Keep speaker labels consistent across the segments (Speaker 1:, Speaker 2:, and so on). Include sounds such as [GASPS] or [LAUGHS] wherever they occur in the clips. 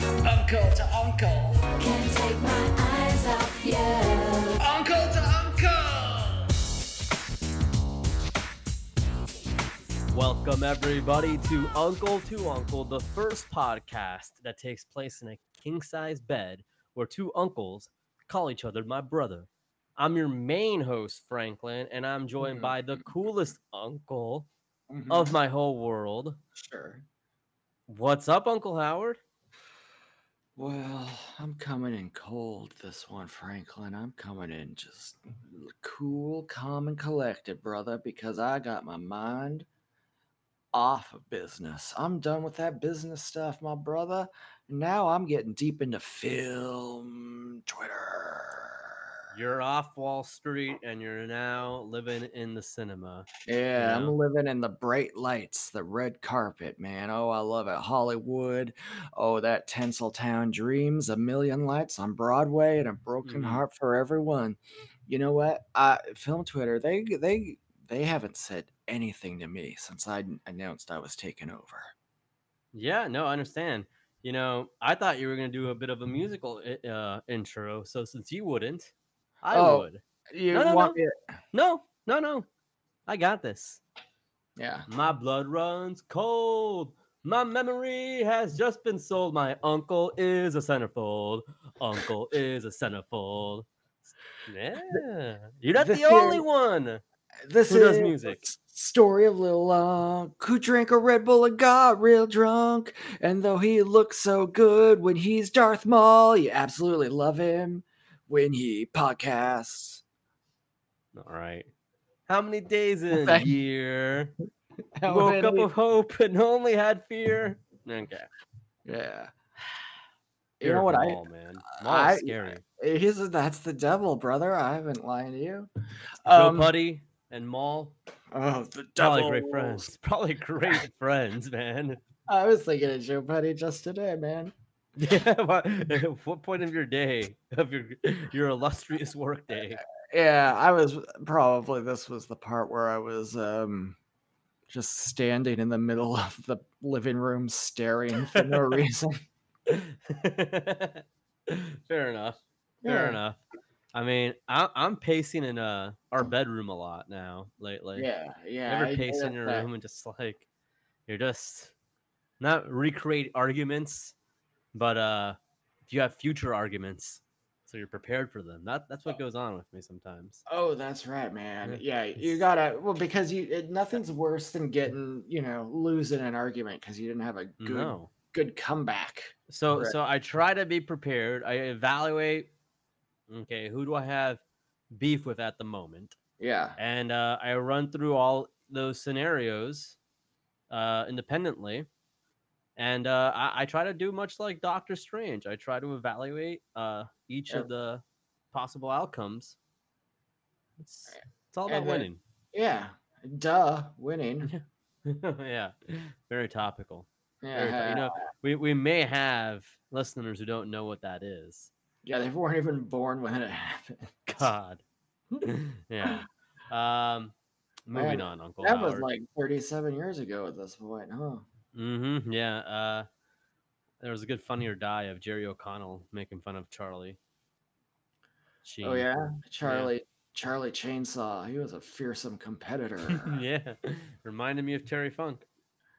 Speaker 1: uncle to uncle.
Speaker 2: Can't take my eyes off you.
Speaker 1: Uncle to uncle.
Speaker 3: Welcome, everybody, to Uncle to Uncle, the first podcast that takes place in a king size bed where two uncles call each other my brother. I'm your main host, Franklin, and I'm joined
Speaker 1: Mhm.
Speaker 3: by the coolest uncle of my whole world.
Speaker 1: sure.
Speaker 3: What's up, Uncle Howard?
Speaker 1: Well, I'm coming in cold this one, Franklin. I'm coming in just cool, calm, and collected, brother, because I got my mind off of business. I'm done with that business stuff, my brother. Now I'm getting deep into film Twitter.
Speaker 3: You're off Wall Street and you're now living in the cinema.
Speaker 1: Yeah,
Speaker 3: know?
Speaker 1: I'm living in the bright lights, the red carpet, man. Oh, I love it. Hollywood. Oh, that Tinseltown Dreams, a million lights on Broadway, and a broken
Speaker 3: Mhm.
Speaker 1: heart for everyone. You know what? I, Film Twitter, they they they haven't said anything to me since I n- announced I was taking over.
Speaker 3: Yeah, no, I understand. You know, I thought you were going to do a bit of a musical i- uh, intro. So since you wouldn't, I
Speaker 1: Oh.
Speaker 3: would.
Speaker 1: You
Speaker 3: No, no,
Speaker 1: want
Speaker 3: no.
Speaker 1: me?
Speaker 3: No, no, no. I got this.
Speaker 1: Yeah.
Speaker 3: My blood runs cold. My memory has just been sold. My uncle is a centerfold. Uncle is a centerfold. Yeah. You're not
Speaker 1: the
Speaker 3: the only
Speaker 1: theory-
Speaker 3: one.
Speaker 1: This
Speaker 3: Who does
Speaker 1: is
Speaker 3: music?
Speaker 1: s- Story of Lil Unk, who drank a Red Bull and got real drunk. And though he looks so good when he's Darth Maul, you absolutely love him when he podcasts.
Speaker 3: All right. How many
Speaker 1: [LAUGHS]
Speaker 3: days in a
Speaker 1: Okay.
Speaker 3: year? Woke up of hope and only had fear. Okay.
Speaker 1: [SIGHS] yeah. You
Speaker 3: Fear
Speaker 1: know
Speaker 3: of
Speaker 1: what I?
Speaker 3: Maul, man. Maul
Speaker 1: I-
Speaker 3: is scary.
Speaker 1: He's that's the devil, brother. I haven't lied to you. Um,
Speaker 3: Joe Buddy and Maul,
Speaker 1: oh, the
Speaker 3: probably
Speaker 1: devil.
Speaker 3: great friends. [LAUGHS] Probably great friends, man.
Speaker 1: I was thinking of Joe Buddy just today, man.
Speaker 3: [LAUGHS] Yeah, what, at what point of your day, of your your illustrious work day? [LAUGHS]
Speaker 1: Yeah, I was uh, probably this was the part where I was um just standing in the middle [LAUGHS] of the living room staring for no reason.
Speaker 3: Fair enough. [LAUGHS] Fair
Speaker 1: Yeah.
Speaker 3: enough. I mean, I, I'm pacing in uh, our bedroom a lot now lately.
Speaker 1: Yeah, yeah.
Speaker 3: Never
Speaker 1: I
Speaker 3: pace in
Speaker 1: noticed
Speaker 3: your
Speaker 1: that.
Speaker 3: room and just like you're just not recreate arguments, but uh, you have future arguments, so you're prepared for them. That that's what goes on with me sometimes.
Speaker 1: Oh, that's right, man. Yeah, you
Speaker 3: it's-
Speaker 1: gotta well because you it, nothing's worse than getting you know losing an argument because you didn't have a good
Speaker 3: No.
Speaker 1: good comeback.
Speaker 3: So
Speaker 1: Correct.
Speaker 3: so I try to be prepared. I evaluate okay, who do I have beef with at the moment?
Speaker 1: Yeah,
Speaker 3: And uh, I run through all those scenarios uh, independently. And uh, I, I try to do much like Doctor Strange. I try to evaluate uh, each
Speaker 1: Yeah.
Speaker 3: of the possible outcomes. It's, it's all about
Speaker 1: And then-
Speaker 3: winning. [LAUGHS]
Speaker 1: yeah. Duh, winning.
Speaker 3: yeah, very topical. Very to-
Speaker 1: Yeah,
Speaker 3: you know, we, we may have listeners who don't know what that is.
Speaker 1: yeah. They weren't even born when it [LAUGHS] happened.
Speaker 3: God. [LAUGHS] yeah. Um, moving
Speaker 1: Man,
Speaker 3: on, Uncle.
Speaker 1: That was like 37 years ago at this point, huh? Oh,
Speaker 3: hmm yeah. Uh, there was a good funny or die of Jerry O'Connell making fun of Charlie. Sheen.
Speaker 1: Oh yeah, Charlie Charlie Chainsaw. He was a fearsome competitor.
Speaker 3: [LAUGHS] [LAUGHS] yeah. Reminded me of
Speaker 1: [LAUGHS]
Speaker 3: Terry Funk.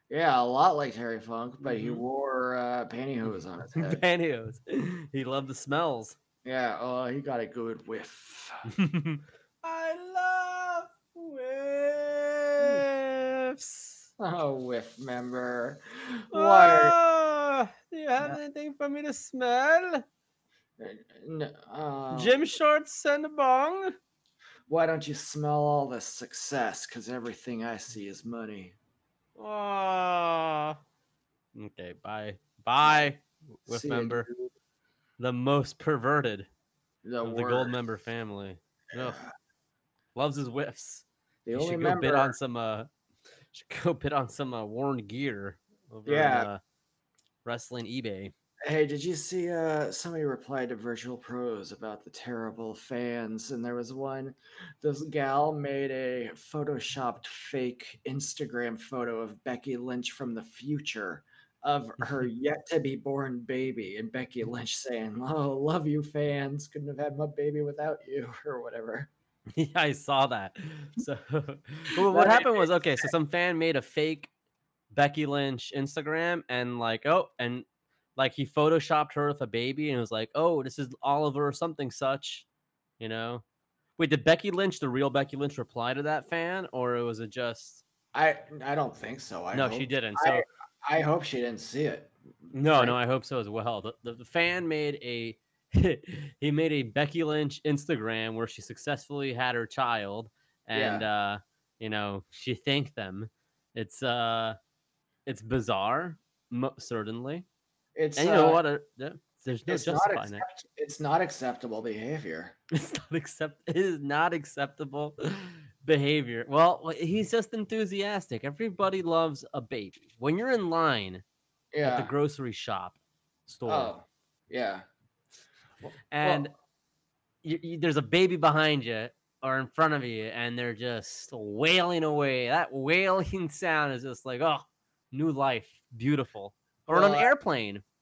Speaker 1: Yeah, a lot like Terry Funk, but he
Speaker 3: Mhm.
Speaker 1: wore uh, pantyhose on his
Speaker 3: [LAUGHS]
Speaker 1: head.
Speaker 3: Pantyhose. He loved the smells. [LAUGHS]
Speaker 1: yeah, oh, he got a good whiff. [LAUGHS]
Speaker 3: I love whiffs.
Speaker 1: Oh, whiff member. Why?
Speaker 3: Ah, do you have anything for me to smell?
Speaker 1: n- uh,
Speaker 3: Jim shorts and a bong.
Speaker 1: why don't you smell all this success? Because everything I see is money.
Speaker 3: Ah. Okay, bye. Bye. With
Speaker 1: See ya,
Speaker 3: member.
Speaker 1: dude.
Speaker 3: The most perverted
Speaker 1: the,
Speaker 3: of the gold
Speaker 1: worst.
Speaker 3: member family. Ugh. Loves his whiffs.
Speaker 1: The
Speaker 3: He
Speaker 1: only
Speaker 3: should go bid
Speaker 1: member.
Speaker 3: on some uh [LAUGHS] should go bid on some uh worn gear over
Speaker 1: Yeah.
Speaker 3: on, uh, wrestling eBay.
Speaker 1: Hey, did you see uh somebody replied to Virtual Pros about the terrible fans and there was one this gal made a photoshopped fake Instagram photo of Becky Lynch from the future of
Speaker 3: [LAUGHS]
Speaker 1: her yet to be born baby and Becky
Speaker 3: Mm.
Speaker 1: Lynch saying, Oh, love you fans. Couldn't have had my baby without you, [LAUGHS] or whatever.
Speaker 3: [LAUGHS] yeah, I saw that. So [LAUGHS] well, what
Speaker 1: That
Speaker 3: happened was okay. So some fan made a fake Becky Lynch Instagram and like oh and like he photoshopped her with a baby and was like oh this is Oliver or something such, you know. Wait, did Becky Lynch, the real Becky Lynch, reply to that fan, or was it just
Speaker 1: I I don't think so. I
Speaker 3: no?
Speaker 1: hope,
Speaker 3: She didn't. So
Speaker 1: I hope she didn't see it.
Speaker 3: No,
Speaker 1: right?
Speaker 3: no, I hope so as well. The, the, the fan made a [LAUGHS] he made a Becky Lynch Instagram where she successfully had her child, and uh, you know she thanked them. It's uh, it's bizarre, mo- certainly.
Speaker 1: It's
Speaker 3: And you know
Speaker 1: uh,
Speaker 3: what? uh, yeah, there's no
Speaker 1: it's not,
Speaker 3: justifying that.
Speaker 1: accept- it's not acceptable behavior.
Speaker 3: [LAUGHS] It's not accept. It is not acceptable [LAUGHS] behavior. Well, he's just enthusiastic. Everybody loves a baby. When you're in line at the
Speaker 1: Yeah.
Speaker 3: grocery shop store,
Speaker 1: Oh, yeah.
Speaker 3: and you, you, there's a baby behind you or in front of you, and they're just wailing away. That wailing [LAUGHS] sound is just like, oh, new life, beautiful. Or on
Speaker 1: Well,
Speaker 3: an
Speaker 1: I-
Speaker 3: airplane. [LAUGHS]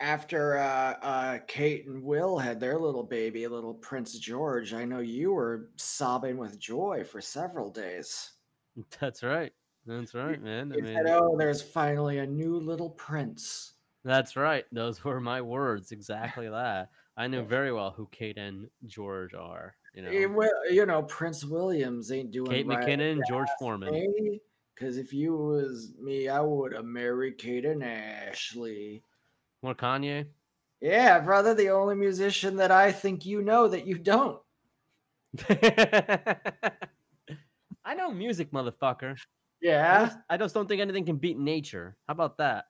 Speaker 1: after uh, uh, Kate and Will had their little baby, little Prince George, I know you were sobbing with joy for several days.
Speaker 3: That's right. That's right, man. I
Speaker 1: You
Speaker 3: mean,
Speaker 1: said, "Oh, there's finally a new little prince."
Speaker 3: that's right. Those were my words. Exactly that. I knew very well who Kate and George are. You know,
Speaker 1: Eh, Well, you know, Prince Williams ain't doing
Speaker 3: Kate
Speaker 1: right.
Speaker 3: McKinnon, George Foreman.
Speaker 1: Because if you was me, I would have married Kate and Ashley.
Speaker 3: More Kanye.
Speaker 1: Yeah, brother, the only musician that I think you know that you don't.
Speaker 3: [LAUGHS] I know music, motherfucker. I
Speaker 1: Yeah.
Speaker 3: just- I just don't think anything can beat nature. How about that?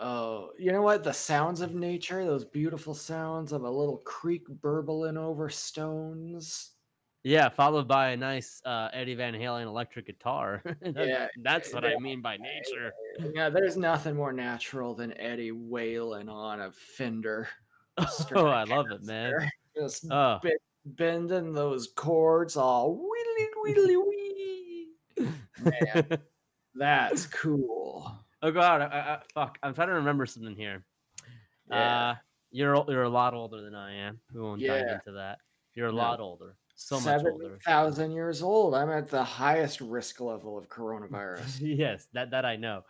Speaker 1: Oh, you know what? The sounds of nature, those beautiful sounds of a little creek burbling over stones.
Speaker 3: Yeah, followed by a nice uh, Eddie Van Halen electric guitar. [LAUGHS] That-
Speaker 1: Yeah,
Speaker 3: that's what I
Speaker 1: yeah,
Speaker 3: mean
Speaker 1: [LAUGHS]
Speaker 3: by nature. [LAUGHS]
Speaker 1: Yeah, there's nothing more natural than Eddie wailing on a fender.
Speaker 3: [LAUGHS] Oh, I love it, man.
Speaker 1: [LAUGHS] Stratocaster. Just
Speaker 3: Oh,
Speaker 1: bending those chords all wheedly wheedly wee. Man,
Speaker 3: [LAUGHS]
Speaker 1: that's cool.
Speaker 3: oh God, I, I, I- fuck! I'm trying to remember something here.
Speaker 1: Yeah.
Speaker 3: Uh, you're ol- you're a lot older than I am. We won't dive
Speaker 1: Yeah.
Speaker 3: into that. You're a
Speaker 1: No.
Speaker 3: lot older, so much older.
Speaker 1: thousand years old. I'm at the highest risk level of
Speaker 3: [LAUGHS]
Speaker 1: coronavirus.
Speaker 3: yes, that that I know.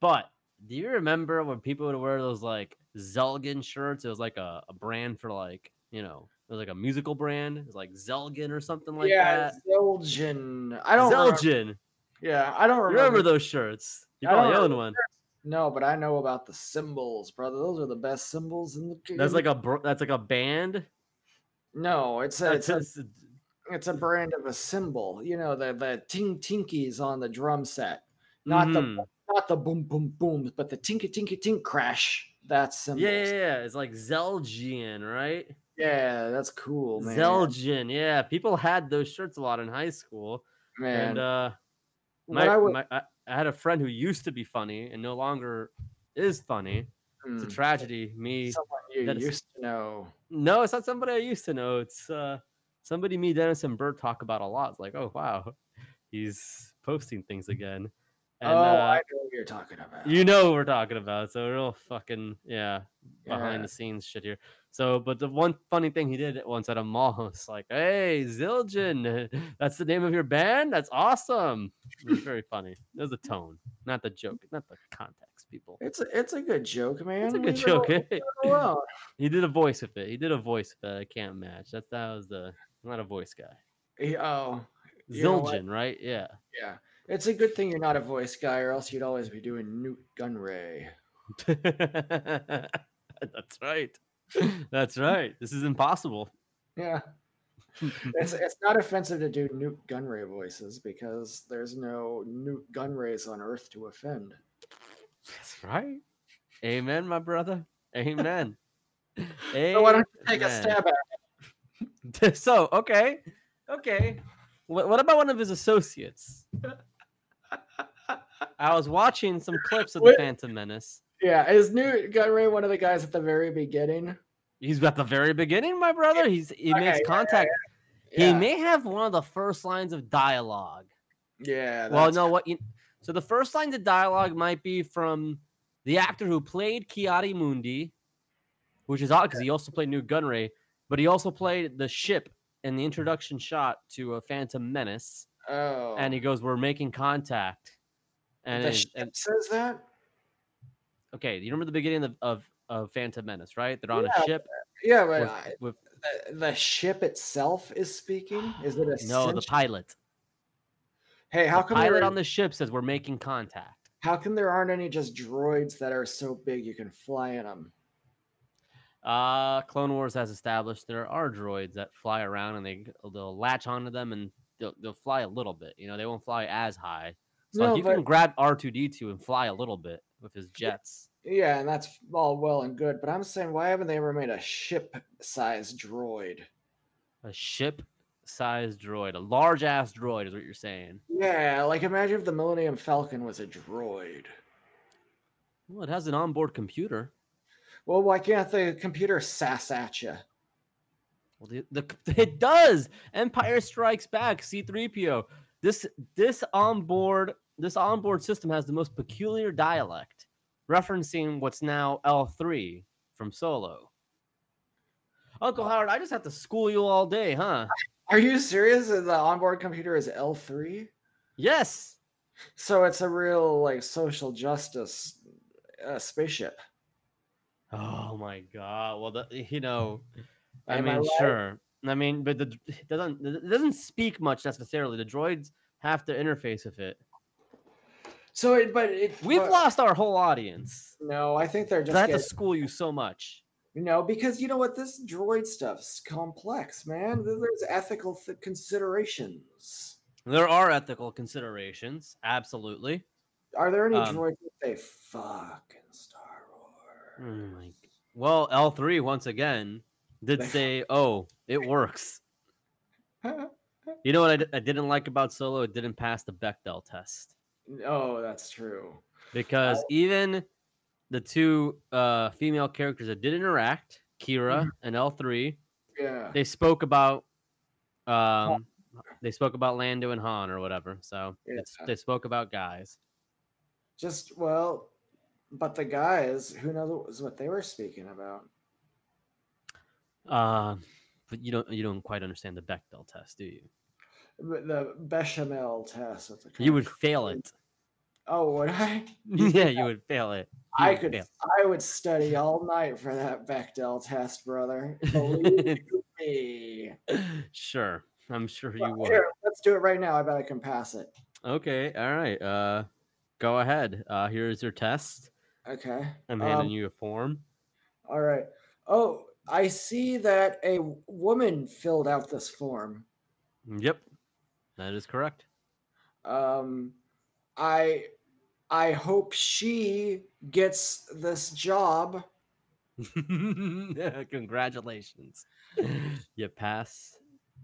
Speaker 3: But do you remember when people would wear those like Zelgin shirts? It was like a, a brand for like you know, it was like a musical brand. It was like Zelgin or something like
Speaker 1: yeah,
Speaker 3: that.
Speaker 1: Zelgin. I don't. remember-
Speaker 3: Zelgin.
Speaker 1: yeah, I don't
Speaker 3: You
Speaker 1: remember.
Speaker 3: remember those shirts? You
Speaker 1: I don't
Speaker 3: probably own
Speaker 1: remember
Speaker 3: one.
Speaker 1: No, but I know about the symbols, brother. Those are the best symbols in the.
Speaker 3: That's
Speaker 1: in
Speaker 3: like
Speaker 1: the-
Speaker 3: a br- that's like a band.
Speaker 1: no. It's a,
Speaker 3: That's
Speaker 1: it's a
Speaker 3: just-
Speaker 1: it's a brand of a symbol. You know the the ting tinkies on the drum set, not
Speaker 3: Mhm.
Speaker 1: the not the boom boom boom, but the tinky tinky tink crash. That's symbols.
Speaker 3: yeah, yeah, yeah. It's like Zelgian, right?
Speaker 1: Yeah, that's cool, Oh, man.
Speaker 3: Zelgian. Yeah, people had those shirts a lot in high school,
Speaker 1: man.
Speaker 3: and uh,
Speaker 1: When
Speaker 3: my,
Speaker 1: I wa-
Speaker 3: my I, I had a friend who used to be funny and no longer is funny. It's a
Speaker 1: Hmm.
Speaker 3: tragedy. Me,
Speaker 1: someone you
Speaker 3: that is-
Speaker 1: used to know.
Speaker 3: no, it's not somebody I used to know. It's uh, somebody me, Dennis, and Bird talk about a lot. It's like, oh wow, he's posting things again. And,
Speaker 1: oh,
Speaker 3: uh,
Speaker 1: I know what you're talking about.
Speaker 3: you know what we're talking about. So real fucking yeah, behind
Speaker 1: Yeah.
Speaker 3: the scenes shit here. So, but the one funny thing he did once at a mall [LAUGHS] was like, "Hey, Zildjian, [LAUGHS] that's the name of your band. That's awesome." It was very funny. It was the tone, not the joke, not the context, people.
Speaker 1: It's a, it's a good joke, man.
Speaker 3: It's a good
Speaker 1: Leave it al-
Speaker 3: joke. eh?
Speaker 1: leave it alone.
Speaker 3: [LAUGHS] He did a voice with it. He did a voice with it. I can't match. That's that was the I'm not a voice guy.
Speaker 1: He- oh, You know what?
Speaker 3: Zildjian, right? Yeah. [LAUGHS]
Speaker 1: yeah. It's a good thing you're not a voice guy, or else you'd always be doing Newt Gunray.
Speaker 3: That's right. [LAUGHS] That's right. This is impossible. [LAUGHS]
Speaker 1: Yeah. it's, it's not offensive to do Newt Gunray voices because there's no Newt Gunrays on Earth to offend.
Speaker 3: That's right. Amen, my brother. Amen.
Speaker 1: [LAUGHS] So why don't you take a
Speaker 3: Amen.
Speaker 1: stab at it?
Speaker 3: so okay, okay. What, what about one of his associates? I was watching some clips of the
Speaker 1: What-
Speaker 3: Phantom Menace.
Speaker 1: Yeah, is Newt Gunray one of the guys at the very beginning?
Speaker 3: He's at the very beginning, my brother. He's he
Speaker 1: Okay, yeah,
Speaker 3: makes
Speaker 1: yeah,
Speaker 3: contact. He
Speaker 1: Yeah.
Speaker 3: may have one of the first lines of dialogue.
Speaker 1: yeah
Speaker 3: well,
Speaker 1: that's-
Speaker 3: no, what? You, so the first lines of dialogue might be from The actor who played Kiadi Mundi, which is odd because he also played New Gunray, but he also played the ship in the introduction shot to a Phantom Menace.
Speaker 1: Oh.
Speaker 3: And he goes, "We're making contact." And,
Speaker 1: the
Speaker 3: it-
Speaker 1: ship
Speaker 3: and-
Speaker 1: says that?
Speaker 3: okay, you remember the beginning of, of of Phantom Menace, right? They're on
Speaker 1: Yeah,
Speaker 3: a ship
Speaker 1: Yeah, but
Speaker 3: with,
Speaker 1: I-
Speaker 3: with
Speaker 1: the, the ship itself is speaking. Is it a
Speaker 3: no the
Speaker 1: sentient-
Speaker 3: pilot.
Speaker 1: Hey, how
Speaker 3: the
Speaker 1: come
Speaker 3: pilot
Speaker 1: there,
Speaker 3: on the ship says we're making contact?
Speaker 1: how come there aren't any just droids that are so big you can fly in them?
Speaker 3: Uh, Clone Wars has established there are droids that fly around and they they'll latch onto them and they'll, they'll fly a little bit. You know, they won't fly as high. So like,
Speaker 1: No,
Speaker 3: you
Speaker 1: but-
Speaker 3: can grab R two D two and fly a little bit with his jets.
Speaker 1: Yeah, and that's all well and good, but I'm saying why haven't they ever made a ship-sized droid?
Speaker 3: A ship sized droid, a large ass droid, is what you're saying.
Speaker 1: Yeah, like imagine if the Millennium Falcon was a droid.
Speaker 3: Well, it has an onboard computer.
Speaker 1: Well, why can't the computer sass at you?
Speaker 3: Well, the, the [LAUGHS] c- it does. Empire Strikes Back, C3PO. This this onboard this onboard system has the most peculiar dialect, referencing what's now L3 from Solo. Uncle Howard, I just have to school you all day, huh?
Speaker 1: Are you serious? The onboard computer is L3?
Speaker 3: Yes.
Speaker 1: So it's a real like social justice uh, spaceship.
Speaker 3: Oh my god. Well, the, you know, I
Speaker 1: Am I
Speaker 3: mean,
Speaker 1: right?
Speaker 3: sure. I mean, but the it doesn't it doesn't speak much necessarily. The droids have to interface with it.
Speaker 1: So it, but it
Speaker 3: We've
Speaker 1: but-
Speaker 3: lost our whole audience.
Speaker 1: No, I think they're just
Speaker 3: I have
Speaker 1: getting,
Speaker 3: to school you so much.
Speaker 1: no because you know what this droid stuff's complex, man.
Speaker 3: Mm-hmm.
Speaker 1: There- There's ethical th- considerations.
Speaker 3: There are ethical considerations, absolutely.
Speaker 1: Are there any
Speaker 3: Um,
Speaker 1: droids that they fuck in Star Wars?
Speaker 3: Mm, Well, L three once again
Speaker 1: [LAUGHS]
Speaker 3: did
Speaker 1: They-
Speaker 3: say, "Oh, it works."
Speaker 1: [LAUGHS]
Speaker 3: You know what I, d- I didn't like about Solo? It didn't pass the Bechdel test
Speaker 1: oh, that's true.
Speaker 3: because
Speaker 1: Oh.
Speaker 3: even the two uh, female characters that did interact, Kira
Speaker 1: Mm-hmm.
Speaker 3: and L three,
Speaker 1: Yeah.
Speaker 3: they spoke about um, they spoke about Lando and Han or whatever. So it's,
Speaker 1: Yeah.
Speaker 3: they spoke about guys.
Speaker 1: Just well, but the guys, who knows what they were speaking about?
Speaker 3: Uh, but you don't you don't quite understand the Bechdel test, do you?
Speaker 1: But The bechamel test. that's what
Speaker 3: You
Speaker 1: kinda
Speaker 3: would
Speaker 1: cr- [LAUGHS]
Speaker 3: fail it.
Speaker 1: Oh, would I?
Speaker 3: yeah, [LAUGHS] you would fail it. You
Speaker 1: I
Speaker 3: would
Speaker 1: could.
Speaker 3: fail.
Speaker 1: I would study all night for that Bechdel test, brother.
Speaker 3: [LAUGHS]
Speaker 1: Believe me.
Speaker 3: sure, I'm sure you
Speaker 1: Well,
Speaker 3: would.
Speaker 1: Here, let's do it right now. I bet I can pass it.
Speaker 3: Okay, all right. Uh, go ahead. Uh, here is your test.
Speaker 1: Okay.
Speaker 3: I'm handing
Speaker 1: Um,
Speaker 3: you a form.
Speaker 1: All right. Oh, I see that a w- woman filled out this form.
Speaker 3: Yep, that is
Speaker 1: [LAUGHS]
Speaker 3: correct.
Speaker 1: Um, I, I hope she gets this job.
Speaker 3: Congratulations, [LAUGHS] you pass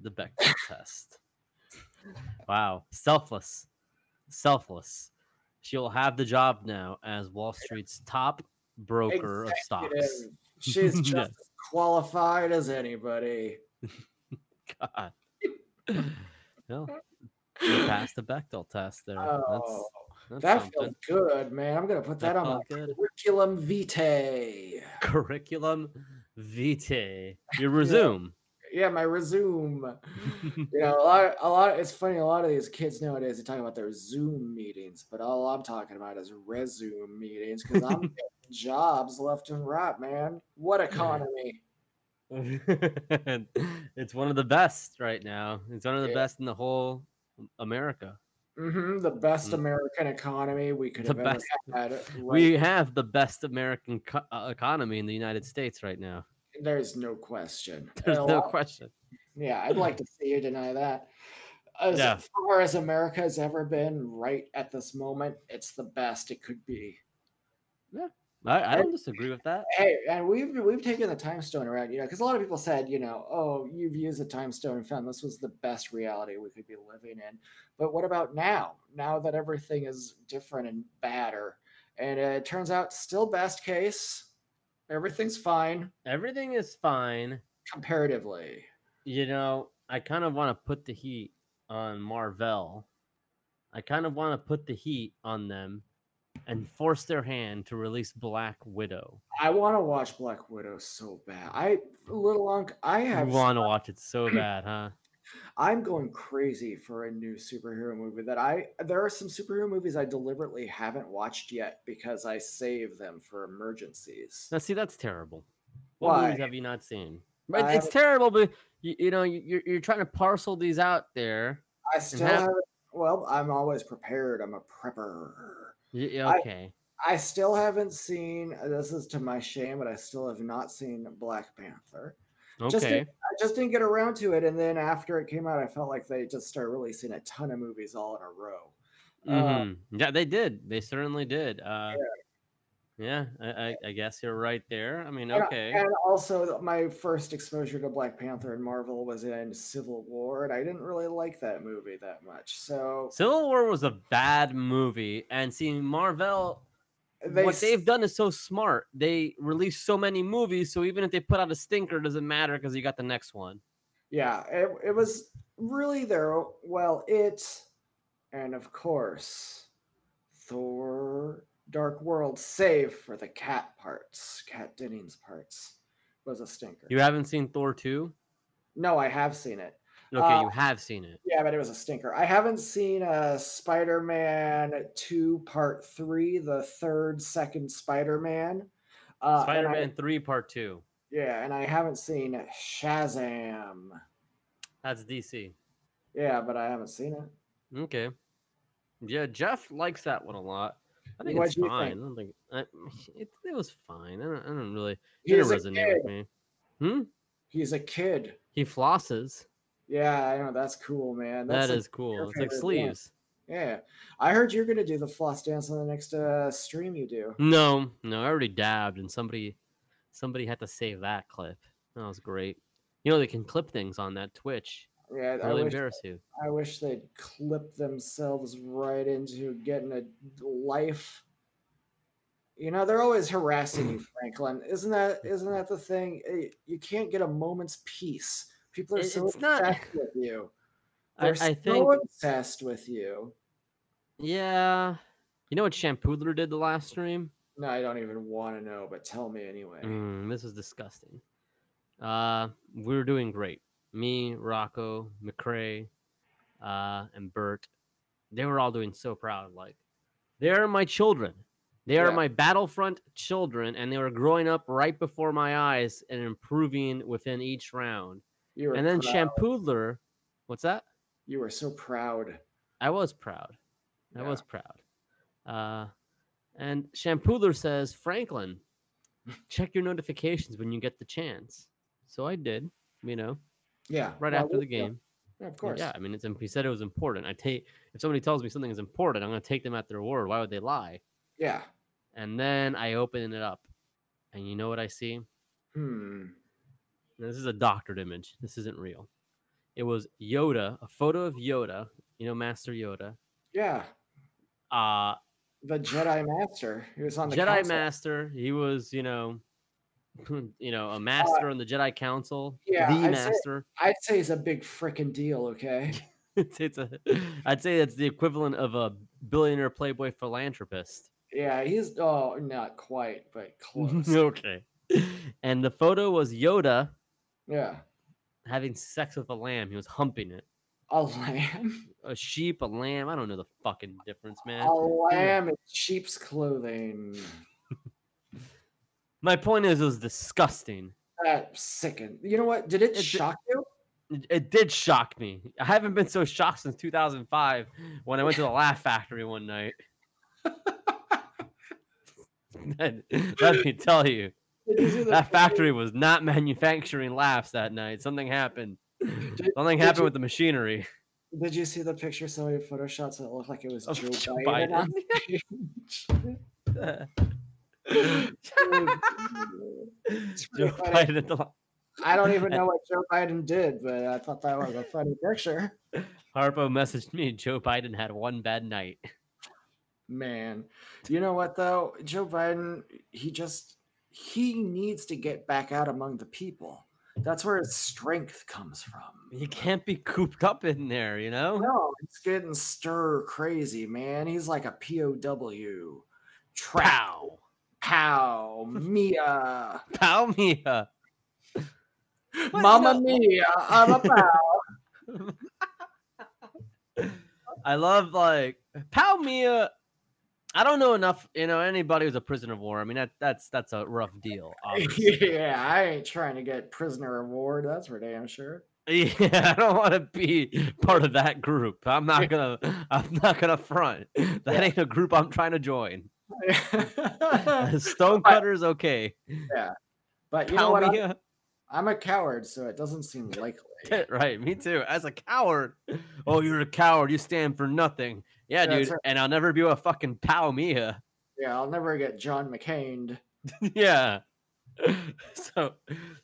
Speaker 3: the Bechdel test. Wow, selfless, selfless. She'll have the job now as Wall Street's top broker of stocks.
Speaker 1: Executive.
Speaker 3: [LAUGHS]
Speaker 1: She's just
Speaker 3: Yeah.
Speaker 1: as qualified as anybody. [LAUGHS]
Speaker 3: God. no, you passed the Bechdel test there.
Speaker 1: Oh,
Speaker 3: that's, that's
Speaker 1: that
Speaker 3: something.
Speaker 1: feels good, man. I'm gonna put that,
Speaker 3: That
Speaker 1: on my [LAUGHS]
Speaker 3: felt good.
Speaker 1: curriculum vitae.
Speaker 3: Curriculum vitae.
Speaker 1: [LAUGHS]
Speaker 3: You resume.
Speaker 1: Yeah, my
Speaker 3: [LAUGHS]
Speaker 1: resume. You know, a lot, a lot. It's funny. A lot of these kids nowadays they talk about their Zoom meetings, but all I'm talking about is resume meetings because
Speaker 3: [LAUGHS]
Speaker 1: I'm getting jobs left and right, man. What economy?
Speaker 3: it's one of the best right now. It's one of the
Speaker 1: Yeah.
Speaker 3: best in the whole America.
Speaker 1: hmm the best
Speaker 3: Mm.
Speaker 1: American economy we could
Speaker 3: The
Speaker 1: have
Speaker 3: best.
Speaker 1: ever
Speaker 3: [LAUGHS]
Speaker 1: had. right-
Speaker 3: We have the best American co- uh, economy in the United States right now.
Speaker 1: There's no question.
Speaker 3: There's
Speaker 1: A
Speaker 3: no
Speaker 1: lot-
Speaker 3: question.
Speaker 1: Yeah, I'd like to see you deny that. As
Speaker 3: Yeah.
Speaker 1: far as America has ever been, right at this moment, it's the best it could be.
Speaker 3: I, I don't disagree with that.
Speaker 1: Hey, and we've we've taken the time stone around, you know, because a lot of people said, you know, oh, you've used the time stone and found this was the best reality we could be living in. But what about now? Now that everything is different and badder, and uh, it turns out still best case, everything's fine
Speaker 3: Everything is fine.
Speaker 1: comparatively.
Speaker 3: You know, I kind of want to put the heat on Marvell. I kind of want to put the heat on them and force their hand to release Black Widow.
Speaker 1: I want to watch Black Widow so bad. I little unc. I
Speaker 3: You
Speaker 1: have.
Speaker 3: want to watch it so bad, huh?
Speaker 1: I'm going crazy for a new superhero movie that I. There are some superhero movies I deliberately haven't watched yet because I save them for emergencies.
Speaker 3: Now, see, that's terrible. What
Speaker 1: Why?
Speaker 3: movies have you not seen? But
Speaker 1: I
Speaker 3: it's
Speaker 1: haven't-
Speaker 3: terrible, but you, you know, you- you're, you're trying to parcel these out there.
Speaker 1: I still
Speaker 3: have-
Speaker 1: haven't. Well, I'm always prepared. I'm a prepper.
Speaker 3: Y- yeah,
Speaker 1: I-
Speaker 3: okay.
Speaker 1: I still haven't seen. uh, This is to my shame, but I still have not seen Black Panther. Just
Speaker 3: okay.
Speaker 1: didn't, uh, I just didn't get around to it, and then after it came out, I felt like they just started releasing a ton of movies all in a row. uh,
Speaker 3: Mhm. yeah, they did. They certainly did. Uh, yeah, I, I, I guess you're right there. I mean,
Speaker 1: And I-
Speaker 3: okay.
Speaker 1: And also, th- my first exposure to Black Panther and Marvel was in Civil War, and I didn't really like that movie that much. So
Speaker 3: Civil War was a bad movie, and seeing Marvel,
Speaker 1: they
Speaker 3: what
Speaker 1: s-
Speaker 3: they've done is so smart. They release so many movies, so even if they put out a stinker, it doesn't matter because you got the next one.
Speaker 1: yeah it, it was really their well it and of course thor dark world save for the cat parts cat dennings parts was a stinker
Speaker 3: You haven't seen Thor two?
Speaker 1: no i have seen it
Speaker 3: Okay,
Speaker 1: Uh,
Speaker 3: you have seen it.
Speaker 1: yeah but it was a stinker i haven't seen a spider-man 2 part 3 the third second spider-man uh, and I-
Speaker 3: Spider Man three part two.
Speaker 1: yeah and i haven't seen shazam
Speaker 3: That's DC.
Speaker 1: yeah but i haven't seen it
Speaker 3: Okay. Yeah, Jeff likes that one a lot. I think
Speaker 1: What'd
Speaker 3: it's
Speaker 1: you think?
Speaker 3: fine. I don't think I, it, it was fine. I don't, I don't really. It didn't
Speaker 1: He's a
Speaker 3: resonate with me. Hmm.
Speaker 1: he's a kid
Speaker 3: He flosses.
Speaker 1: Yeah, I know that's cool, man. That's
Speaker 3: That's
Speaker 1: like-
Speaker 3: cool.
Speaker 1: your
Speaker 3: It's like
Speaker 1: favorite one.
Speaker 3: sleeves.
Speaker 1: yeah. I heard you're gonna do the floss dance on the next uh, stream you do.
Speaker 3: No, no. I already dabbed, and somebody, somebody had to save that clip. That was great. You know they can clip things on that Twitch.
Speaker 1: Yeah, I
Speaker 3: really
Speaker 1: wish,
Speaker 3: embarrass you.
Speaker 1: I wish they'd clip themselves right into getting a life. You know, they're always harassing
Speaker 3: [CLEARS THROAT]
Speaker 1: you, Franklin. Isn't that isn't that the thing? Eh, You can't get a moment's peace. People are
Speaker 3: It-
Speaker 1: so
Speaker 3: it's not-
Speaker 1: obsessed with you.
Speaker 3: I,
Speaker 1: They're so
Speaker 3: I think.
Speaker 1: obsessed with you.
Speaker 3: Yeah. You know what Shampoodler did the last stream?
Speaker 1: No, I don't even want to know, but tell me anyway.
Speaker 3: Mm, this is disgusting. Uh, we were doing great. Me, Rocco, McCray, uh, and Bert. They were all doing so proud. Like, they're my children. They are
Speaker 1: Yeah.
Speaker 3: my battlefront children, and they were growing up right before my eyes and improving within each round.
Speaker 1: You were
Speaker 3: And then
Speaker 1: prou-
Speaker 3: Shampoodler, what's that?
Speaker 1: you were so proud.
Speaker 3: I was proud. I
Speaker 1: Yeah.
Speaker 3: was proud. Uh, and Shampoodler says, Franklin, check your notifications when you get the chance. So I did, you know,
Speaker 1: Yeah.
Speaker 3: right
Speaker 1: well,
Speaker 3: after the
Speaker 1: yeah,
Speaker 3: game.
Speaker 1: yeah, of
Speaker 3: I'm like,
Speaker 1: course.
Speaker 3: Yeah, I mean, it's, imp- he said it was important. I take if somebody tells me something is important, I'm going to take them at their word. Why would they lie?
Speaker 1: Yeah.
Speaker 3: And then I open it up, and you know what I see?
Speaker 1: Hmm.
Speaker 3: Now, this is a doctored image. This isn't real. It was Yoda, a photo of Yoda, you know, Master Yoda.
Speaker 1: Yeah.
Speaker 3: Uh,
Speaker 1: The Jedi Master. He was on the
Speaker 3: Jedi
Speaker 1: council.
Speaker 3: Master. He was, you know, [LAUGHS] you know, a master on the Jedi Council.
Speaker 1: Uh, yeah,
Speaker 3: the
Speaker 1: I'd say-
Speaker 3: master. [LAUGHS]
Speaker 1: I'd say he's a big frickin' deal, okay?
Speaker 3: it's, it's a, I'd say that's the equivalent of a billionaire playboy
Speaker 1: [LAUGHS]
Speaker 3: philanthropist. [LAUGHS]
Speaker 1: Yeah, he's oh not quite, but close.
Speaker 3: okay. And the photo was Yoda
Speaker 1: Yeah.
Speaker 3: having sex with a lamb. He was humping it.
Speaker 1: A
Speaker 3: [LAUGHS]
Speaker 1: lamb.
Speaker 3: A sheep, a lamb. I don't know the fucking difference, man.
Speaker 1: A lamb in sheep's clothing.
Speaker 3: My point is, it was disgusting.
Speaker 1: That sickened. You know what? Did it
Speaker 3: It-
Speaker 1: shock you?
Speaker 3: It- It did shock me. I haven't been so shocked since 2005 when I went to the Laugh Factory one night. Let let me tell you,
Speaker 1: Did
Speaker 3: [LAUGHS]
Speaker 1: you see the
Speaker 3: that
Speaker 1: photo-
Speaker 3: factory was not manufacturing laughs that night. Something happened.
Speaker 1: Did,
Speaker 3: Something
Speaker 1: did
Speaker 3: happened
Speaker 1: you-
Speaker 3: with the machinery.
Speaker 1: did you see the picture somebody photoshopped so it looked like it was
Speaker 3: of
Speaker 1: Joe,
Speaker 3: Joe
Speaker 1: Biden? on
Speaker 3: [LAUGHS] Biden.
Speaker 1: the-
Speaker 3: Joe
Speaker 1: pretty funny.
Speaker 3: Biden at the la-
Speaker 1: I don't even know what Joe Biden did, but I thought that was a funny picture.
Speaker 3: Harpo messaged me. Joe Biden had one bad night.
Speaker 1: Man, you know what though? Joe Biden, he just he needs to get back out among the people. That's where his strength comes from.
Speaker 3: You can't be cooped up in there, you know.
Speaker 1: No, it's getting stir crazy, man. He's like a POW. Trap. Pow. Mia.
Speaker 3: Pow Mia.
Speaker 1: Mama Mia. I'm a pow.
Speaker 3: I love like Pow Mia. I don't know enough, you know, anybody who's a prisoner of war. I mean, that that's that's a rough
Speaker 1: [LAUGHS]
Speaker 3: deal. obviously.
Speaker 1: yeah, I ain't trying to get prisoner of war. That's for damn sure. [LAUGHS]
Speaker 3: yeah, I don't want to be part of that group. I'm not gonna. I'm not gonna front. That ain't a group I'm trying to join.
Speaker 1: [LAUGHS]
Speaker 3: Stonecutter's okay.
Speaker 1: but you know
Speaker 3: Pow
Speaker 1: what? I'm,
Speaker 3: Mia. [LAUGHS]
Speaker 1: I'm a coward, so it doesn't seem likely.
Speaker 3: right, me too. As a coward. Oh, you're a coward. You stand for nothing. Yeah,
Speaker 1: That's
Speaker 3: dude.
Speaker 1: right.
Speaker 3: And I'll never be a fucking Pow Mia.
Speaker 1: Yeah, I'll never get John McCain.
Speaker 3: [LAUGHS] yeah. So,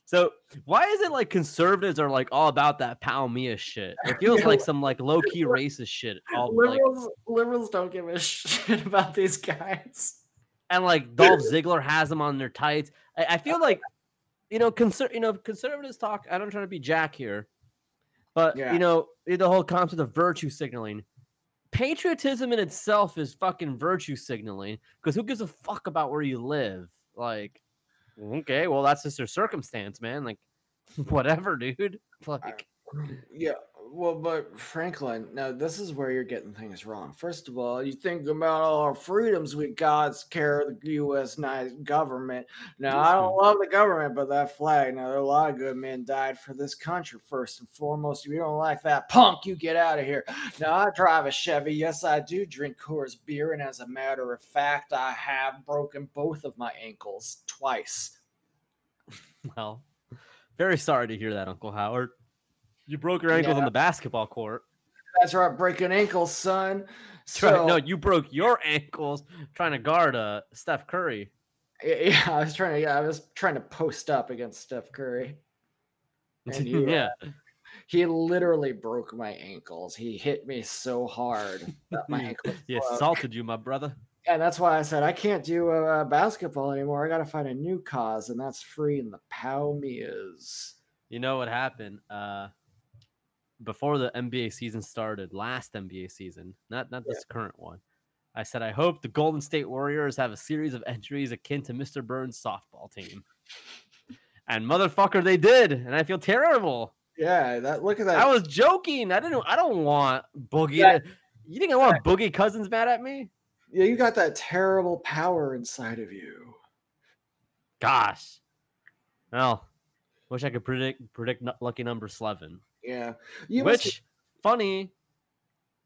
Speaker 3: so why is it like conservatives are like all about that pal Mia shit?
Speaker 1: [LAUGHS]
Speaker 3: It feels
Speaker 1: Yeah.
Speaker 3: like some like low
Speaker 1: [LAUGHS]
Speaker 3: key racist shit. All like
Speaker 1: Liberals, liberals don't give a [LAUGHS] shit about these guys.
Speaker 3: and like Dolph Ziggler has them on their tights. I, I feel like you know conser- you know conservatives talk. I don't try to be Jack here, but
Speaker 1: Yeah.
Speaker 3: you know the whole concept of virtue signaling. Patriotism in itself is fucking virtue signaling because who gives a fuck about where you live? Like, okay, well that's just your circumstance, man. Like, [LAUGHS] whatever, dude. [LAUGHS] Like,
Speaker 1: Yeah, well, but Franklin, now this is where you're getting things wrong. First of all, you think about all our freedoms we got, it's care of the U.S. nice government. Now, I don't love the government, but that flag. Now, there are a lot of good men died for this country. First and foremost, if you don't like that punk, you get out of here. Now, I drive a Chevy. Yes, I do drink Coors beer, and as a matter of fact, I have broken both of my ankles twice.
Speaker 3: well, very sorry to hear that, Uncle Howard. You broke your ankles on
Speaker 1: Yeah.
Speaker 3: the basketball court.
Speaker 1: That's right, breaking ankles, son.
Speaker 3: [LAUGHS] That's right.
Speaker 1: So-
Speaker 3: no, you broke your ankles trying to guard uh, Steph Curry.
Speaker 1: Yeah, [LAUGHS] yeah, I was trying to. Yeah, I was trying to post up against Steph Curry.
Speaker 3: [LAUGHS]
Speaker 1: And you, uh,
Speaker 3: yeah,
Speaker 1: He literally broke my ankles. He hit me so hard that
Speaker 3: [LAUGHS]
Speaker 1: my ankle.
Speaker 3: he
Speaker 1: broke.
Speaker 3: assaulted you, my brother.
Speaker 1: And that's why I said I can't do uh, basketball anymore. I got to find a new cause, and that's free in the Palmias.
Speaker 3: You know what happened? Uh, before the NBA season started, last NBA season, not not
Speaker 1: Yeah.
Speaker 3: this current one. I said I hope the Golden State Warriors have a series of entries akin to Mr. Burns' softball team. And motherfucker, they did, and I feel terrible.
Speaker 1: Yeah, that look at that.
Speaker 3: I was joking. I didn't. I don't want Boogie.
Speaker 1: Yeah.
Speaker 3: To, you think I want Boogie Cousins mad at me?
Speaker 1: yeah, you got that terrible power inside of you.
Speaker 3: Gosh. Well, wish I could predict predict nu- lucky number seven.
Speaker 1: Yeah, you must-
Speaker 3: Which funny,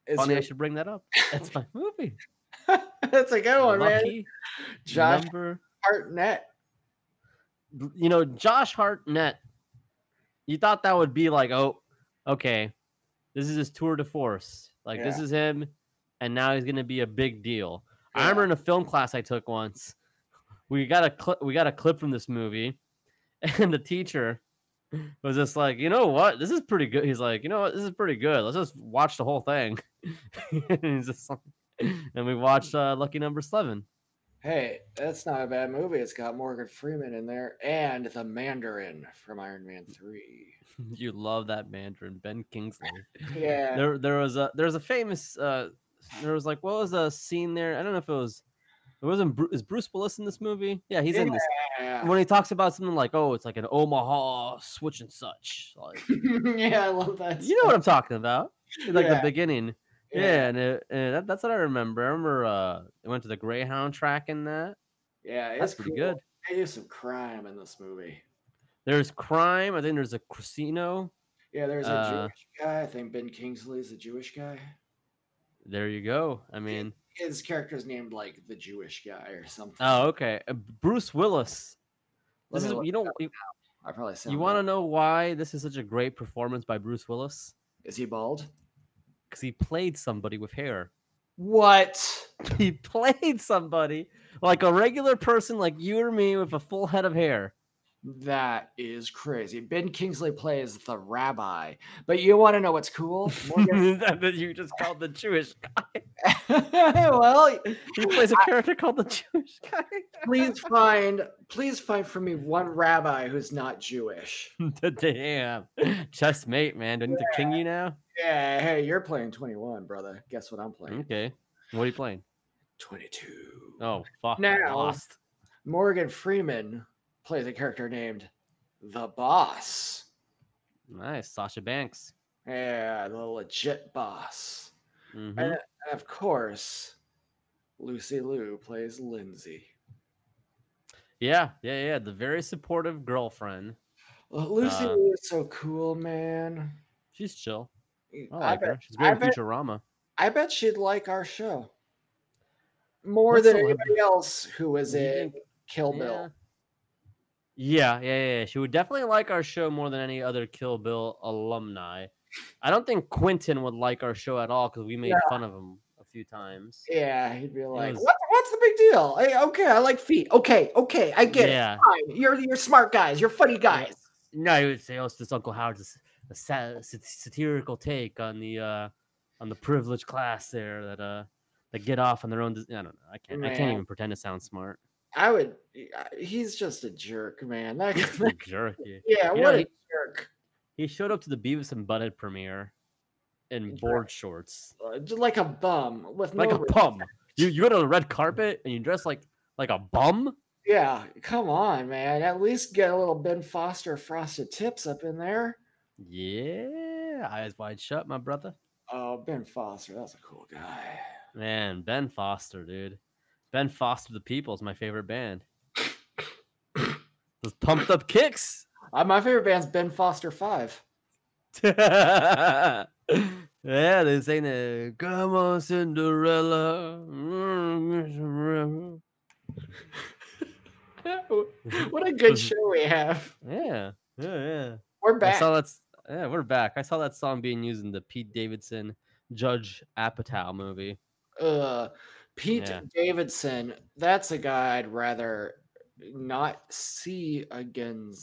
Speaker 1: is
Speaker 3: funny. I
Speaker 1: your-
Speaker 3: should bring that up. That's my
Speaker 1: [LAUGHS]
Speaker 3: movie.
Speaker 1: that's a good one, man.
Speaker 3: lucky
Speaker 1: Josh
Speaker 3: number.
Speaker 1: Hartnett.
Speaker 3: You know, Josh Hartnett. You thought that would be like, oh, okay, this is his tour de force. Like this
Speaker 1: Yeah.
Speaker 3: is him, and now he's gonna be a big deal. I
Speaker 1: Yeah.
Speaker 3: remember in a film class I took once, we got a clip. We got a clip from this movie, [LAUGHS] and the teacher was just like, you know what, this is pretty good. He's like, you know what, this is pretty good. Let's just watch the whole thing. [LAUGHS] and, he's just like, and we watched uh, Lucky Number Seven.
Speaker 1: Hey, that's not a bad movie. It's got Morgan Freeman in there and the Mandarin from Iron
Speaker 3: [LAUGHS]
Speaker 1: Man 3.
Speaker 3: You love that Mandarin Ben Kingsley.
Speaker 1: Yeah.
Speaker 3: There, there was a there was a famous uh, there was like what was a scene there? I don't know if it was it wasn't Bru- is Bruce Willis in this movie? Yeah, he's in this.
Speaker 1: Yeah.
Speaker 3: When he talks about something like oh, it's like an Omaha switch and such,
Speaker 1: [LAUGHS]
Speaker 3: like
Speaker 1: [LAUGHS] yeah, I love that.
Speaker 3: you know what I'm talking about, like
Speaker 1: Yeah.
Speaker 3: the beginning. Yeah,
Speaker 1: Yeah.
Speaker 3: and, it, and that, that's what I remember. I remember uh, I went to the Greyhound track in that.
Speaker 1: Yeah,
Speaker 3: That's
Speaker 1: it's
Speaker 3: pretty
Speaker 1: cool.
Speaker 3: good.
Speaker 1: They do some crime in this movie.
Speaker 3: There's crime. I think there's a casino.
Speaker 1: Yeah, there's a
Speaker 3: Uh,
Speaker 1: Jewish guy. I think Ben Kingsley's a Jewish guy.
Speaker 3: There you go. I mean,
Speaker 1: His character's named like the Jewish guy or something.
Speaker 3: oh okay, Uh, Bruce Willis.
Speaker 1: Let
Speaker 3: This
Speaker 1: me
Speaker 3: is
Speaker 1: look
Speaker 3: you
Speaker 1: it
Speaker 3: know
Speaker 1: up. I probably sound
Speaker 3: You want to know why this is such a great performance by Bruce Willis?
Speaker 1: to? Is he bald?
Speaker 3: Because he played somebody with hair. [LAUGHS]
Speaker 1: What?
Speaker 3: He played somebody like a regular person, like you or me, with a full head of hair.
Speaker 1: That is crazy. Ben Kingsley plays the rabbi, but you want to know what's cool?
Speaker 3: [LAUGHS]
Speaker 1: Morgan
Speaker 3: That- that you just called the Jewish.
Speaker 1: [LAUGHS]
Speaker 3: guy. [LAUGHS]
Speaker 1: well,
Speaker 3: He plays a character called the [LAUGHS] Jewish guy.
Speaker 1: please
Speaker 3: [LAUGHS]
Speaker 1: find please find for me one rabbi who's not Jewish.
Speaker 3: Hmm. Damn, chessmate, man. Do I need to king you now?
Speaker 1: Yeah, hey, you're playing 21, brother. Guess what I'm playing?
Speaker 3: Okay, what are you playing?
Speaker 1: 22.
Speaker 3: Hmm? Oh fuck! I
Speaker 1: Now-
Speaker 3: lost.
Speaker 1: Morgan Freeman plays a character named The Boss.
Speaker 3: Nice, Sasha Banks.
Speaker 1: Yeah, the legit boss.
Speaker 3: Mhm.
Speaker 1: And And of course, Lucy Liu plays Lindsay.
Speaker 3: Yeah, yeah, yeah. The very supportive girlfriend.
Speaker 1: Well, Oh, Lucy
Speaker 3: Uh,
Speaker 1: Liu is so cool, man.
Speaker 3: She's chill. I
Speaker 1: I,
Speaker 3: like
Speaker 1: bet,
Speaker 3: her. She's great
Speaker 1: I
Speaker 3: in
Speaker 1: bet-
Speaker 3: Futurama.
Speaker 1: I bet she'd like our show more
Speaker 3: What
Speaker 1: than
Speaker 3: celeb-
Speaker 1: anybody else who was
Speaker 3: Do you
Speaker 1: in Kill Bill.
Speaker 3: Yeah. Yeah, yeah, yeah, yeah. She would definitely like our show more than any other Kill Bill alumni. I don't think Quentin would like our show at all because we made fun of him a few times.
Speaker 1: Yeah, he'd be like,
Speaker 3: was-
Speaker 1: what, "What's the big deal? Hey, okay, I like feet. Okay, okay, I get
Speaker 3: yeah.
Speaker 1: it. Fine. You're you're smart guys. You're funny guys.
Speaker 3: No, he would say, "Oh, it's this Uncle Howard's s- a sa- sat- satirical take on the uh, on the privileged class there that uh that get off on their own." Dis- I don't know. I can't. I can't
Speaker 1: Man.
Speaker 3: even pretend to sound smart.
Speaker 1: [LAUGHS] I would. uh, He's just a jerk, man. That,
Speaker 3: He's a jerk. yeah.
Speaker 1: [LAUGHS] yeah,
Speaker 3: You know,
Speaker 1: what a
Speaker 3: he-
Speaker 1: jerk.
Speaker 3: He showed up to the Beavis and Butthead premiere in
Speaker 1: Right.
Speaker 3: board shorts,
Speaker 1: Uh, j- Like a bum with
Speaker 3: like
Speaker 1: no.
Speaker 3: a
Speaker 1: re-
Speaker 3: bum. You you go to the red carpet and you dress like like a bum.
Speaker 1: Yeah, come on, man. At least get a little Ben Foster frosted tips up in there.
Speaker 3: Yeah, eyes wide shut, my brother.
Speaker 1: Oh, Ben Foster, that's a cool guy.
Speaker 3: Man, Ben Foster, dude. Ben Foster, the People is my favorite band. Those pumped up kicks. [LAUGHS]
Speaker 1: Uh, my favorite band's Ben Foster Five.
Speaker 3: yeah, they sang the "Come on, Cinderella." [LAUGHS] mm, Cinderella."
Speaker 1: [LAUGHS] What a good show we have.
Speaker 3: yeah, yeah, yeah.
Speaker 1: We're
Speaker 3: I
Speaker 1: back.
Speaker 3: saw that. s- Yeah, we're back. I saw that song being used in the Pete Davidson Judge Apatow movie.
Speaker 1: uh Pete
Speaker 3: Yeah.
Speaker 1: Davidson, that's a guy I'd rather not see again.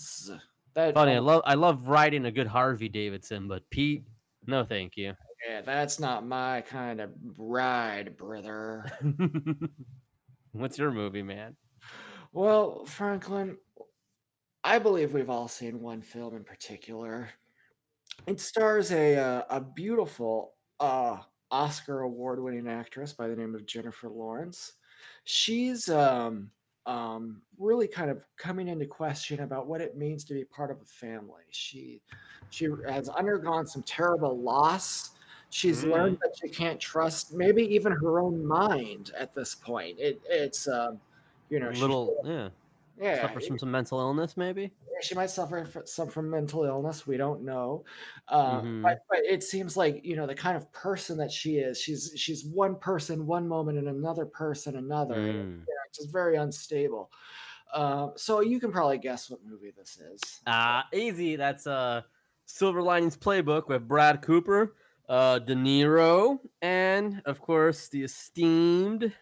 Speaker 1: That
Speaker 3: Funny, I
Speaker 1: oh,
Speaker 3: love I love riding a good Harvey Davidson, but Pete, no, thank
Speaker 1: [LAUGHS]
Speaker 3: you.
Speaker 1: yeah, that's not my kind of ride, brother.
Speaker 3: What's your movie, man?
Speaker 1: well, Franklin, I believe we've all seen one film in particular. It stars a uh, a beautiful uh Oscar award winning actress by the name of Jennifer Lawrence. She's um um really kind of coming into question about what it means to be part of a family. She she has undergone some terrible loss. She's learned that she can't trust maybe even her own mind at this point. It it's um you know she's-
Speaker 3: Little, yeah,
Speaker 1: yeah,
Speaker 3: suffers from some mental illness, maybe.
Speaker 1: yeah, she might suffer fr- some from mental illness. We don't know, uh,
Speaker 3: Mhm.
Speaker 1: but, but it seems like you know the kind of person that she is. She's she's one person one moment and another person another. and
Speaker 3: Mm.
Speaker 1: It's just very unstable. Um, so you can probably guess what movie this is.
Speaker 3: Ah, easy. That's uh, Silver Linings Playbook with Brad Cooper, uh, De Niro, and of course the esteemed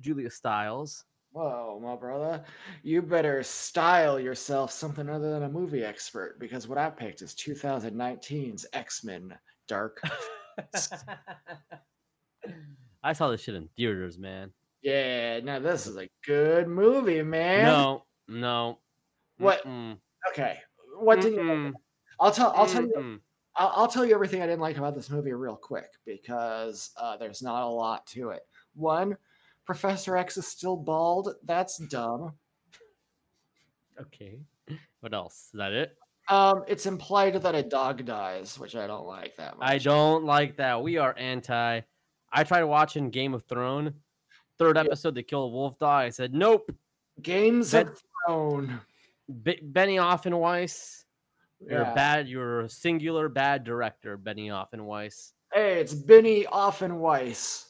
Speaker 3: Julia Stiles.
Speaker 1: Whoa, my brother, you better style yourself something other than a movie expert because what I picked is 2019's X Men Dark.
Speaker 3: [LAUGHS] I saw this shit in theaters, man.
Speaker 1: yeah, now
Speaker 3: [LAUGHS]
Speaker 1: this is a good movie, man.
Speaker 3: No, no.
Speaker 1: What-
Speaker 3: Mm-mm,
Speaker 1: Okay, what did you? like
Speaker 3: mm-mm,
Speaker 1: I'll tell. I'll tell you.
Speaker 3: mm-mm.
Speaker 1: I'll, I'll tell you everything I didn't like about this movie real quick because uh, there's not a lot to it. One, Professor X is still bald. That's dumb.
Speaker 3: Okay. [LAUGHS] What else? Is that it?
Speaker 1: Um, it's implied that a dog dies, which I don't like that much.
Speaker 3: I don't like that. We are anti. I tried watching Game of Thrones, third
Speaker 1: Yeah.
Speaker 3: episode, they kill a wolf dog. I said, nope.
Speaker 1: Games
Speaker 3: That-
Speaker 1: of Thrones.
Speaker 3: B- Benny Offenweiss, you're
Speaker 1: Yeah.
Speaker 3: bad. You're a singular bad director, Benny Offenweiss.
Speaker 1: Hey, it's Benny Offenweiss.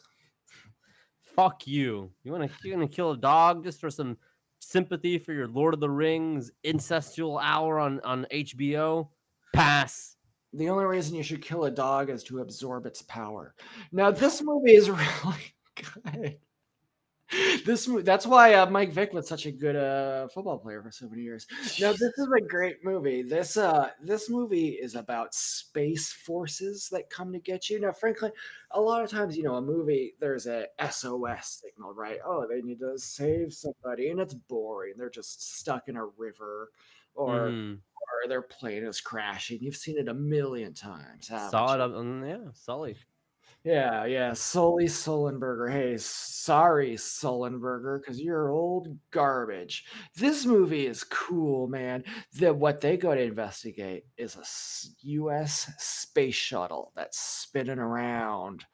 Speaker 3: Fuck you. You want to you gonna kill a dog just for some sympathy for your Lord of the Rings incestual hour on on HBO? Pass.
Speaker 1: The only reason you should kill a dog is to absorb its power. Now, this movie is [LAUGHS] really good. This movie, that's why uh, Mike Vick was such a good uh, football player for so many years. Now, this is a great movie. This uh, this movie is about space forces that come to get you. Now, Franklin, a lot of times, you know, a movie there's a SOS signal, right? Oh, they need to save somebody, and it's boring. They're just stuck in a river, or
Speaker 3: Mm,
Speaker 1: or their plane is crashing. You've seen it a million times. haven't
Speaker 3: saw it
Speaker 1: you?
Speaker 3: on on- yeah, Sully.
Speaker 1: Yeah, yeah. Sully Sullenberger. Hey, sorry, Sullenberger, because you're old garbage. This movie is cool, man. The, what they go to investigate is a s- U.S. space shuttle that's spinning around.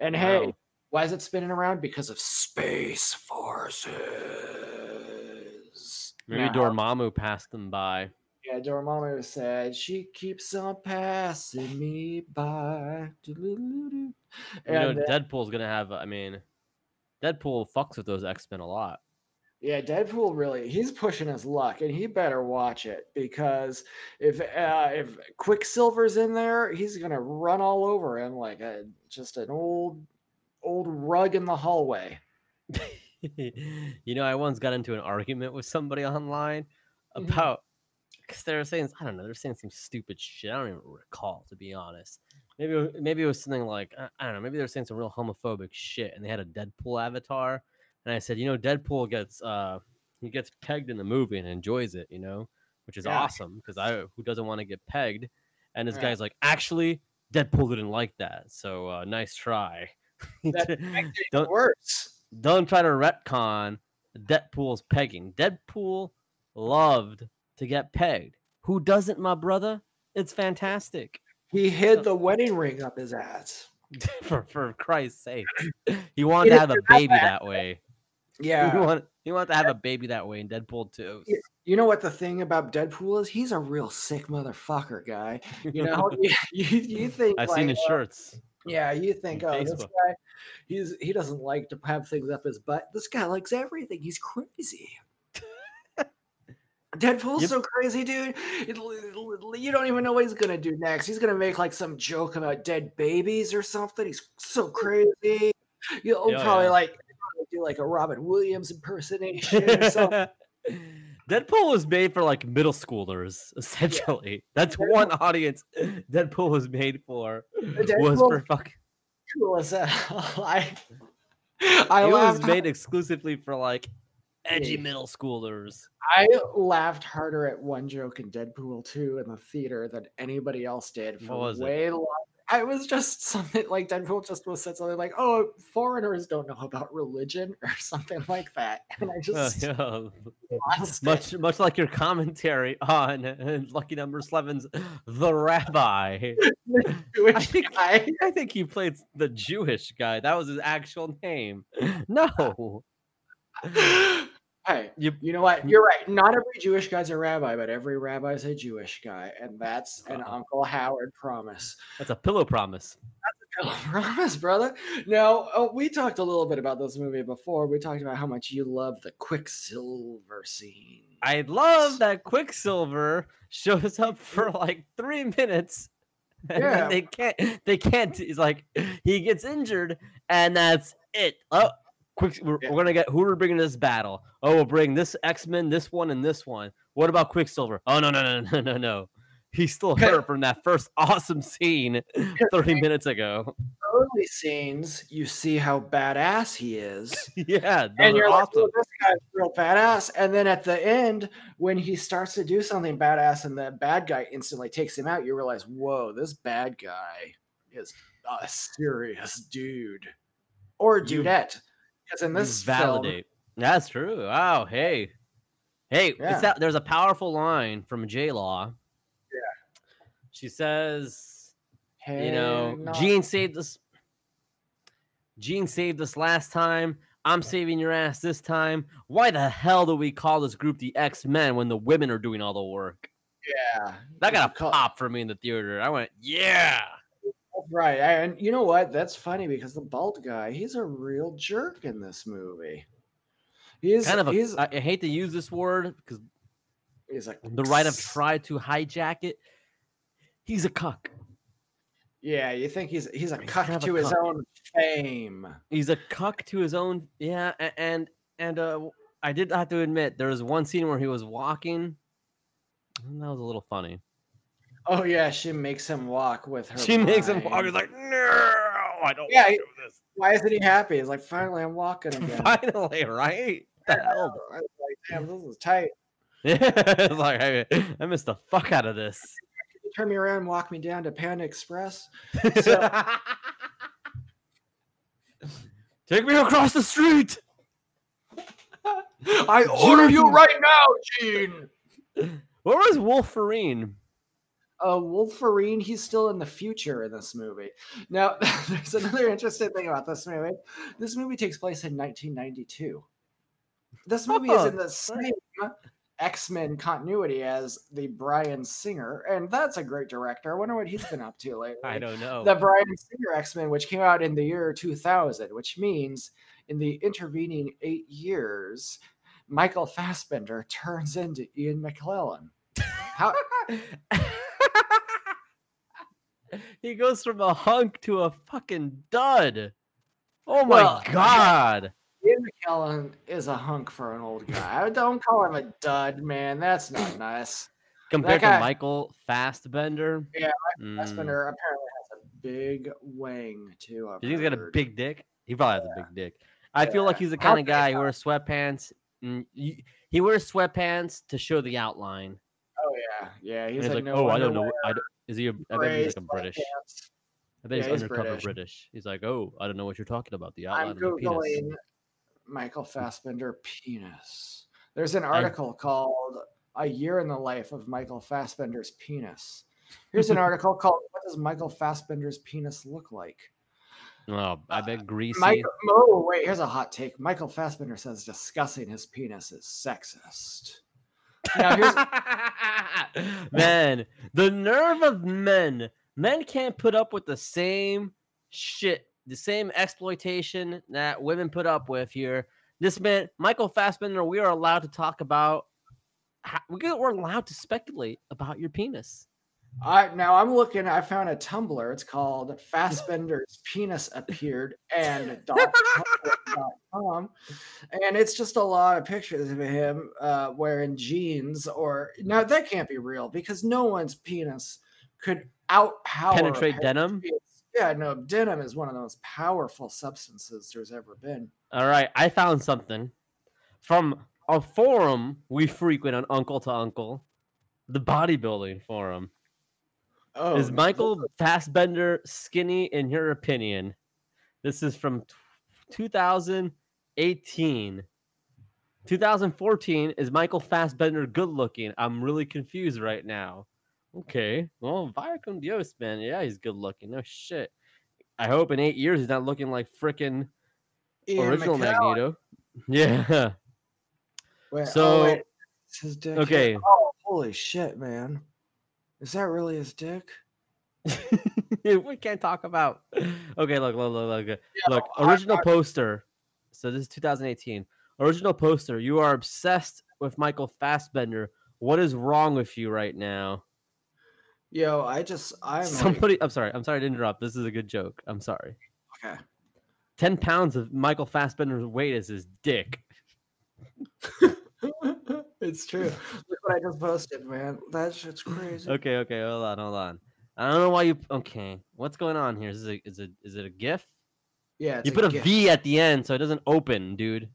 Speaker 1: And hey,
Speaker 3: Wow.
Speaker 1: why is it spinning around? Because of space forces.
Speaker 3: Maybe
Speaker 1: Now,
Speaker 3: Dormammu passed them by.
Speaker 1: yeah, Dormammu said she keeps on passing me by. Doo-doo-doo-doo.
Speaker 3: [LAUGHS] You know,
Speaker 1: And, uh,
Speaker 3: Deadpool's gonna have. I mean, Deadpool fucks with those X Men a lot.
Speaker 1: Yeah, Deadpool really he's pushing his luck and he better watch it because if uh if Quicksilver's in there, he's going to run all over him like a just an old old rug in the hallway.
Speaker 3: [LAUGHS] you know, I once got into an argument with somebody online
Speaker 1: Mhm.
Speaker 3: about because they were saying I don't know, they're saying some stupid shit. I don't even recall to be honest. Maybe it wa- maybe it was something like I I don't know. Maybe they were saying some real homophobic shit, and they had a Deadpool avatar. And I said, you know, Deadpool gets uh he gets pegged in the movie and enjoys it, you know, which is
Speaker 1: Yeah.
Speaker 3: awesome because I who doesn't want to get pegged. And this
Speaker 1: Yeah.
Speaker 3: guy's like, actually, Deadpool didn't like that, so uh, nice try. [LAUGHS]
Speaker 1: That-
Speaker 3: Don't-
Speaker 1: Worse.
Speaker 3: don't try to retcon Deadpool's pegging. Deadpool loved to get pegged. Who doesn't, my brother? It's fantastic. [LAUGHS]
Speaker 1: He hid the wedding ring up his ass.
Speaker 3: for for Christ's sake. He wanted to
Speaker 1: is
Speaker 3: have a baby that way. [LAUGHS] He
Speaker 1: Yeah.
Speaker 3: wanted, he wanted to have a baby that way in Deadpool too.
Speaker 1: Yeah. You know what the thing about Deadpool is? He's a real sick motherfucker, guy. You [LAUGHS] know, you, you, you think
Speaker 3: I've
Speaker 1: like,
Speaker 3: seen his shirts.
Speaker 1: Yeah, you think oh, this
Speaker 3: Facebook.
Speaker 1: guy, he's he doesn't like to have things up his butt. This guy likes everything. He's crazy. Deadpool's
Speaker 3: Yep.
Speaker 1: so crazy, dude. It l- l- l- you don't even know what he's gonna do next. He's gonna make like some joke about dead babies or something. He's so crazy. You'll
Speaker 3: Yeah, oh,
Speaker 1: probably
Speaker 3: yeah.
Speaker 1: like probably do like a Robin Williams impersonation or
Speaker 3: [LAUGHS]
Speaker 1: something.
Speaker 3: Deadpool was made for like middle schoolers, [LAUGHS] essentially. That's one audience Deadpool was made for. was
Speaker 1: Deadpool-
Speaker 3: for fuck.
Speaker 1: Cool as hell. [LAUGHS] I, I
Speaker 3: it was
Speaker 1: laughed
Speaker 3: made exclusively for like edgy
Speaker 1: Yeah.
Speaker 3: middle schoolers.
Speaker 1: I laughed harder at one joke in Deadpool 2 in the theater than anybody else did for
Speaker 3: was it?
Speaker 1: way long. I was just [LAUGHS] something like Deadpool just was said something like, "Oh, foreigners don't know about religion" or something like that,
Speaker 3: [LAUGHS]
Speaker 1: and I [LAUGHS]
Speaker 3: Uh,
Speaker 1: just
Speaker 3: yeah.
Speaker 1: lost it.
Speaker 3: Much much like your commentary on [LAUGHS] Lucky Number Eleven's The Rabbi. [LAUGHS]
Speaker 1: [LAUGHS]
Speaker 3: I
Speaker 1: Jewish
Speaker 3: think
Speaker 1: guy.
Speaker 3: I think he played the Jewish guy. That was his actual name. [LAUGHS] No.
Speaker 1: Hey,
Speaker 3: You
Speaker 1: you know what? You're right. Not every Jewish guy's a rabbi, but every rabbi's a Jewish guy, and that's an
Speaker 3: Uh-oh.
Speaker 1: Uncle Howard promise.
Speaker 3: that's a pillow promise.
Speaker 1: I [LAUGHS] promise, brother. Now, uh, we talked a little bit about this movie before. We talked about how much you love the Quicksilver scene.
Speaker 3: I love that Quicksilver shows up for like three minutes. And
Speaker 1: Yeah.
Speaker 3: then they can't they can't he's like he gets injured and that's it. Oh quick we're,
Speaker 1: Yeah.
Speaker 3: we're gonna get who we're bringing to this battle. Oh we'll bring this X-Men, this one, and this one. What about Quicksilver? Oh no no no no no no. He's still
Speaker 1: Okay.
Speaker 3: hurt from that first
Speaker 1: [LAUGHS]
Speaker 3: awesome scene 30 minutes ago. [LAUGHS]
Speaker 1: Early scenes, you see how badass he is,
Speaker 3: Yeah, those
Speaker 1: and
Speaker 3: are
Speaker 1: you're like,
Speaker 3: awesome.
Speaker 1: "Oh, this guy's real badass." And then at the end, when he starts to do something badass, and the bad guy instantly takes him out, you realize, "Whoa, this bad guy is a serious dude or
Speaker 3: You-
Speaker 1: dudette." Because in
Speaker 3: You
Speaker 1: this film,
Speaker 3: validate. That's true. Wow. Hey, hey,
Speaker 1: Yeah.
Speaker 3: it's that, there's a powerful line from J Law. Yeah. She says, you know,
Speaker 1: Hang on.
Speaker 3: Gene saved us. Gene saved us last time. I'm saving your ass this time. Why the hell do we call this group the X Men when the women are doing all the work?
Speaker 1: yeah,
Speaker 3: That got a
Speaker 1: Call-
Speaker 3: pop for me in the theater. I went, yeah.
Speaker 1: Right. I- And you know what? That's funny because the bald guy, he's a real jerk in this movie. He's
Speaker 3: Kind of.
Speaker 1: he's,
Speaker 3: A, I, I hate to use this word because
Speaker 1: he's a
Speaker 3: the right have
Speaker 1: s-
Speaker 3: tried to hijack it. He's a cuck.
Speaker 1: Yeah, you think he's he's a
Speaker 3: He's
Speaker 1: cuck
Speaker 3: kind of a
Speaker 1: to his
Speaker 3: cuck.
Speaker 1: own fame.
Speaker 3: he's a cuck to his own yeah a- and and uh w- i did have to admit there was one scene where he was walking and that was a little funny
Speaker 1: Oh yeah, she makes him walk with her.
Speaker 3: [LAUGHS] she makes him walk
Speaker 1: mind.
Speaker 3: he's like no i don't
Speaker 1: Yeah,
Speaker 3: want
Speaker 1: he-
Speaker 3: to do this
Speaker 1: Why isn't he happy? He's like, finally, I'm
Speaker 3: [LAUGHS]
Speaker 1: walking again.
Speaker 3: finally right [LAUGHS] What
Speaker 1: [LAUGHS]
Speaker 3: the
Speaker 1: I
Speaker 3: hell
Speaker 1: was like, damn, this is tight.
Speaker 3: it's like I, I missed the fuck out of this [LAUGHS]
Speaker 1: Turn me around, walk me down to Panda Express. So- Take me across the street.
Speaker 4: I order you right now, Gene.
Speaker 3: Where was Wolverine?
Speaker 1: Uh, Wolverine, he's still in the future in this movie. Now, [LAUGHS] there's another interesting thing about this movie. This movie takes place in 1992. This movie is
Speaker 3: Oh,
Speaker 1: in the same X Men continuity as the Brian Singer, and that's a great director. I wonder what he's been up to lately.
Speaker 3: I don't know.
Speaker 1: the Brian Singer X Men, which came out in the year 2000, which means in the intervening eight years, Michael Fassbender turns into Ian McClellan. How,
Speaker 3: he goes from a hunk to a fucking dud. Oh my
Speaker 1: Well,
Speaker 3: god.
Speaker 1: Ian McKellen is a hunk for an old guy. I don't call him a dud, man. That's
Speaker 3: [LAUGHS]
Speaker 1: not nice.
Speaker 3: Compared
Speaker 1: guy-
Speaker 3: to Michael Fastbender.
Speaker 1: Yeah,
Speaker 3: mm.
Speaker 1: Fassbender apparently has a big wang too. I've
Speaker 3: You think he's got a
Speaker 1: heard.
Speaker 3: big dick? He probably has a big dick. I feel like
Speaker 1: Yeah.
Speaker 3: he's the
Speaker 1: How
Speaker 3: kind of guy who wears sweatpants. And you, he wears sweatpants to show the outline.
Speaker 1: Oh yeah, yeah. He's,
Speaker 3: and he's
Speaker 1: like,
Speaker 3: like,
Speaker 1: no
Speaker 3: oh, I don't
Speaker 1: underwear,
Speaker 3: know. I don't, is he? A, I bet he's
Speaker 1: grays,
Speaker 3: like a British.
Speaker 1: sweatpants.
Speaker 3: I bet he's
Speaker 1: Yeah, he's
Speaker 3: undercover
Speaker 1: British.
Speaker 3: British. He's like, oh, I don't know what you're talking about. The outline
Speaker 1: I'm
Speaker 3: of the penis.
Speaker 1: googling Michael Fassbender penis. There's an article called "A Year in the Life of Michael Fassbender's
Speaker 3: [LAUGHS]
Speaker 1: Penis." Here's an article called "What Does Michael Fassbender's Penis Look Like?"
Speaker 3: Oh, I bet greasy.
Speaker 1: Uh, Michael, oh wait, here's a hot take. Michael Fassbender says discussing his penis is sexist. Now [LAUGHS]
Speaker 3: [LAUGHS]
Speaker 1: here's
Speaker 3: man, the nerve of men. Men can't put up with the same shit, the same exploitation that women put up with here. This man, Michael Fassbender, we are allowed to talk about. ho- we get- We're allowed to speculate about your penis.
Speaker 1: I now I'm looking. I found a Tumblr. It's called Fassbender's penis appeared and .tumblr.com, and it's just a lot of pictures of him uh, wearing jeans. Or no, that can't be real because no one's penis could outpower a
Speaker 3: Penetrate
Speaker 1: pair of
Speaker 3: denim?
Speaker 1: jeans. Yeah, no, denim is one of the most powerful substances there's ever been.
Speaker 3: All right, I found something from a forum we frequent on Uncle to Uncle, the bodybuilding forum.
Speaker 1: Oh,
Speaker 3: is
Speaker 1: no.
Speaker 3: Michael Fassbender skinny in your opinion? This is from t- 2018. 2014 is Michael Fassbender good looking? I'm really confused right now. Okay, well, vaya con Dios, man. Yeah, he's good looking. No shit. I hope in eight years he's not looking like frickin'
Speaker 1: Ian
Speaker 3: original
Speaker 1: McKellen-
Speaker 3: Magneto. [LAUGHS] Yeah.
Speaker 1: Wait, oh,
Speaker 3: So-
Speaker 1: wait, it's his dick. here.
Speaker 3: Okay.
Speaker 1: Oh, holy shit, man! Is that really his dick?
Speaker 3: [LAUGHS] we can't talk about. Okay, look, look, look, look, look.
Speaker 1: I-
Speaker 3: Original poster. So this is 2018. Original poster. You are obsessed with Michael Fassbender. What is wrong with you right now?
Speaker 1: Yo, I just I'm like,
Speaker 3: Somebody. I'm sorry. I'm sorry to interrupt. This is a good joke. I'm sorry.
Speaker 1: okay.
Speaker 3: Ten pounds of Michael Fassbender's weight is his dick.
Speaker 1: [LAUGHS] it's true. Look what I just posted, man. That shit's crazy.
Speaker 3: Okay, okay. Hold on, hold on. I don't know why you. Okay, what's going on here? Is it is it is it a GIF?
Speaker 1: Yeah, it's
Speaker 3: you put a V
Speaker 1: gift.
Speaker 3: at the end, so it doesn't open, dude.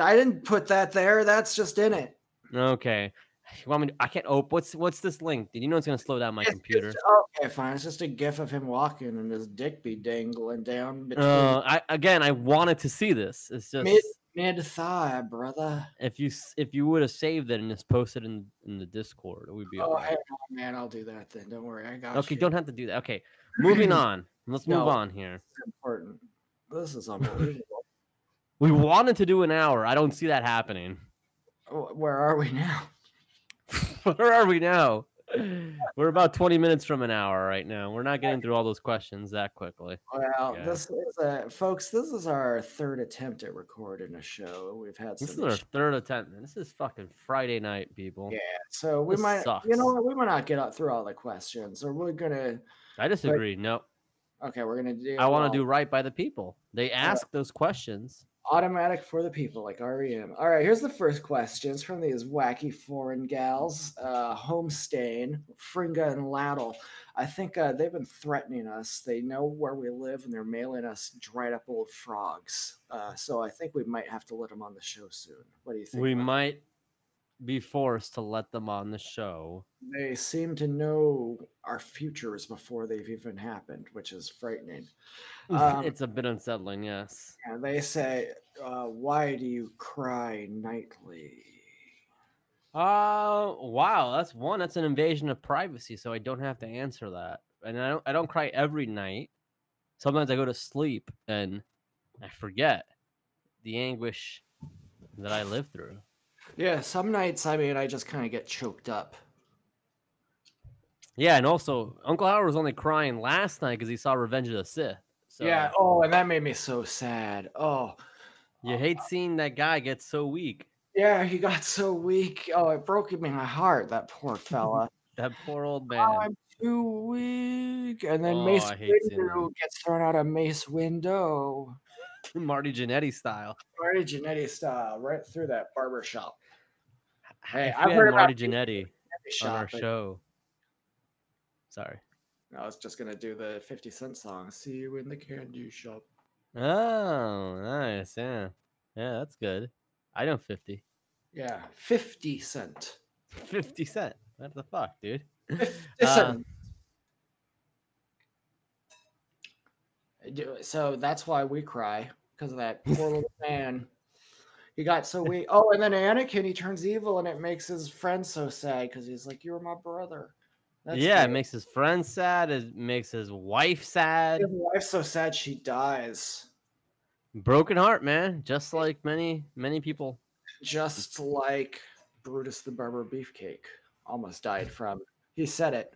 Speaker 1: I didn't put that there. That's just in it.
Speaker 3: Okay. You want me to- I can't. Oh, what's what's this link? Did you know it's gonna slow down my
Speaker 1: It's just-
Speaker 3: computer?
Speaker 1: okay, fine. It's just a gif of him walking and his dick be dangling down between
Speaker 3: Uh, I again, I wanted to see this. It's just
Speaker 1: mid mid thigh, brother.
Speaker 3: if you s- if you would have saved it and just posted in in the Discord, it would be
Speaker 1: Oh,
Speaker 3: all right.
Speaker 1: hang on, man. I'll do that then. Don't worry. I got
Speaker 3: Okay,
Speaker 1: you.
Speaker 3: don't have to do that. Okay,
Speaker 1: [CLEARS THROAT]
Speaker 3: moving on. Let's move
Speaker 1: No.
Speaker 3: on here.
Speaker 1: It's important. This
Speaker 3: [LAUGHS]
Speaker 1: is unbelievable.
Speaker 3: We wanted to do an hour. I don't see that happening. [LAUGHS]
Speaker 1: Oh, Where are we [LAUGHS] now?
Speaker 3: Where are
Speaker 1: [LAUGHS]
Speaker 3: we now? We're about 20 minutes from an hour right now. We're not getting through all those questions that quickly.
Speaker 1: Well,
Speaker 3: Yeah.
Speaker 1: this is a folks. This is our third attempt at recording a show. We've had some
Speaker 3: This is our
Speaker 1: issues.
Speaker 3: third attempt. Man. This is fucking Friday night, people.
Speaker 1: Yeah, so we
Speaker 3: This
Speaker 1: might, you
Speaker 3: sucks.
Speaker 1: know, what, we might not get out through all the questions, or we're gonna.
Speaker 3: I disagree. No,
Speaker 1: Okay, we're gonna do.
Speaker 3: I want
Speaker 1: well,
Speaker 3: to do right by the people. They ask those questions.
Speaker 1: automatic for the people, like REM. All right, here's the first questions from these wacky foreign gals: uh, Homestain, Fringa, and Laddle. I think uh, they've been threatening us. They know where we live, and they're mailing us dried up old frogs. Uh, so I think we might have to let them on the show soon. What do you think?
Speaker 3: We
Speaker 1: Mike?
Speaker 3: might be forced to let them on the show. [LAUGHS]
Speaker 1: They seem to know our futures before they've even happened, which is frightening. Um,
Speaker 3: it's a bit unsettling, yes.
Speaker 1: and they say, uh, Why do you cry nightly?
Speaker 3: Uh wow, that's one. That's an invasion of privacy, so I don't have to answer that. And I don't I don't cry every night. Sometimes I go to sleep and I forget the anguish that I lived through.
Speaker 1: Yeah, some nights, I mean, I just kind of get choked up.
Speaker 3: Yeah, and also Uncle Howard was only crying last night because he saw Revenge of the Sith. So
Speaker 1: Yeah. Oh, and that made me so sad. Oh,
Speaker 3: you hate seeing that guy get so weak.
Speaker 1: yeah, he got so weak. Oh, it broke me my heart, that [LAUGHS] poor fella.
Speaker 3: That poor old man.
Speaker 1: oh, I'm too weak. And then
Speaker 3: Oh,
Speaker 1: Mace
Speaker 3: I hate seeing that.
Speaker 1: Windu gets thrown out of Mace Window.
Speaker 3: [LAUGHS] Marty Jannetty style.
Speaker 1: Marty Jannetty style, right through that barber shop. Hey,
Speaker 3: If
Speaker 1: I've
Speaker 3: we had
Speaker 1: heard about
Speaker 3: Marty
Speaker 1: people
Speaker 3: Jannetty
Speaker 1: barber
Speaker 3: on
Speaker 1: shop,
Speaker 3: our
Speaker 1: but
Speaker 3: show. Sorry.
Speaker 1: I was just gonna do the 50 Cent song. See you in the candy shop.
Speaker 3: Oh, nice. Yeah. Yeah, that's good. I know [LAUGHS] 50.
Speaker 1: Yeah, 50 Cent.
Speaker 3: 50 Cent. What the fuck, dude?
Speaker 1: 50
Speaker 3: Uh,
Speaker 1: Cent. Do- So that's why we cry because of that poor
Speaker 3: [LAUGHS]
Speaker 1: little man. He got so weak. Oh, and then Anakin, he turns evil, and it makes his friend so sad because he's like, "You were my brother."
Speaker 3: yeah, it
Speaker 1: great.
Speaker 3: makes his friends sad. It makes his wife sad.
Speaker 1: his wife's so sad she dies.
Speaker 3: Broken heart, man. Just like many, many people.
Speaker 1: just like Brutus the Barber Beefcake almost died from. He said it.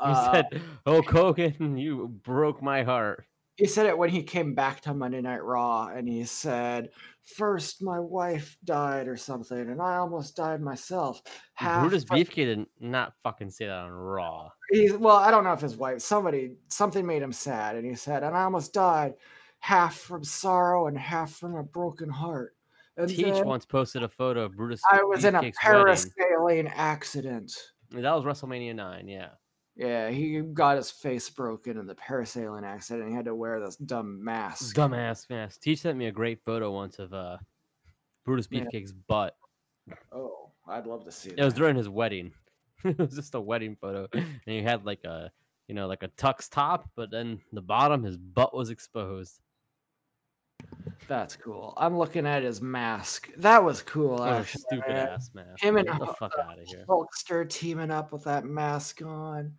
Speaker 3: He
Speaker 1: Uh,
Speaker 3: said, Oh, Kogan, you broke my heart.
Speaker 1: he said it when he came back to Monday Night Raw, and he said, First, my wife died or something, and I almost died myself." Half
Speaker 3: Brutus
Speaker 1: fu-
Speaker 3: Beefcake did not fucking say that on Raw.
Speaker 1: He's, well, I don't know if his wife, somebody, something made him sad, and he said, "And I almost died, half from sorrow and half from a broken heart." And
Speaker 3: Teach
Speaker 1: then
Speaker 3: once posted a photo of Brutus.
Speaker 1: I was in a
Speaker 3: Beefcake's
Speaker 1: parasailing accident.
Speaker 3: wedding. That was WrestleMania 9, yeah.
Speaker 1: Yeah, he got his face broken in the parasailing accident. And he had to wear this dumb mask.
Speaker 3: Dumbass mask. Teach sent me a great photo once of uh Brutus
Speaker 1: Yeah.
Speaker 3: Beefcake's butt.
Speaker 1: Oh, I'd love to see that.
Speaker 3: It was during his wedding. [LAUGHS] it was just a wedding photo, and he had like a you know like a tux top, but then the bottom his butt was exposed.
Speaker 1: That's cool. I'm looking at his mask. That was cool.
Speaker 3: What a
Speaker 1: actually,
Speaker 3: stupid
Speaker 1: man.
Speaker 3: ass mask.
Speaker 1: Him
Speaker 3: man.
Speaker 1: and
Speaker 3: Get the
Speaker 1: Ho-
Speaker 3: fuck out of here.
Speaker 1: Hulkster teaming up with that mask on.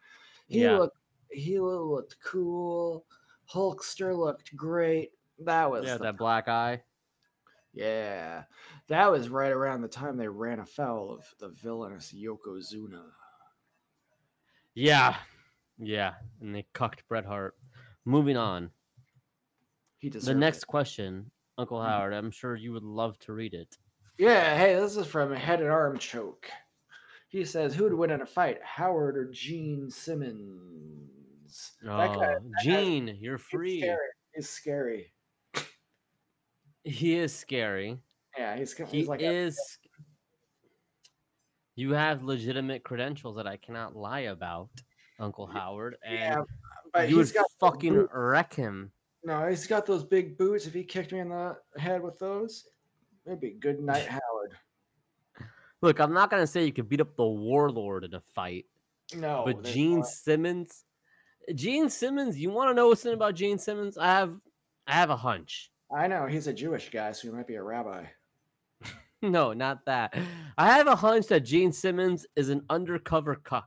Speaker 1: He
Speaker 3: Yeah.
Speaker 1: looked. He looked cool. Hulkster looked great. That was
Speaker 3: Yeah,
Speaker 1: the-
Speaker 3: that black eye.
Speaker 1: yeah. That was right around the time they ran afoul of the villainous Yokozuna.
Speaker 3: Yeah, yeah, and they cucked Bret Hart. Moving on.
Speaker 1: He
Speaker 3: the
Speaker 1: deserved it.
Speaker 3: next question, Uncle
Speaker 1: Mm-hmm.
Speaker 3: Howard. I'm sure you would love to read it.
Speaker 1: Yeah, hey, this is from Head and Arm Choke. He says, "Who would win in a fight, Howard or Gene Simmons?" That guy-
Speaker 3: Oh, Gene, you're
Speaker 1: he's
Speaker 3: free.
Speaker 1: scary. He's scary.
Speaker 3: He is scary.
Speaker 1: Yeah, he's ca-
Speaker 3: He
Speaker 1: he's like a-
Speaker 3: is. You have legitimate credentials that I cannot lie about, Uncle Howard,
Speaker 1: yeah,
Speaker 3: and
Speaker 1: but
Speaker 3: you
Speaker 1: he's
Speaker 3: would
Speaker 1: got those
Speaker 3: fucking
Speaker 1: boot-
Speaker 3: wreck him.
Speaker 1: no, he's got those big boots. If he kicked me in the head with those, it'd be good night, Howard.
Speaker 3: Look, I'm not gonna say you could beat up the warlord in a fight,
Speaker 1: No,
Speaker 3: but
Speaker 1: Oh, there's
Speaker 3: Gene
Speaker 1: not.
Speaker 3: Simmons, Gene Simmons, you want to know something about Gene Simmons? I have, I have a hunch. [LAUGHS]
Speaker 1: I know he's a Jewish guy, so he might be a rabbi.
Speaker 3: No, not that. I have a hunch that Gene Simmons is an undercover cuck.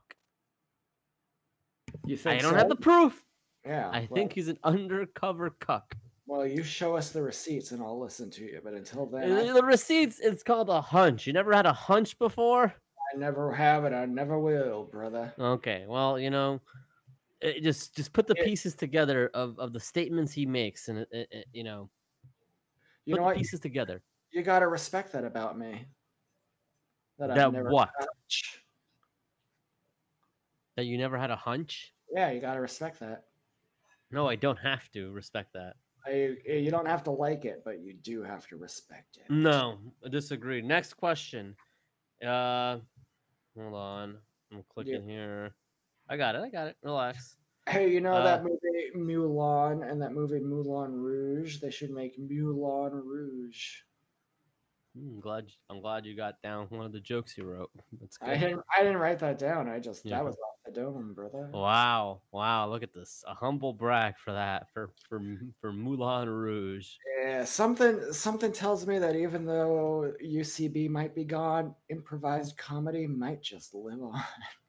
Speaker 1: You
Speaker 3: I
Speaker 1: think?
Speaker 3: don't
Speaker 1: so?
Speaker 3: have the proof.
Speaker 1: Yeah,
Speaker 3: I
Speaker 1: well-
Speaker 3: think he's an undercover cuck.
Speaker 1: Well, you show us the receipts, and I'll listen to you. But until then, I
Speaker 3: Uh, The receipts, it's called a hunch. You never had a hunch before?
Speaker 1: I never have it. I never will, brother.
Speaker 3: Okay, well, you know, it just just put the
Speaker 1: It-
Speaker 3: pieces together of, of the statements he makes, and it, it, it- you know,
Speaker 1: You
Speaker 3: put
Speaker 1: know
Speaker 3: the
Speaker 1: what?
Speaker 3: pieces together.
Speaker 1: You gotta respect that about me. That,
Speaker 3: That
Speaker 1: I've never
Speaker 3: what?
Speaker 1: touch-
Speaker 3: That you never had a hunch?
Speaker 1: Yeah, you gotta respect that.
Speaker 3: No, I don't have to respect that.
Speaker 1: I, eh, you don't have to like it, but you do have to respect it.
Speaker 3: No, I disagree. Next question. Uh, hold on, I'm clicking here. I got it. I got it. Relax.
Speaker 1: Hey, you know
Speaker 3: Uh,
Speaker 1: that movie Mulan and that movie Moulin Rouge? They should make Moulin Rouge.
Speaker 3: Hmm, glad I'm glad you got down one of the jokes you wrote. That's
Speaker 1: I
Speaker 3: good.
Speaker 1: didn't. I didn't write that down. I just
Speaker 3: Yeah.
Speaker 1: that was off the dome, brother.
Speaker 3: Wow, wow! Look at this. A humble brag for that for for M- for Moulin Rouge.
Speaker 1: Yeah, something something tells me that even though UCB might be gone, improvised comedy might just live on. [LAUGHS]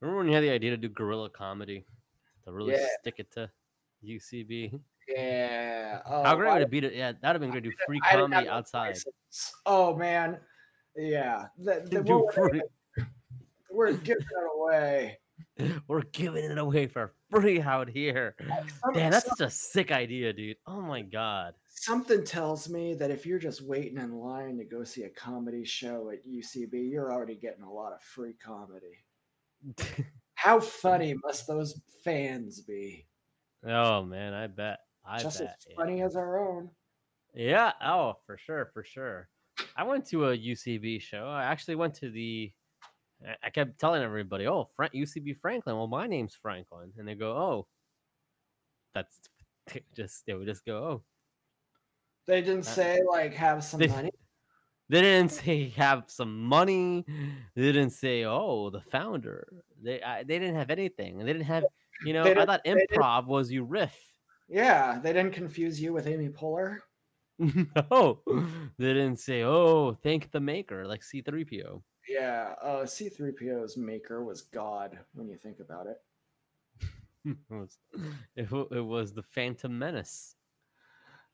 Speaker 3: Remember when you had the idea to do guerrilla comedy to really
Speaker 1: Yeah.
Speaker 3: stick it to UCB?
Speaker 1: Yeah. Oh,
Speaker 3: How great
Speaker 1: why
Speaker 3: would it be to yeah? That'd have been great to do free
Speaker 1: I didn't have
Speaker 3: comedy
Speaker 1: no
Speaker 3: outside.
Speaker 1: choices? Oh man. Yeah. That, that,
Speaker 3: Do
Speaker 1: we're,
Speaker 3: free-
Speaker 1: we're giving it away.
Speaker 3: [LAUGHS] We're giving it away for free out
Speaker 1: [LAUGHS]
Speaker 3: here.
Speaker 1: Some-
Speaker 3: Damn, that's
Speaker 1: some-
Speaker 3: such a sick idea, dude. Oh
Speaker 1: [LAUGHS]
Speaker 3: my god.
Speaker 1: something tells me that if you're just waiting in line to go see a comedy show at UCB, you're already getting a lot of free comedy.
Speaker 3: Mm.
Speaker 1: How funny must those fans be?
Speaker 3: oh man, I bet. I
Speaker 1: just
Speaker 3: bet.
Speaker 1: as
Speaker 3: yeah.
Speaker 1: funny as our own.
Speaker 3: Yeah. Oh, for sure, for sure. I went to a UCB show. I actually went to the. I- I kept telling everybody, "Oh, Frank, UCB Franklin." Well, my name's Franklin, and they go, "Oh, that's [LAUGHS] they would just." They would just go, "Oh."
Speaker 1: They didn't
Speaker 3: Uh,
Speaker 1: say like have some
Speaker 3: they-
Speaker 1: money.
Speaker 3: They didn't [LAUGHS] say have some money. They didn't say, "Oh, the founder." They I, they didn't have anything. They didn't have, you know. I
Speaker 1: didn't-
Speaker 3: thought
Speaker 1: didn't-
Speaker 3: improv was you riff.
Speaker 1: Yeah, they didn't confuse you with Amy Poehler.
Speaker 3: [LAUGHS] no, they didn't say, "Oh, thank the maker," like C three PO.
Speaker 1: Yeah, uh, C3PO's maker was God when you think about it.
Speaker 3: [LAUGHS] it was it, wa- it was the Phantom Menace.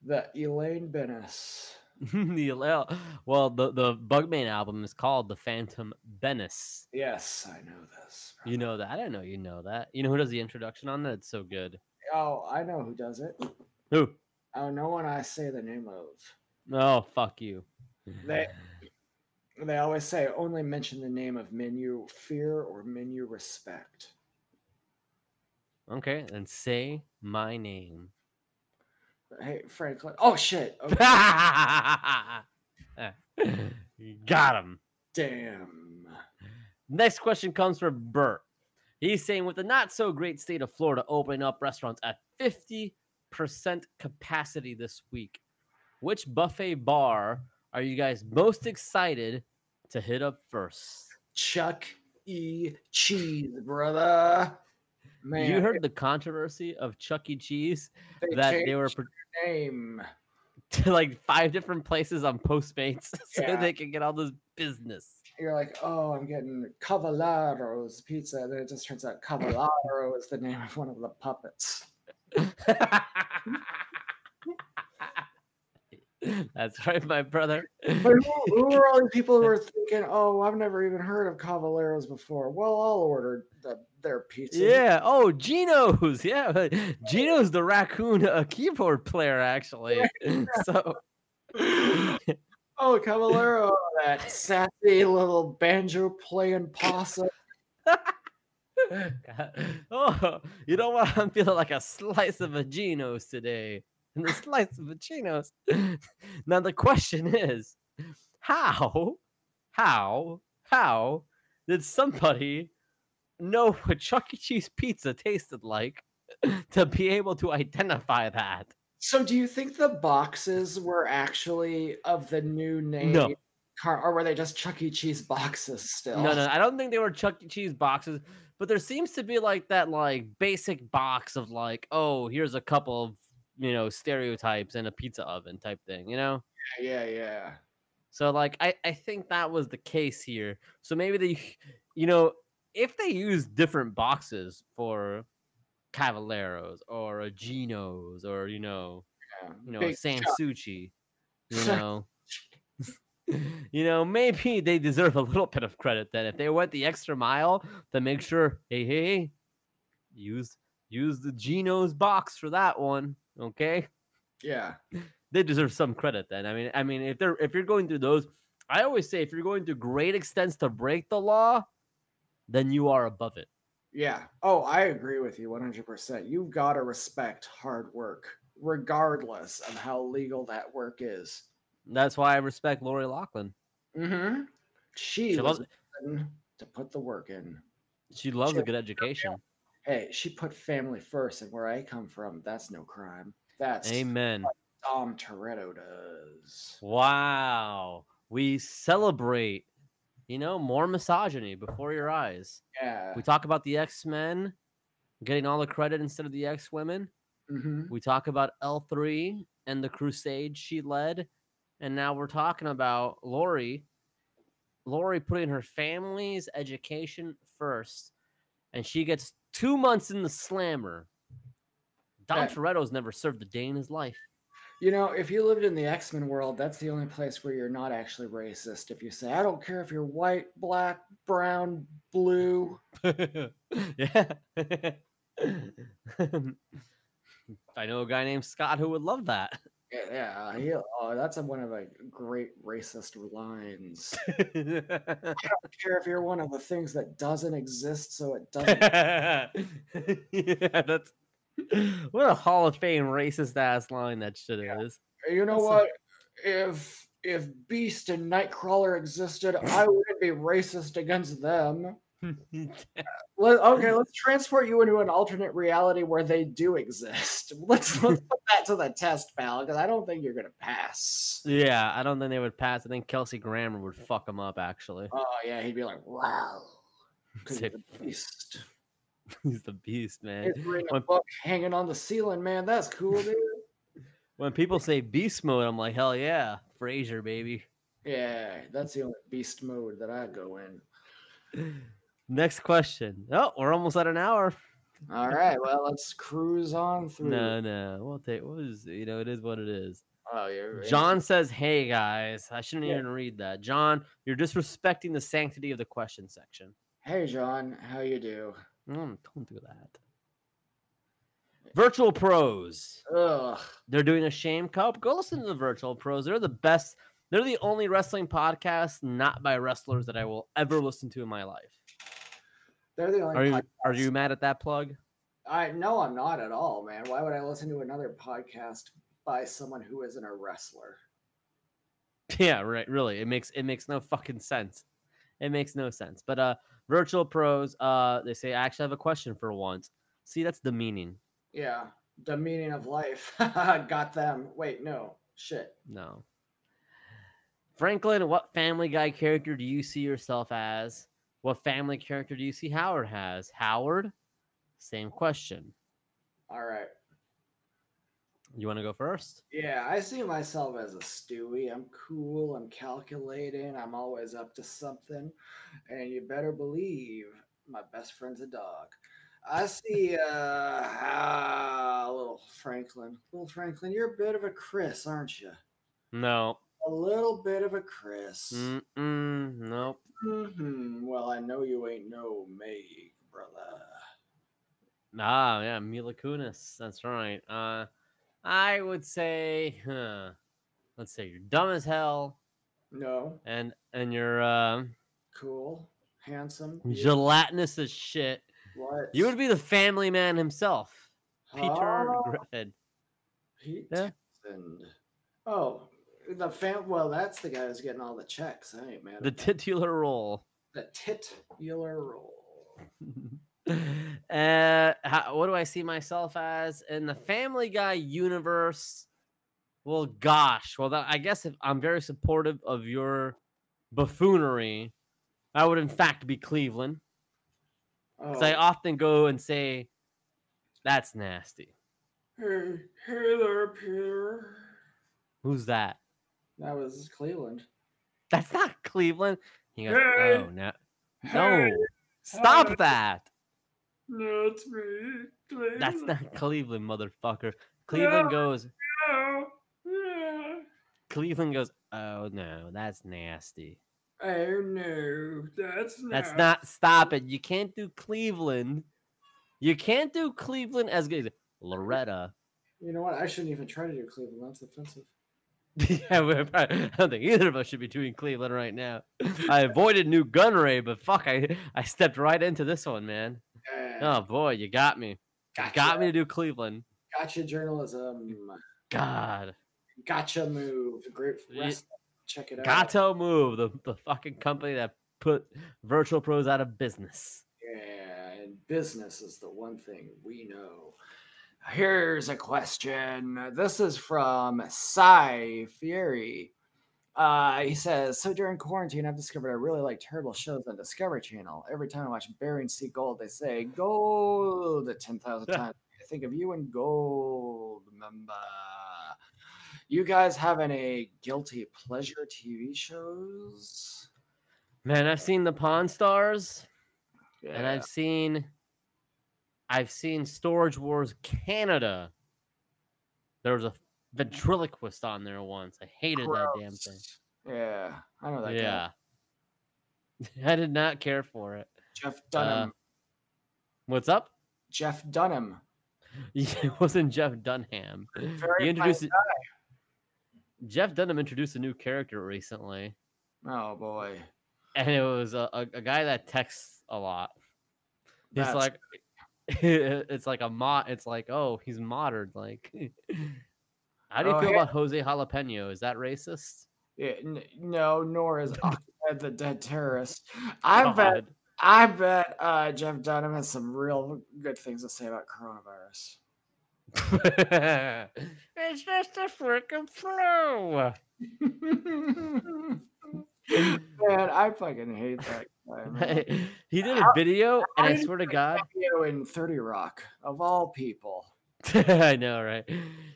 Speaker 3: [LAUGHS]
Speaker 1: The Elaine Bennis.
Speaker 3: the LL well, the the Bugman album is called the Phantom Menace.
Speaker 1: Yes, I know this.
Speaker 3: You know that? I didn't know you know that. You know who does the introduction on that? It's so good.
Speaker 1: Oh, I know who does it.
Speaker 3: Who?
Speaker 1: Oh, no one I say the name of.
Speaker 3: Oh, fuck you.
Speaker 1: They they always say only mention the name of menu fear or menu respect.
Speaker 3: [SIGHS] Okay, then say my name.
Speaker 1: Hey, Franklin. Oh shit.
Speaker 3: [LAUGHS]
Speaker 1: Okay.
Speaker 3: Eh. Got him.
Speaker 1: Damn.
Speaker 3: Next question comes from Bert. He's saying, with the not so great state of Florida opening up restaurants at 50% capacity this week, which buffet bar are you guys most excited to hit up first?
Speaker 1: Chuck E. Cheese, brother. Man,
Speaker 3: you heard the controversy of Chuck E. Cheese
Speaker 1: they
Speaker 3: that
Speaker 1: changed
Speaker 3: they were pr- [LAUGHS]
Speaker 1: their name.
Speaker 3: to like five different places on Postmates [LAUGHS] so
Speaker 1: Yeah.
Speaker 3: they could get all this business.
Speaker 1: [LAUGHS]
Speaker 3: [LAUGHS]
Speaker 1: You're like, oh, I'm getting Cavalaro's pizza. Then it just turns out Cavalaro is the name of one of the puppets.
Speaker 3: That's right, my brother.
Speaker 1: But who, who are all the people who are thinking, oh, I've never even heard of Cavaleros before? Well, I'll order the, their pizza.
Speaker 3: Yeah. Oh, Gino's. [LAUGHS] Yeah. but Gino's the raccoon uh, keyboard player, actually. [LAUGHS] So,
Speaker 1: Oh, Cavalero, that sassy little banjo playing possum.
Speaker 3: oh, you know what? I'm feeling like a slice of a Gino's today. And the slice of a Gino's. [LAUGHS] now, the question is how, how, how did somebody know what Chuck E. Cheese pizza tasted like [LAUGHS] to be able to identify that?
Speaker 1: So, do you think the boxes were actually of the new name? Car- or were they just Chuck E. Cheese boxes still?
Speaker 3: No, no, I don't think they were Chuck E. Cheese boxes, but there seems to be like that like basic box of like, oh, here's a couple of you know stereotypes and a pizza oven type thing, you know.
Speaker 1: Yeah, yeah.
Speaker 3: So like, I I think that was the case here. So maybe they, you know, if they use different boxes for Cavalleros or a Geno's or you know
Speaker 1: yeah.
Speaker 3: you know a
Speaker 1: Big Chuck.
Speaker 3: Sansucci,
Speaker 1: [LAUGHS]
Speaker 3: you know. [LAUGHS] you know, maybe they deserve a little bit of credit then if they went the extra mile to make sure, hey, hey, hey, use use the Geno's box for that one, okay?
Speaker 1: Yeah.
Speaker 3: They deserve some credit then. I mean, I mean, if they're if you're going through those, I always say if you're going to great extents to break the law, then you are above it.
Speaker 1: Yeah. Oh, I agree with you 100%. You've got to respect hard work, regardless of how legal that work is.
Speaker 3: That's why I respect Lori Lachlan.
Speaker 1: Mm-hmm. She
Speaker 3: She
Speaker 1: was
Speaker 3: loves
Speaker 1: willing to put the work in.
Speaker 3: she loves a
Speaker 1: Sure.
Speaker 3: good education.
Speaker 1: Hey, she put family first, and where I come from, that's no crime. That's
Speaker 3: Amen.
Speaker 1: Dom Toretto does.
Speaker 3: Wow. We celebrate, you know, more misogyny before your eyes.
Speaker 1: Yeah.
Speaker 3: We talk about the X Men getting all the credit instead of the X Women.
Speaker 1: Mhm.
Speaker 3: We talk about L3 and the crusade she led. And now we're talking about Lori. Lori putting her family's education first. And she gets two months in the slammer. Don
Speaker 1: Hey.
Speaker 3: Toretto's never served a day in his life.
Speaker 1: You know, if you lived in the X Men world, that's the only place where you're not actually racist. If you say, I don't care if you're white, black, brown, blue,
Speaker 3: yeah. I know a guy named Scott who would love that. [LAUGHS]
Speaker 1: yeah, yeah he, oh, that's a, one of the great racist lines. I don't care if you're one of the things that doesn't exist, so it doesn't.
Speaker 3: yeah, that's what a Hall of Fame racist ass line that shit is.
Speaker 1: you know
Speaker 3: That's a-
Speaker 1: what? If if Beast and Nightcrawler existed, I wouldn't be racist against
Speaker 3: [LAUGHS]
Speaker 1: them. Let, okay, let's transport you into an alternate reality where they do exist. [LAUGHS] Let's let's put that to the test, pal, because I don't think you're gonna pass.
Speaker 3: yeah, I don't think they would pass. I think Kelsey Grammer would fuck him up. Actually, [LAUGHS]
Speaker 1: Oh yeah, he'd be like, wow, because
Speaker 3: Say-
Speaker 1: he's
Speaker 3: [LAUGHS]
Speaker 1: a beast.
Speaker 3: he's the beast, man.
Speaker 1: He's reading a
Speaker 3: When-
Speaker 1: book hanging on the ceiling, man. That's cool, dude.
Speaker 3: When people say beast mode, I'm like, hell yeah, Frasier, baby.
Speaker 1: Yeah, that's the only beast mode that I go in.
Speaker 3: Next question. Oh, we're almost at an hour.
Speaker 1: All right, well, let's cruise on through.
Speaker 3: No, no, we'll take. What is you know? It is what it is.
Speaker 1: Oh, you're
Speaker 3: John says, "Hey guys, I shouldn't
Speaker 1: Yeah.
Speaker 3: even read that." John, you're disrespecting the sanctity of the question section.
Speaker 1: Hey, John, how you do?
Speaker 3: Mm, don't do that. Virtual Pros.
Speaker 1: Ugh.
Speaker 3: They're doing a shame cup. Go listen to the Virtual Pros. They're the best. They're the only wrestling podcast not by wrestlers that I will ever listen to in my life.
Speaker 1: They're the only.
Speaker 3: Are you
Speaker 1: pod-
Speaker 3: are you mad at that plug? [LAUGHS]
Speaker 1: I no, I'm not at all, man. Why would I listen to another podcast by someone who isn't a wrestler?
Speaker 3: Yeah, right. Really, it makes it makes no fucking sense. It makes no sense. But uh, virtual pros, uh, they say I actually have a question for once. See, that's demeaning.
Speaker 1: Yeah, the meaning of life. [LAUGHS] Got them. Wait, no, shit.
Speaker 3: No. Franklin, what Family Guy character do you see yourself as? What Family character do you see Howard has? Howard, same question.
Speaker 1: All right.
Speaker 3: You want to go first?
Speaker 1: Yeah, I see myself as a Stewie. I'm cool. I'm calculating. I'm always up to something. And you better believe my best friend's a dog. I see, uh, ah, little Franklin. Little Franklin, you're a bit of a Chris, aren't you?
Speaker 3: No.
Speaker 1: A little bit of a Chris.
Speaker 3: Mm. Mm-mm, nope.
Speaker 1: hmm Well, I know you ain't no Meg, brother.
Speaker 3: Ah, yeah, Mila Kunis. That's right. Uh, I would say, huh, let's say you're dumb as hell,
Speaker 1: No,
Speaker 3: and and you're uh,
Speaker 1: cool, handsome. beautiful.
Speaker 3: gelatinous as shit.
Speaker 1: What?
Speaker 3: You would be the Family Man himself, Peter
Speaker 1: Huh?
Speaker 3: Griffin.
Speaker 1: Pete
Speaker 3: Yeah.
Speaker 1: Townsend. Oh, the fan. Well, that's the guy who's getting all the checks. I ain't mad.
Speaker 3: the
Speaker 1: at that.
Speaker 3: titular role.
Speaker 1: the titular
Speaker 3: [LAUGHS]
Speaker 1: role.
Speaker 3: uh, how, what do I see myself as in the Family Guy universe? Well, gosh, well, that, I guess if I'm very supportive of your buffoonery, I would in fact be Cleveland
Speaker 1: Oh,
Speaker 3: because I often go and say, "That's nasty."
Speaker 1: hey, hey there, Peter.
Speaker 3: Who's that?
Speaker 1: That was Cleveland.
Speaker 3: That's not Cleveland. He goes,
Speaker 4: Hey.
Speaker 3: "Oh no,
Speaker 4: Hey. uh,
Speaker 3: no, stop
Speaker 4: Hey.
Speaker 3: that!
Speaker 4: No, it's me. Please.
Speaker 3: That's not Cleveland, motherfucker." Cleveland goes,
Speaker 4: No. Yeah.
Speaker 3: Cleveland goes, "Oh no, that's nasty.
Speaker 4: Oh no, that's not.
Speaker 3: That's not stop it. You can't do Cleveland. You can't do Cleveland as good as Loretta." [LAUGHS]
Speaker 1: You know what? I shouldn't even try to do Cleveland. That's offensive.
Speaker 3: yeah, we're probably, I don't think either of us should be doing Cleveland right now. I avoided New Gunray, but fuck, I I stepped right into this one, man.
Speaker 1: Yeah,
Speaker 3: Oh boy, you got me. You
Speaker 1: gotcha,
Speaker 3: Got me to do Cleveland.
Speaker 1: Gotcha journalism.
Speaker 3: God,
Speaker 1: Gotcha move. Great
Speaker 3: Ye-
Speaker 1: wrestling. Check it out.
Speaker 3: Gato Move, the, the fucking company that put Virtual Pros out of business.
Speaker 1: Yeah, and business is the one thing we know. Here's a question. This is from Cy Fury. Uh, he says, so during quarantine, I've discovered I really like terrible shows on Discovery Channel. Every time I watch Barry and Sea Gold, they say gold 10,000 times. I think of you and gold, member. You guys have any guilty pleasure TV shows?
Speaker 3: Man, I've seen the Pawn Stars,
Speaker 1: Yeah.
Speaker 3: and I've seen, I've seen Storage Wars Canada. There was a ventriloquist on there once. I hated that damn thing.
Speaker 1: Gross. Yeah, I know that guy.
Speaker 3: Yeah, [LAUGHS] I did not care for it.
Speaker 1: Jeff Dunham.
Speaker 3: What's up? [LAUGHS]
Speaker 1: Jeff Dunham.
Speaker 3: It wasn't Jeff Dunham.
Speaker 1: Very
Speaker 3: He introduced
Speaker 1: nice
Speaker 3: Jeff Dunham introduced a new character recently,
Speaker 1: Oh boy.
Speaker 3: and it was a, a, a guy that texts a lot. He's
Speaker 1: That's-
Speaker 3: like, [LAUGHS] it's like a mod. It's like, oh, he's modern. Like, [LAUGHS] how do you
Speaker 1: Oh,
Speaker 3: feel
Speaker 1: here-
Speaker 3: about Jose Jalapeno? Is that racist?
Speaker 1: Yeah, n- no, nor is
Speaker 3: [LAUGHS]
Speaker 1: Ahmed [LAUGHS] the dead terrorist. I
Speaker 3: Oh,
Speaker 1: bet
Speaker 3: God.
Speaker 1: I bet uh, Jeff Dunham has some real good things to say about coronavirus. [LAUGHS]
Speaker 3: [LAUGHS] it's just a freaking flu.
Speaker 1: Man, I fucking hate that guy.
Speaker 3: [LAUGHS]
Speaker 1: Man.
Speaker 3: he did a video, and I
Speaker 1: did
Speaker 3: swear to God, [LAUGHS]
Speaker 1: You know, in 30 Rock, of all people.
Speaker 3: I know, right?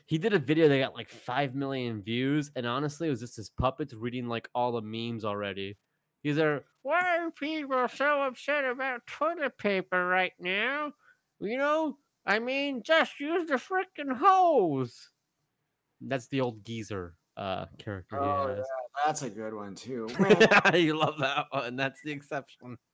Speaker 3: He did a video that got like five million views, and honestly, it was just his puppets reading like all the memes already. He's there. Why are people so upset about toilet paper right now? You know, I mean, just use the freaking hose. That's the old geezer uh, character. he
Speaker 1: Oh, yeah,
Speaker 3: has.
Speaker 1: that's a good one,
Speaker 3: [LAUGHS]
Speaker 1: too. Man,
Speaker 3: you love that one. That's the exception. [LAUGHS]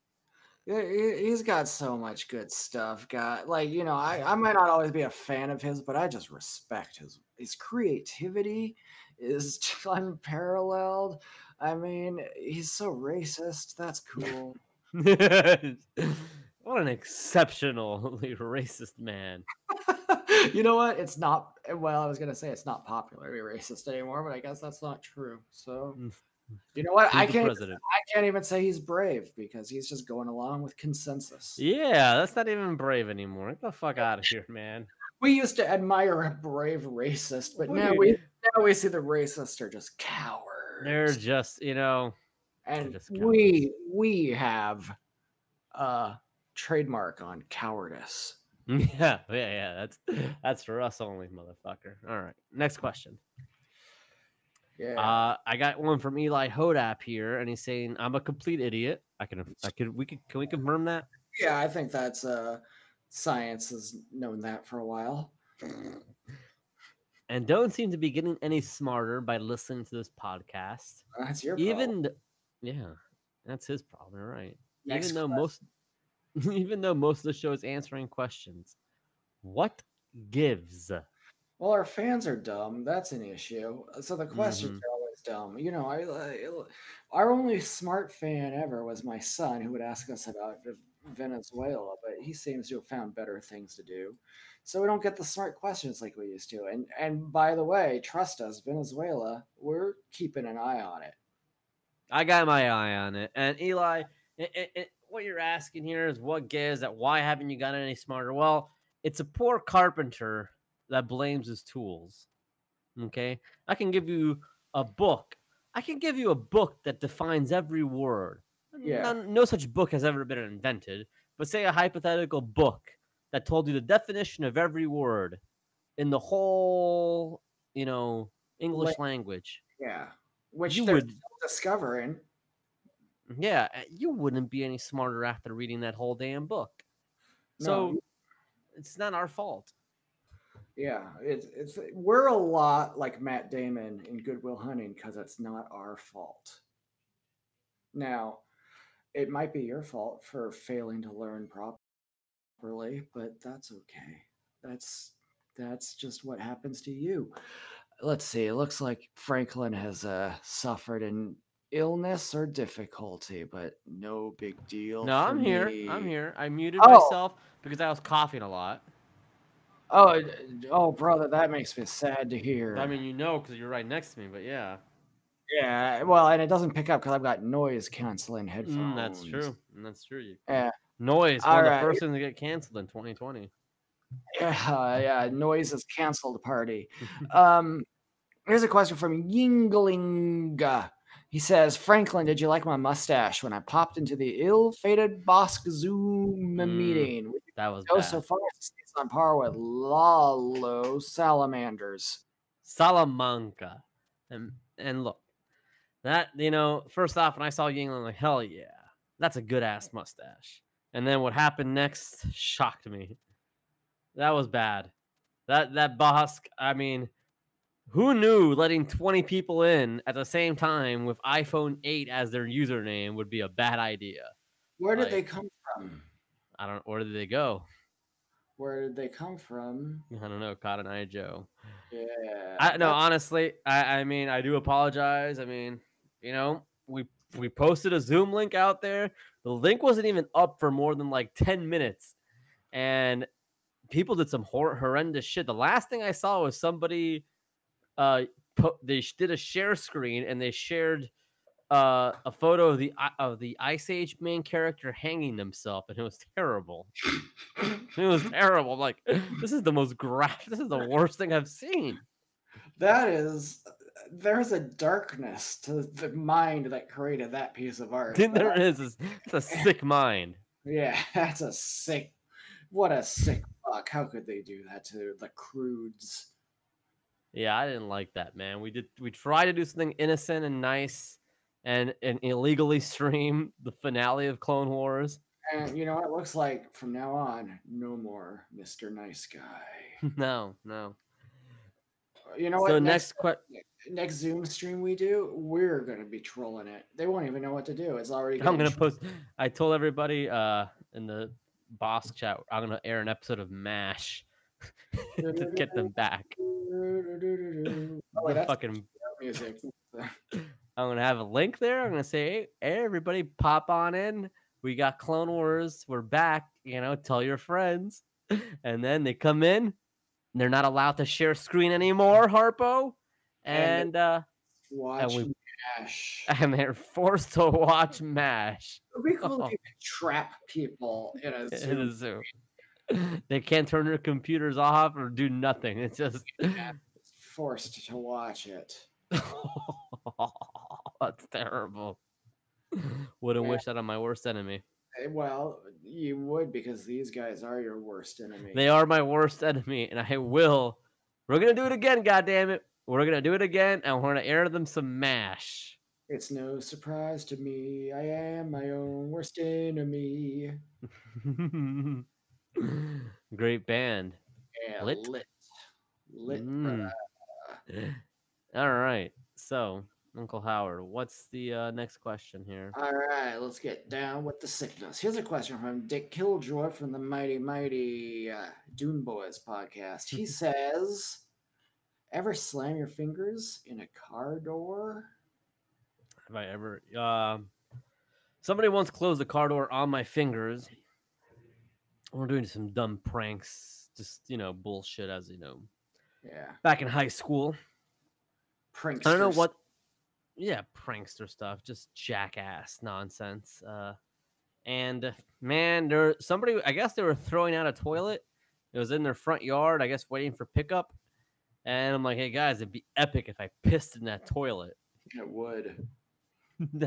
Speaker 1: Yeah, he- he's got so much good stuff. Got like you know, I,
Speaker 3: [LAUGHS]
Speaker 1: I might not always be a fan of his, but I just respect his his creativity is [LAUGHS] just unparalleled. I mean, he's so racist. That's cool. [LAUGHS]
Speaker 3: what an exceptionally [LAUGHS] racist man.
Speaker 1: you know what? It's not. eh, Well, I was gonna say it's not popular to be racist anymore, but I guess that's not true. So,
Speaker 3: Mm.
Speaker 1: you know what?
Speaker 3: He's
Speaker 1: I
Speaker 3: the
Speaker 1: can't.
Speaker 3: president.
Speaker 1: I can't even say he's brave because he's just going along with consensus.
Speaker 3: Yeah, that's not even brave anymore. Get the fuck out of here, man.
Speaker 1: We used to admire a brave racist, but
Speaker 3: What
Speaker 1: now
Speaker 3: do you-
Speaker 1: we now we see the racists are just cowards.
Speaker 3: They're just, you know, [LAUGHS]
Speaker 1: and
Speaker 3: just
Speaker 1: we we have a trademark on cowardice.
Speaker 3: yeah, yeah, yeah. That's that's for us only, motherfucker. All right, next question.
Speaker 1: Yeah.
Speaker 3: Uh, I got one from Eli Hodap here, and he's saying, "I'm a complete idiot." I can, I could, we could, can we confirm that?
Speaker 1: yeah, I think that's uh science has known that for a while.
Speaker 3: And don't seem to be getting any smarter by listening to this podcast.
Speaker 1: That's your problem.
Speaker 3: Even, th- yeah, that's his problem. You're right.
Speaker 1: Next
Speaker 3: even though most [LAUGHS] even though most of the show is answering questions what gives
Speaker 1: Well, our fans are dumb. That's an issue. uh, So the questions are always dumb. You know, I, I- our only smart fan ever was my son, who would ask us about Venezuela, but he seems to have found better things to do. So we don't get the smart questions like we used to. And and by the way, trust us, Venezuela, we're keeping an eye on it.
Speaker 3: i got my eye on it and eli i i i what you're asking here is what gives that why haven't you gotten any smarter well it's a poor carpenter that blames his tools okay i can give you a book i can give you a book that defines every word
Speaker 1: Yeah.
Speaker 3: None- no such book has ever been invented, but say a hypothetical book that told you the definition of every word in the whole, you know, English language.
Speaker 1: Yeah, which
Speaker 3: You
Speaker 1: they're
Speaker 3: would-
Speaker 1: still discovering.
Speaker 3: Yeah, uh, you wouldn't be any smarter after reading that whole damn book. So
Speaker 1: No.
Speaker 3: it's not our fault.
Speaker 1: Yeah, it's it's we're a lot like Matt Damon in Goodwill Hunting because it's not our fault. Now, it might be your fault for failing to learn properly, but that's okay. That's that's just what happens to you. Let's see. It looks like Franklin has uh, suffered an illness or difficulty, but no big deal.
Speaker 3: no,
Speaker 1: for
Speaker 3: I'm here. I'm
Speaker 1: me.
Speaker 3: here. I muted
Speaker 1: Oh.
Speaker 3: myself because I was coughing a lot.
Speaker 1: Oh, d- d- oh, brother, that makes me sad to hear.
Speaker 3: I mean, you know, because you're right next to me, but yeah,
Speaker 1: Yeah, well, and it doesn't pick up because I've got noise canceling headphones.
Speaker 3: Mm, that's true. That's true. You
Speaker 1: Yeah.
Speaker 3: Noise. One of the
Speaker 1: Alright.
Speaker 3: first things to get canceled in 2020.
Speaker 1: [LAUGHS] Yeah, yeah. Noise is canceled
Speaker 3: [LAUGHS]
Speaker 1: party. Um, here's a question from Yingling. He says, Franklin, did you like my mustache when I popped into the ill-fated Bosk Zoom
Speaker 3: Mm,
Speaker 1: meeting? Would you
Speaker 3: That was
Speaker 1: go
Speaker 3: bad.
Speaker 1: so far as to say it's on par with Lalo Salamanders?
Speaker 3: Salamanca. And and look, that you know, first off, when I saw Yingling, I'm like, hell yeah, that's a good ass mustache. And then what happened next shocked me. That was bad. That that Bosk, I mean, who knew letting 20 people in at the same time with iPhone 8 as their username would be a bad idea?
Speaker 1: Where did they
Speaker 3: Like-
Speaker 1: come from?
Speaker 3: I don't where did they go? [LAUGHS]
Speaker 1: Where did they come from?
Speaker 3: I don't know, Cotton Eye Joe.
Speaker 1: Yeah.
Speaker 3: I no,
Speaker 1: that-
Speaker 3: honestly, I, I mean, I do apologize. I mean, you know, we we posted a Zoom link out there. The link wasn't even up for more than like ten minutes, and people did some hor- horrendous shit. The last thing I saw was somebody, uh, po- they sh- did a share screen and they shared. Uh, a photo of the I- of the Ice Age main character hanging himself, and it was terrible. It was terrible. I'm like, this is the most graph. This is the worst thing I've seen.
Speaker 1: that is there's a darkness to the mind that created that piece of [LAUGHS] art.
Speaker 3: Then
Speaker 1: that
Speaker 3: [LAUGHS] there is. It's, it's a sick mind.
Speaker 1: Yeah, [LAUGHS] that's a sick. What a sick fuck! How could they do that to the crudes?
Speaker 3: Yeah, I didn't like that, man. We did. We tried to do something innocent and nice, and and illegally stream the finale of Clone Wars. [LAUGHS]
Speaker 1: And you know what? It looks like from now on, no more Mr. Nice Guy.
Speaker 3: no, no.
Speaker 1: You know what?
Speaker 3: so next question.
Speaker 1: next Zoom stream we do, we're gonna be trolling it. They won't even know what to do. It's already.
Speaker 3: I'm
Speaker 1: getting
Speaker 3: gonna
Speaker 1: tro-
Speaker 3: post. I told everybody uh in the boss chat. I'm gonna air an episode of Mash [LAUGHS] to get them back.
Speaker 1: [LAUGHS] Oh, wait,
Speaker 3: The
Speaker 1: that's
Speaker 3: fucking.
Speaker 1: music.
Speaker 3: I'm gonna have a link there. I'm gonna say, hey, everybody, pop on in. We got Clone Wars. We're back. You know, tell your friends. [LAUGHS] And then they come in. and They're not allowed to share screen anymore, Harpo.
Speaker 1: And
Speaker 3: And uh,
Speaker 1: Watch
Speaker 3: we-
Speaker 1: Mash.
Speaker 3: [LAUGHS] and they're forced to watch Mash
Speaker 1: [LAUGHS] It'd be cool
Speaker 3: [LAUGHS]
Speaker 1: if you could trap people in a
Speaker 3: in
Speaker 1: Zoom.
Speaker 3: the Zoom. [LAUGHS] They can't turn their computers off or do nothing. It's just [LAUGHS]
Speaker 1: Yeah. Forced to watch it.
Speaker 3: that's terrible. [LAUGHS] Wouldn't
Speaker 1: Yeah.
Speaker 3: wish that on my worst enemy.
Speaker 1: Eh, Well, you would because these guys are your worst enemy.
Speaker 3: They are my worst enemy, and I will. We're gonna do it again, goddammit. We're gonna do it again, and we're gonna air them some mash. [LAUGHS]
Speaker 1: It's no surprise to me. I am my own worst enemy.
Speaker 3: Great band.
Speaker 1: Yeah,
Speaker 3: Lit?
Speaker 1: lit, lit.
Speaker 3: Mm.
Speaker 1: bruh.
Speaker 3: [SIGHS] All right. So, Uncle Howard, what's the uh, next question here?
Speaker 1: All right, let's get down with the sickness. Here's a question from Dick Killjoy from the Mighty Mighty uh, Dune Boys podcast.
Speaker 3: [LAUGHS]
Speaker 1: He says, "Ever slam your fingers in a car door?"
Speaker 3: Have I ever? um somebody once closed the car door on my fingers. We're doing some dumb pranks, just you know, bullshit, as you know,
Speaker 1: Yeah,
Speaker 3: back in high school.
Speaker 1: pranksters.
Speaker 3: I don't know what. Yeah, prankster stuff, just jackass nonsense. Uh, and uh, man, there somebody. I guess they were throwing out a toilet. It was in their front yard. I guess waiting for pickup. And I'm like, hey guys, it'd be epic if I pissed in
Speaker 1: [LAUGHS]
Speaker 3: that toilet. [LAUGHS]
Speaker 1: it would.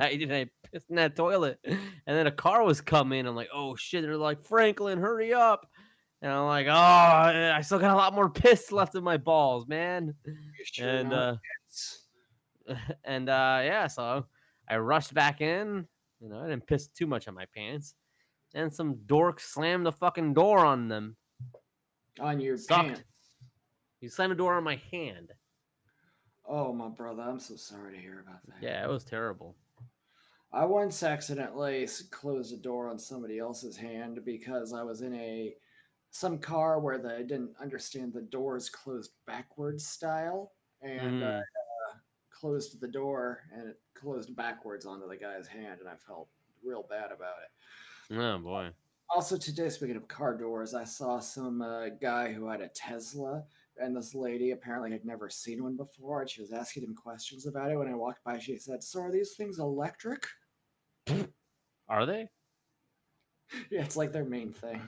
Speaker 3: I did. I pissed in that toilet. And then a car was coming. I'm like, oh shit. They're like, Franklin, hurry up. And I'm like, oh, I I still got a lot more piss left in my balls, man.
Speaker 1: You sure
Speaker 3: And
Speaker 1: know
Speaker 3: uh,
Speaker 1: it's-
Speaker 3: and uh, yeah, so I rushed back in. You know, I didn't piss too much on my pants. And some dork slammed the fucking door on them.
Speaker 1: on your
Speaker 3: Sucked.
Speaker 1: pants.
Speaker 3: He slammed the door on my hand.
Speaker 1: Oh, my brother, I'm so sorry to hear about that.
Speaker 3: Yeah, it was terrible.
Speaker 1: I once accidentally s- closed a door on somebody else's hand because I was in a some car where they didn't understand the doors closed backwards style, and I uh,
Speaker 3: Hmm.
Speaker 1: closed the door and it closed backwards onto the guy's hand, and I felt real bad about it.
Speaker 3: Oh boy.
Speaker 1: Also, today, speaking of car doors, I saw some uh, guy who had a Tesla, and this lady apparently had never seen one before, and she was asking him questions about it. When I walked by, she said, "So are these things electric?" [LAUGHS]
Speaker 3: Are they?
Speaker 1: Yeah, it's like their main thing.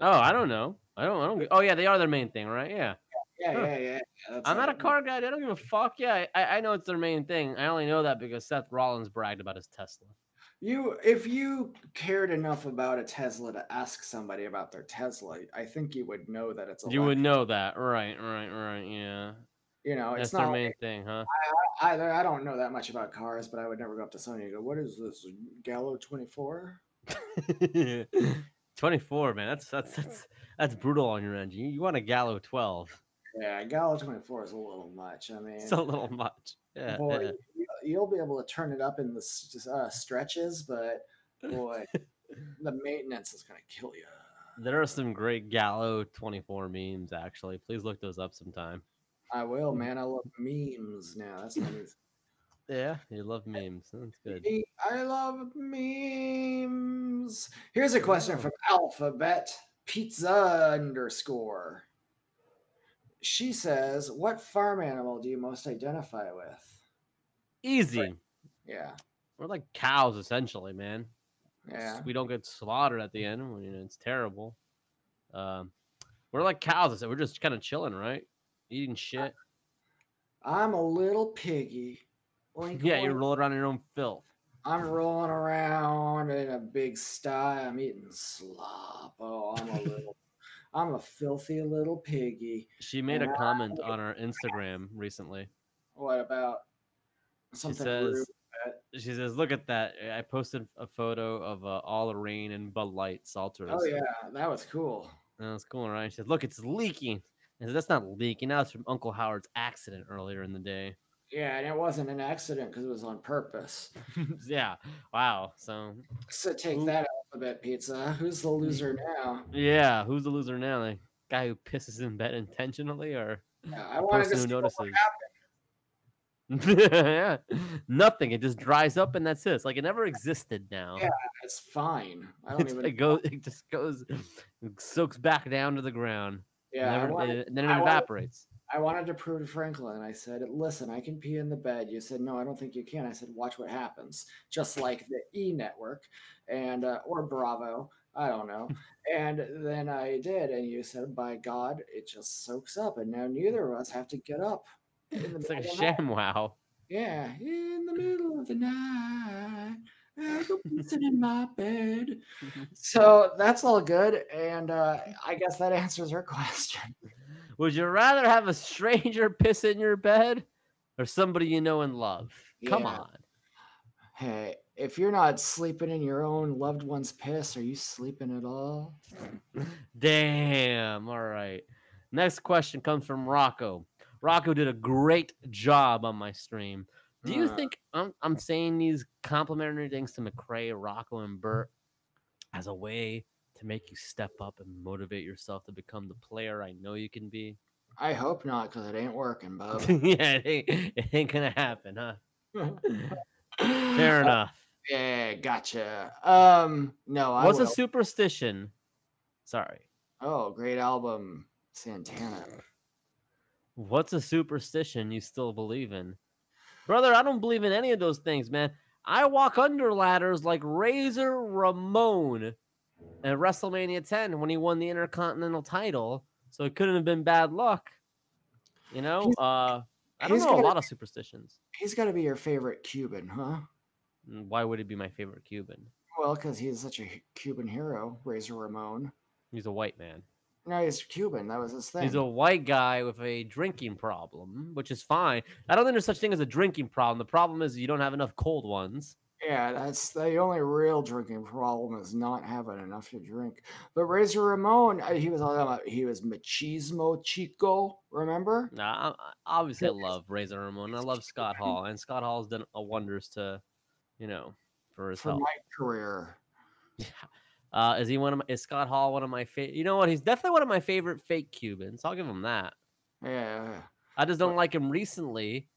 Speaker 3: Oh, I don't know. I don't. I don't. Oh yeah, they are their main thing, right? Yeah.
Speaker 1: Yeah,
Speaker 3: Huh.
Speaker 1: yeah, yeah. yeah, that's
Speaker 3: I'm
Speaker 1: how
Speaker 3: not
Speaker 1: it
Speaker 3: a car guy. They don't give a fuck. Yeah, I, I know it's their main thing. I only know that because Seth Rollins bragged about his Tesla.
Speaker 1: [LAUGHS] You, if you cared enough about a Tesla to ask somebody about their Tesla, I think you would know that it's a.
Speaker 3: You would know that, right? Right? Right? Yeah.
Speaker 1: You know,
Speaker 3: That's
Speaker 1: it's
Speaker 3: their
Speaker 1: not.
Speaker 3: main thing, huh?
Speaker 1: I I don't know that much about cars, but I would never go up to somebody and go, "What is this Gallo 24?"
Speaker 3: [LAUGHS] 24, man. That's that's that's that's brutal on your end. You, you want a Gallo [LAUGHS] 12?
Speaker 1: Yeah, Gallo 24 is a little much. I mean,
Speaker 3: It's a little much. Yeah.
Speaker 1: boy,
Speaker 3: yeah.
Speaker 1: you- you'll be able to turn it up in the s- s- uh, stretches, but
Speaker 3: [LAUGHS]
Speaker 1: boy, the maintenance is gonna kill you.
Speaker 3: There are some great Gallo 24 memes, actually. Please look those up sometime.
Speaker 1: I will,
Speaker 3: Mm.
Speaker 1: man. I love memes now. That's my new
Speaker 3: Yeah, you love memes.
Speaker 1: e
Speaker 3: That's [LAUGHS] good.
Speaker 1: Me- I love memes. Here's a question
Speaker 3: Oh.
Speaker 1: from Alphabet Pizza underscore. She says, "What farm animal do you most identify with?"
Speaker 3: Easy.
Speaker 1: Yeah,
Speaker 3: We're like cows, essentially, man. It's
Speaker 1: yeah.
Speaker 3: just We don't get slaughtered at the end. When, you know, it's terrible. Um, we're like cows. I said, we're just kind of chilling, right? Eating shit.
Speaker 1: I'm a little piggy. Oink,
Speaker 3: Yeah, you're
Speaker 1: oink.
Speaker 3: rolling around in your own filth.
Speaker 1: I'm rolling around in a big sty. I'm eating slop. Oh, I'm
Speaker 3: [LAUGHS]
Speaker 1: a little. I'm a filthy little piggy.
Speaker 3: She made a
Speaker 1: Wow.
Speaker 3: comment on our Instagram recently.
Speaker 1: What about
Speaker 3: She
Speaker 1: something? rude?
Speaker 3: says, she says, look at that. eh, I posted a photo of uh, all the rain and Bud Light salters.
Speaker 1: oh yeah, that was cool.
Speaker 3: That was cool, right? She says, look, it's leaking. I said, that's not leaking. That was from Uncle Howard's accident earlier in
Speaker 1: [LAUGHS]
Speaker 3: the day. [LAUGHS]
Speaker 1: Yeah, and it wasn't an accident because it was on purpose.
Speaker 3: yeah. Wow. So,
Speaker 1: So take
Speaker 3: Ooh.
Speaker 1: that alphabet pizza. Who's the loser now?
Speaker 3: yeah. Who's the loser now? The guy who pisses in bed intentionally or
Speaker 1: Yeah, I
Speaker 3: the
Speaker 1: wanted to
Speaker 3: person who
Speaker 1: see what
Speaker 3: notices? [LAUGHS] yeah. Nothing. It just dries up and that's it. It's like it never existed now.
Speaker 1: Yeah, it's fine. I don't
Speaker 3: [LAUGHS] It's-
Speaker 1: even.
Speaker 3: it goes. It just goes, soaks back down to the ground.
Speaker 1: yeah, I
Speaker 3: never-
Speaker 1: wanted,
Speaker 3: it- and then it
Speaker 1: I wanted-
Speaker 3: evaporates.
Speaker 1: I wanted to prove to Franklin. I said, "Listen, I can pee in the bed." You said, "No, I don't think you can." I said, "Watch what happens." Just like the E Network, and uh, or Bravo. I don't know. and then I did, and you said, "By God, it just soaks up," and now neither of us have to get up. in the
Speaker 3: It's like a
Speaker 1: middle of the night."
Speaker 3: ShamWow.
Speaker 1: Yeah, in the middle of the night, I go pissing in my bed. So that's all good, and uh, I guess that [LAUGHS] answers her question.
Speaker 3: Would you rather have a stranger [LAUGHS] piss in your bed or somebody you know and love? Come
Speaker 1: Yeah.
Speaker 3: on.
Speaker 1: Hey, if you're not sleeping in your own loved one's piss, are you sleeping at all?
Speaker 3: Damn. All right. Next question comes from Rocco. Rocco did a great job on my stream. Do you
Speaker 1: Uh.
Speaker 3: think I'm, I'm saying these complimentary things to McCray, Rocco, and Bert as a way to make you step up and motivate yourself to become the player I know you can be?
Speaker 1: I hope not, because it ain't working, bub.
Speaker 3: yeah, it ain't, it ain't gonna happen, huh? [LAUGHS]
Speaker 1: Uh,
Speaker 3: Fair enough.
Speaker 1: Yeah, gotcha. Um, no, I
Speaker 3: What's
Speaker 1: will.
Speaker 3: a superstition? Sorry.
Speaker 1: oh, great album, Santana.
Speaker 3: What's a superstition you still believe in? Brother, I don't believe in any of those things, man. I walk under ladders like Razor Ramon at WrestleMania 10 when he won the Intercontinental title. So it couldn't have been bad luck. You know?
Speaker 1: He's-
Speaker 3: Uh I don't
Speaker 1: he's
Speaker 3: know a
Speaker 1: gotta-
Speaker 3: lot of superstitions.
Speaker 1: He's got to be your favorite Cuban, huh?
Speaker 3: Mm, Why would he be my favorite Cuban?
Speaker 1: Well, because he's such a h- Cuban hero, Razor Ramon.
Speaker 3: He's a white man.
Speaker 1: No, he's Cuban. That was his thing.
Speaker 3: He's a white guy with a drinking problem, which is fine. I don't think there's such thing as a drinking problem. The problem is you don't have enough cold ones.
Speaker 1: yeah, that's the only real drinking problem is not having enough to drink. But Razor Ramon, uh, he was all about he was machismo chico. Remember?
Speaker 3: Nah, I- I- obviously I
Speaker 1: Yes.
Speaker 3: love Razor Ramon. I love Scott Hall, and Scott Hall's done a wonders to, you know, for his
Speaker 1: For
Speaker 3: health.
Speaker 1: my career,
Speaker 3: [LAUGHS] Uh, is he one of my, is Scott Hall one of my favorite? You know what? He's definitely one of my favorite fake Cubans. I'll give him that.
Speaker 1: yeah,
Speaker 3: I just don't like him recently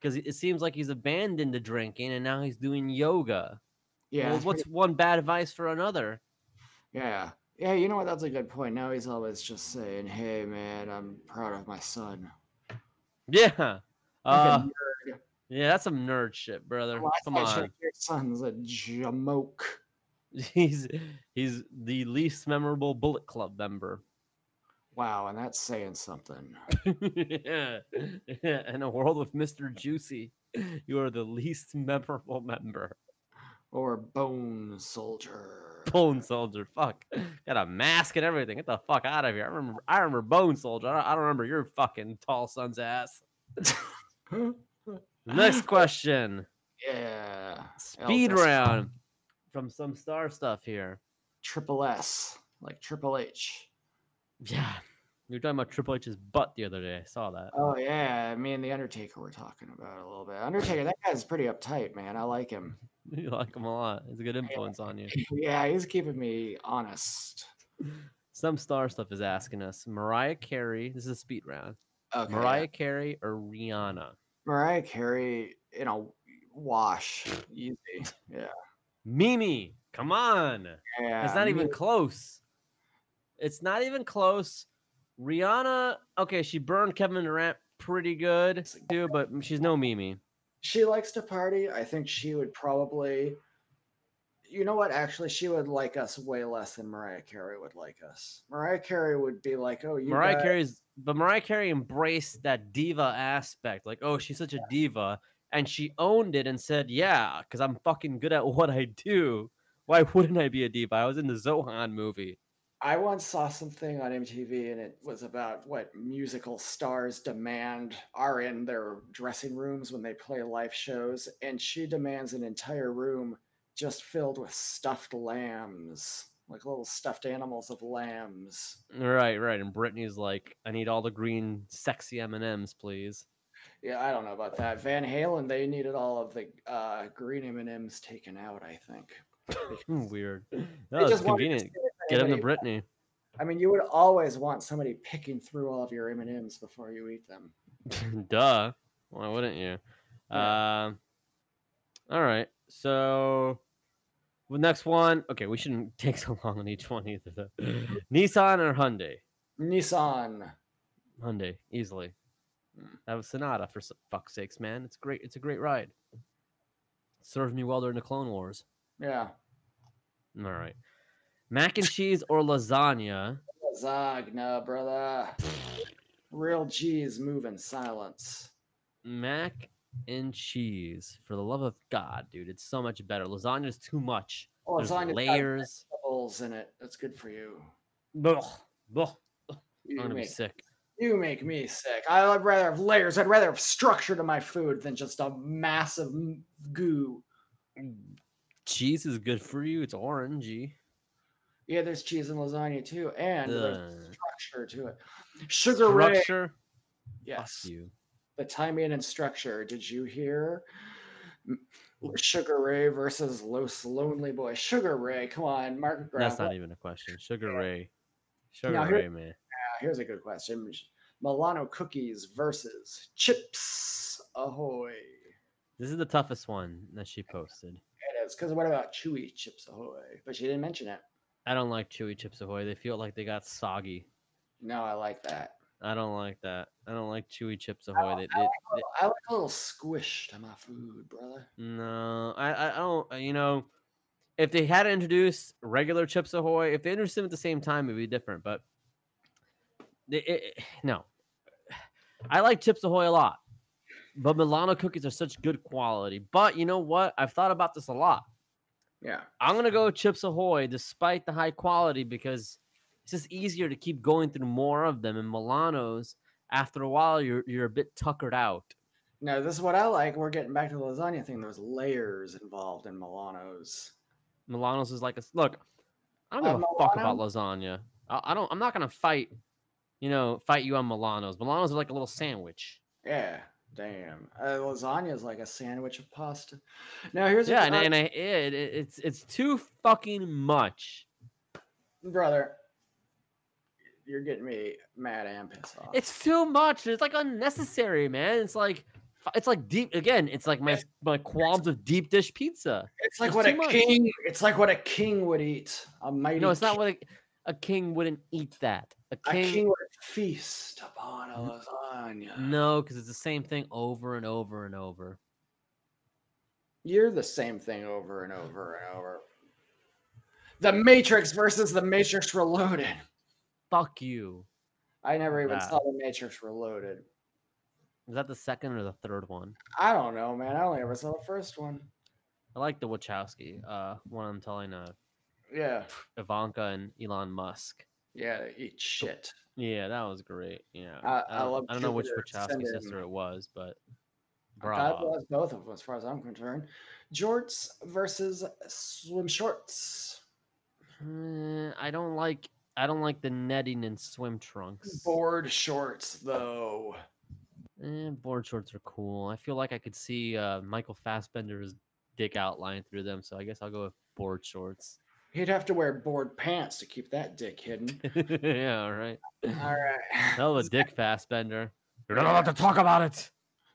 Speaker 3: because it seems like he's abandoned the drinking and now he's doing yoga.
Speaker 1: yeah,
Speaker 3: well,
Speaker 1: it's
Speaker 3: what's
Speaker 1: pretty-
Speaker 3: one bad advice for another?
Speaker 1: [LAUGHS] yeah, yeah. You know what? That's a good point. Now he's always just saying, "Hey, man, I'm proud of my son."
Speaker 3: Yeah. Uh,
Speaker 1: Like a nerd. Oh,
Speaker 3: Yeah, that's some nerd shit, brother.
Speaker 1: Last
Speaker 3: Come
Speaker 1: I checked,
Speaker 3: on.
Speaker 1: your son's a jamoke.
Speaker 3: [LAUGHS] He's he's the least memorable Bullet Club member. [LAUGHS]
Speaker 1: Wow, and that's saying something.
Speaker 3: yeah. In a world with Mr. Juicy, you are the least memorable member. [LAUGHS]
Speaker 1: Or Bone Soldier.
Speaker 3: Bone Soldier, fuck. Got a mask and everything. Get the fuck out of here. I remember I remember Bone Soldier. I don't, I don't remember your fucking tall son's ass. Next question.
Speaker 1: [GASPS] yeah.
Speaker 3: Speed
Speaker 1: Elvis
Speaker 3: round from some star stuff here.
Speaker 1: Triple S, like Triple H.
Speaker 3: Yeah. You were talking about Triple H's butt the other day. I saw that.
Speaker 1: Oh yeah, me and the Undertaker were talking about it a little bit. Undertaker, that guy's pretty uptight, man. I like
Speaker 3: [LAUGHS]
Speaker 1: him.
Speaker 3: You like him a lot. He's a good influence on you.
Speaker 1: Yeah, he's keeping me honest.
Speaker 3: Some star stuff is asking us Mariah Carey. This is a speed round.
Speaker 1: Okay.
Speaker 3: Mariah Carey or Rihanna?
Speaker 1: Mariah Carey in a wash, easy. Yeah,
Speaker 3: Mimi, come on.
Speaker 1: yeah.
Speaker 3: it's not even
Speaker 1: me-
Speaker 3: close. It's not even close. Rihanna, okay, she burned Kevin Durant pretty good, dude, but she's no Mimi.
Speaker 1: She likes to party. I think she would probably. You know what? Actually, she would like us way less than Mariah Carey would like us. Mariah Carey would be like, "Oh, you
Speaker 3: Mariah
Speaker 1: guys-
Speaker 3: Carey's, but Mariah Carey embraced that diva aspect. Like, oh, she's such a diva. And she owned it and said, yeah, because I'm fucking good at [LAUGHS] what I do. Why wouldn't I be a diva? I was in the Zohan movie.
Speaker 1: I once saw something on MTV and it was about what musical stars demand are in their dressing rooms when they play live shows. And she demands an entire room just filled with stuffed lambs, like little stuffed animals of lambs.
Speaker 3: Right, right. And Britney's like, I need all the green, sexy M&Ms, please. [LAUGHS]
Speaker 1: Yeah, I don't know about that. Van Halen, they needed all of the uh, green M&Ms taken out, I think. [LAUGHS]
Speaker 3: Weird.
Speaker 1: They
Speaker 3: No, it's
Speaker 1: just wanted to
Speaker 3: convenient.
Speaker 1: see if
Speaker 3: Get him to
Speaker 1: anybody-
Speaker 3: Britney.
Speaker 1: I mean, you would always want somebody picking through all of your M&Ms before you eat them.
Speaker 3: [LAUGHS] Duh. Why wouldn't you? Um. all right. So, the next one. Okay, we shouldn't [LAUGHS] take so long on each one either. Though. Nissan or Hyundai?
Speaker 1: Nissan.
Speaker 3: Hyundai, easily. That was Sonata for s- fuck's sakes, man. It's great. It's a great ride. Served me well during the Clone Wars.
Speaker 1: Yeah.
Speaker 3: All right. Mac and cheese or lasagna?
Speaker 1: Lasagna, brother. Real G's move in silence.
Speaker 3: Mac and cheese. For the love of God, dude, it's so much better. Lasagna is too much.
Speaker 1: Oh,
Speaker 3: There's
Speaker 1: lasagna's got
Speaker 3: layers.
Speaker 1: vegetables in it. That's good for you.
Speaker 3: Blah, blah. I'm
Speaker 1: You
Speaker 3: gonna be
Speaker 1: make,
Speaker 3: sick.
Speaker 1: you make me sick. I would rather have layers. I'd rather have structure to my food than just a massive m- goo.
Speaker 3: Cheese is good for you. It's orangey.
Speaker 1: Yeah, there's cheese in lasagna too, and there's
Speaker 3: Ugh.
Speaker 1: structure to it. Sugar Ray.
Speaker 3: Structure. Fuck
Speaker 1: Yes.
Speaker 3: you.
Speaker 1: the timing and structure. Did you hear M- Sugar Ray versus Los Lonely Boy? Sugar Ray, come on, Mark.
Speaker 3: That's
Speaker 1: Gravel.
Speaker 3: not even a question. Sugar Ray. Sugar
Speaker 1: Now here-
Speaker 3: Ray, man.
Speaker 1: Uh, here's a good question: Sh- Milano cookies versus chips. Ahoy!
Speaker 3: This is the toughest one that she posted.
Speaker 1: It is because what about chewy chips? Ahoy! But she didn't mention it.
Speaker 3: I don't like chewy chips ahoy. They feel like they got soggy.
Speaker 1: No, I like that.
Speaker 3: I don't like that. I don't like chewy chips ahoy. They,
Speaker 1: I
Speaker 3: they-
Speaker 1: like, a little- Oh, I like a little squish to my food, brother.
Speaker 3: no, I, I I don't. uh, You know, if they had introduced regular chips ahoy, if they introduced them at the same time, it'd be different. But they, it, it- [SIGHS] no, I like Chips Ahoy a lot, but Milano cookies are such good quality. But you know what? I've thought about this a lot.
Speaker 1: Yeah.
Speaker 3: I'm gonna go with Chips Ahoy despite the high quality because it's just easier to keep going through more of them. And Milano's, after a while, you're you're a bit tuckered out.
Speaker 1: No, this is what I like. We're getting back to the lasagna thing. There's layers involved in Milano's.
Speaker 3: Milano's is like a s- look. I don't
Speaker 1: Uh,
Speaker 3: give a fuck about lasagna. I, I don't. I'm not gonna fight. You know, fight you on Milano's. Milano's are like a little sandwich.
Speaker 1: Yeah, damn. Uh, lasagna is like a sandwich of pasta. Now here's
Speaker 3: Yeah,
Speaker 1: a
Speaker 3: and, I- and I, it, it- it's it's too fucking much.
Speaker 1: brother. You're getting me mad and pissed off.
Speaker 3: It's too much. It's like unnecessary, man. It's like it's like deep again. It's like my my qualms of deep dish pizza.
Speaker 1: It's like
Speaker 3: it's
Speaker 1: what
Speaker 3: too
Speaker 1: a
Speaker 3: much.
Speaker 1: king. It's like what a king would eat. A mighty.
Speaker 3: No, it's not
Speaker 1: ki-
Speaker 3: what a, a king wouldn't eat that. A
Speaker 1: a
Speaker 3: king,
Speaker 1: king would feast upon a lasagna.
Speaker 3: no, because it's the same thing over and over and over.
Speaker 1: You're the same thing over and over and over. The Matrix versus The Matrix Reloaded.
Speaker 3: Fuck you.
Speaker 1: I never even
Speaker 3: Nah.
Speaker 1: saw The Matrix Reloaded.
Speaker 3: Is that the second or the third one?
Speaker 1: I don't know, man. I only ever saw the first one.
Speaker 3: I like the Wachowski uh, one. I'm telling uh,
Speaker 1: Yeah.
Speaker 3: Ivanka and Elon Musk.
Speaker 1: Yeah, they eat shit.
Speaker 3: Yeah, that was great. Yeah,
Speaker 1: I- I
Speaker 3: don't,
Speaker 1: love
Speaker 3: I don't know which
Speaker 1: Jupiter
Speaker 3: Wachowski
Speaker 1: Ascending.
Speaker 3: sister it was, but
Speaker 1: God
Speaker 3: bravo.
Speaker 1: bless both of them, as far as I'm concerned. Jorts versus swim shorts.
Speaker 3: Mm, I don't like I don't like the netting and swim trunks.
Speaker 1: Board shorts, though.
Speaker 3: Eh, board shorts are cool. I feel like I could see uh, Michael Fassbender's dick outline through them, so I guess I'll go with board shorts. [LAUGHS]
Speaker 1: He'd have to wear board pants to keep that dick hidden.
Speaker 3: yeah, all right.
Speaker 1: All right.
Speaker 3: Hell of a dick
Speaker 1: [LAUGHS]
Speaker 3: Fassbender. You're not allowed to talk about it.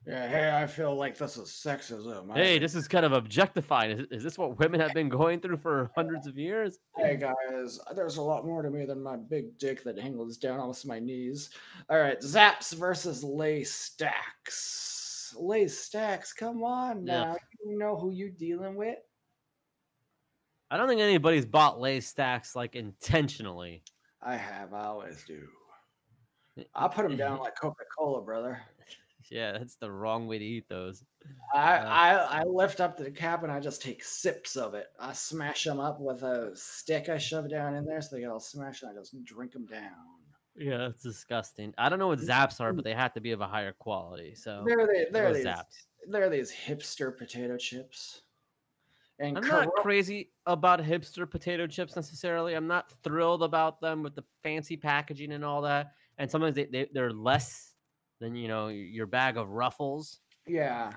Speaker 1: Yeah, hey, I feel like this is sexism. I-
Speaker 3: Hey, this is kind of objectifying. Is, is this what women have been going through for hundreds of years?
Speaker 1: Hey guys, there's a lot more to me than my big dick that hangles down almost to my knees. All right, Zaps versus Lay Stacks. Lay Stacks, come on
Speaker 3: Yeah.
Speaker 1: now. You know who you dealing with?
Speaker 3: I don't think anybody's bought lay stacks like intentionally.
Speaker 1: I have, I always do. I put them
Speaker 3: [LAUGHS]
Speaker 1: down like Coca Cola, brother.
Speaker 3: Yeah, that's the wrong way to eat those.
Speaker 1: I,
Speaker 3: Uh.
Speaker 1: I I lift up the cap and I just take sips of it. I smash them up with a stick. I shove down in there so they get all smashed, and I just drink them down.
Speaker 3: Yeah, that's disgusting. I don't know what zaps are, but they have to be of a higher quality. So
Speaker 1: There they,
Speaker 3: I'll
Speaker 1: there
Speaker 3: go
Speaker 1: these,
Speaker 3: zaps.
Speaker 1: there these hipster potato chips. And
Speaker 3: I'm not
Speaker 1: Cor-
Speaker 3: crazy about hipster potato chips necessarily. I'm not thrilled about them with the fancy packaging and all that. And sometimes they, they they're less than you know y- your bag of ruffles.
Speaker 1: yeah,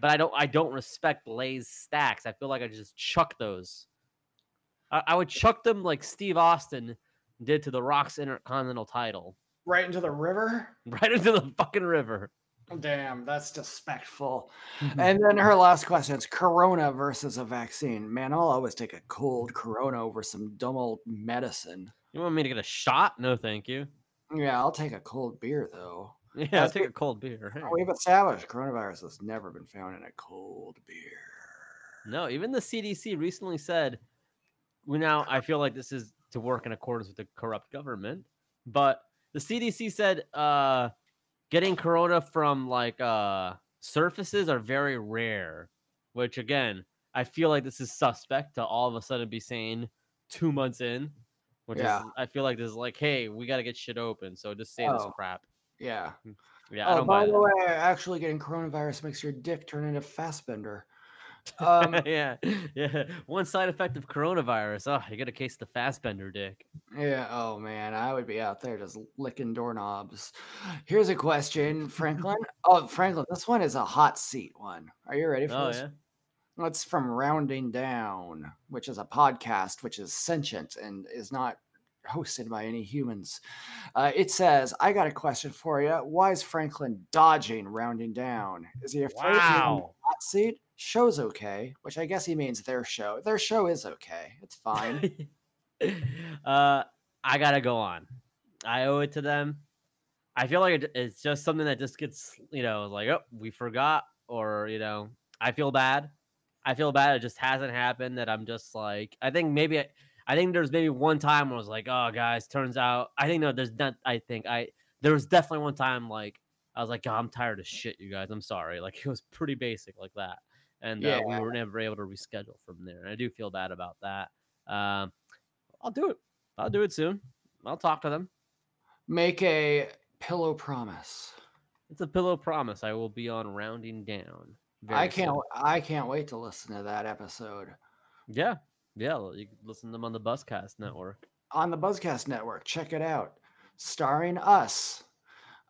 Speaker 3: But I don't I don't respect Lay's stacks. I feel like I just chuck those. I, I would chuck them like Steve Austin did to the Rock's Intercontinental title, [LAUGHS]
Speaker 1: right into the river.
Speaker 3: right into the fucking river.
Speaker 1: Damn, that's
Speaker 3: [LAUGHS]
Speaker 1: disrespectful. and then her last question is Corona versus a vaccine. Man, I'll always take a cold Corona over some dumb old medicine.
Speaker 3: You want me to get a shot? No, thank you. [LAUGHS]
Speaker 1: Yeah, I'll take a cold beer though.
Speaker 3: Yeah, I'll
Speaker 1: That's
Speaker 3: take
Speaker 1: what-
Speaker 3: a cold beer. hey.
Speaker 1: We've established coronavirus has never been found in a cold beer.
Speaker 3: No, even the CDC recently said, well, now I feel like this is to work in accordance with the corrupt government, but the CDC said uh, getting corona from like uh, surfaces are very rare, which again, I feel like this is suspect to all of a sudden be saying two months in, which
Speaker 1: Yeah.
Speaker 3: is, I feel like this is like, hey, we got to get shit open. So just say this
Speaker 1: Oh.
Speaker 3: crap.
Speaker 1: Yeah.
Speaker 3: Yeah, I
Speaker 1: oh,
Speaker 3: don't
Speaker 1: by
Speaker 3: buy
Speaker 1: the
Speaker 3: that.
Speaker 1: way, actually getting coronavirus makes your dick turn into Fassbender.
Speaker 3: [LAUGHS]
Speaker 1: Um,
Speaker 3: [LAUGHS] yeah, yeah. One side effect of coronavirus. Oh, you get a case of the Fassbender dick.
Speaker 1: Yeah, oh man, I would be out there just licking doorknobs. Here's a question, Franklin. Oh, Franklin, this one is a hot seat one. Are you ready for
Speaker 3: Oh
Speaker 1: this?
Speaker 3: yeah.
Speaker 1: It's from Rounding Down, which is a podcast which is sentient and is not hosted by any humans. Uh, it says, I got a question for you. Why is Franklin dodging Rounding Down? Is he afraid of being on the
Speaker 3: Wow.
Speaker 1: hot seat? Show's okay, which I guess he means their show. Their show is okay. It's fine.
Speaker 3: [LAUGHS] uh, I gotta go on. I owe it to them. I feel like it, it's just something that just gets, you know, like, oh, we forgot, or you know, I feel bad. I feel bad. It just hasn't happened. That I'm just like, I think maybe, I, I think there's maybe one time where I was like, oh, guys, turns out, I think no, there's not. I think I there was definitely one time like I was like, "God, I'm tired of shit, you guys. I'm sorry. Like it was pretty basic like that. And uh, we were never able to reschedule from there. And I do feel bad about that. Um, I'll do it. I'll do it soon. I'll talk to them.
Speaker 1: Make a pillow promise.
Speaker 3: It's a pillow promise. I will be on rounding down.
Speaker 1: I
Speaker 3: very
Speaker 1: can't.
Speaker 3: soon.
Speaker 1: w- I can't wait to listen to that episode
Speaker 3: Yeah. Yeah. well, You can listen to them on the Buzzcast network.
Speaker 1: on the Buzzcast Network. Check it out, starring us.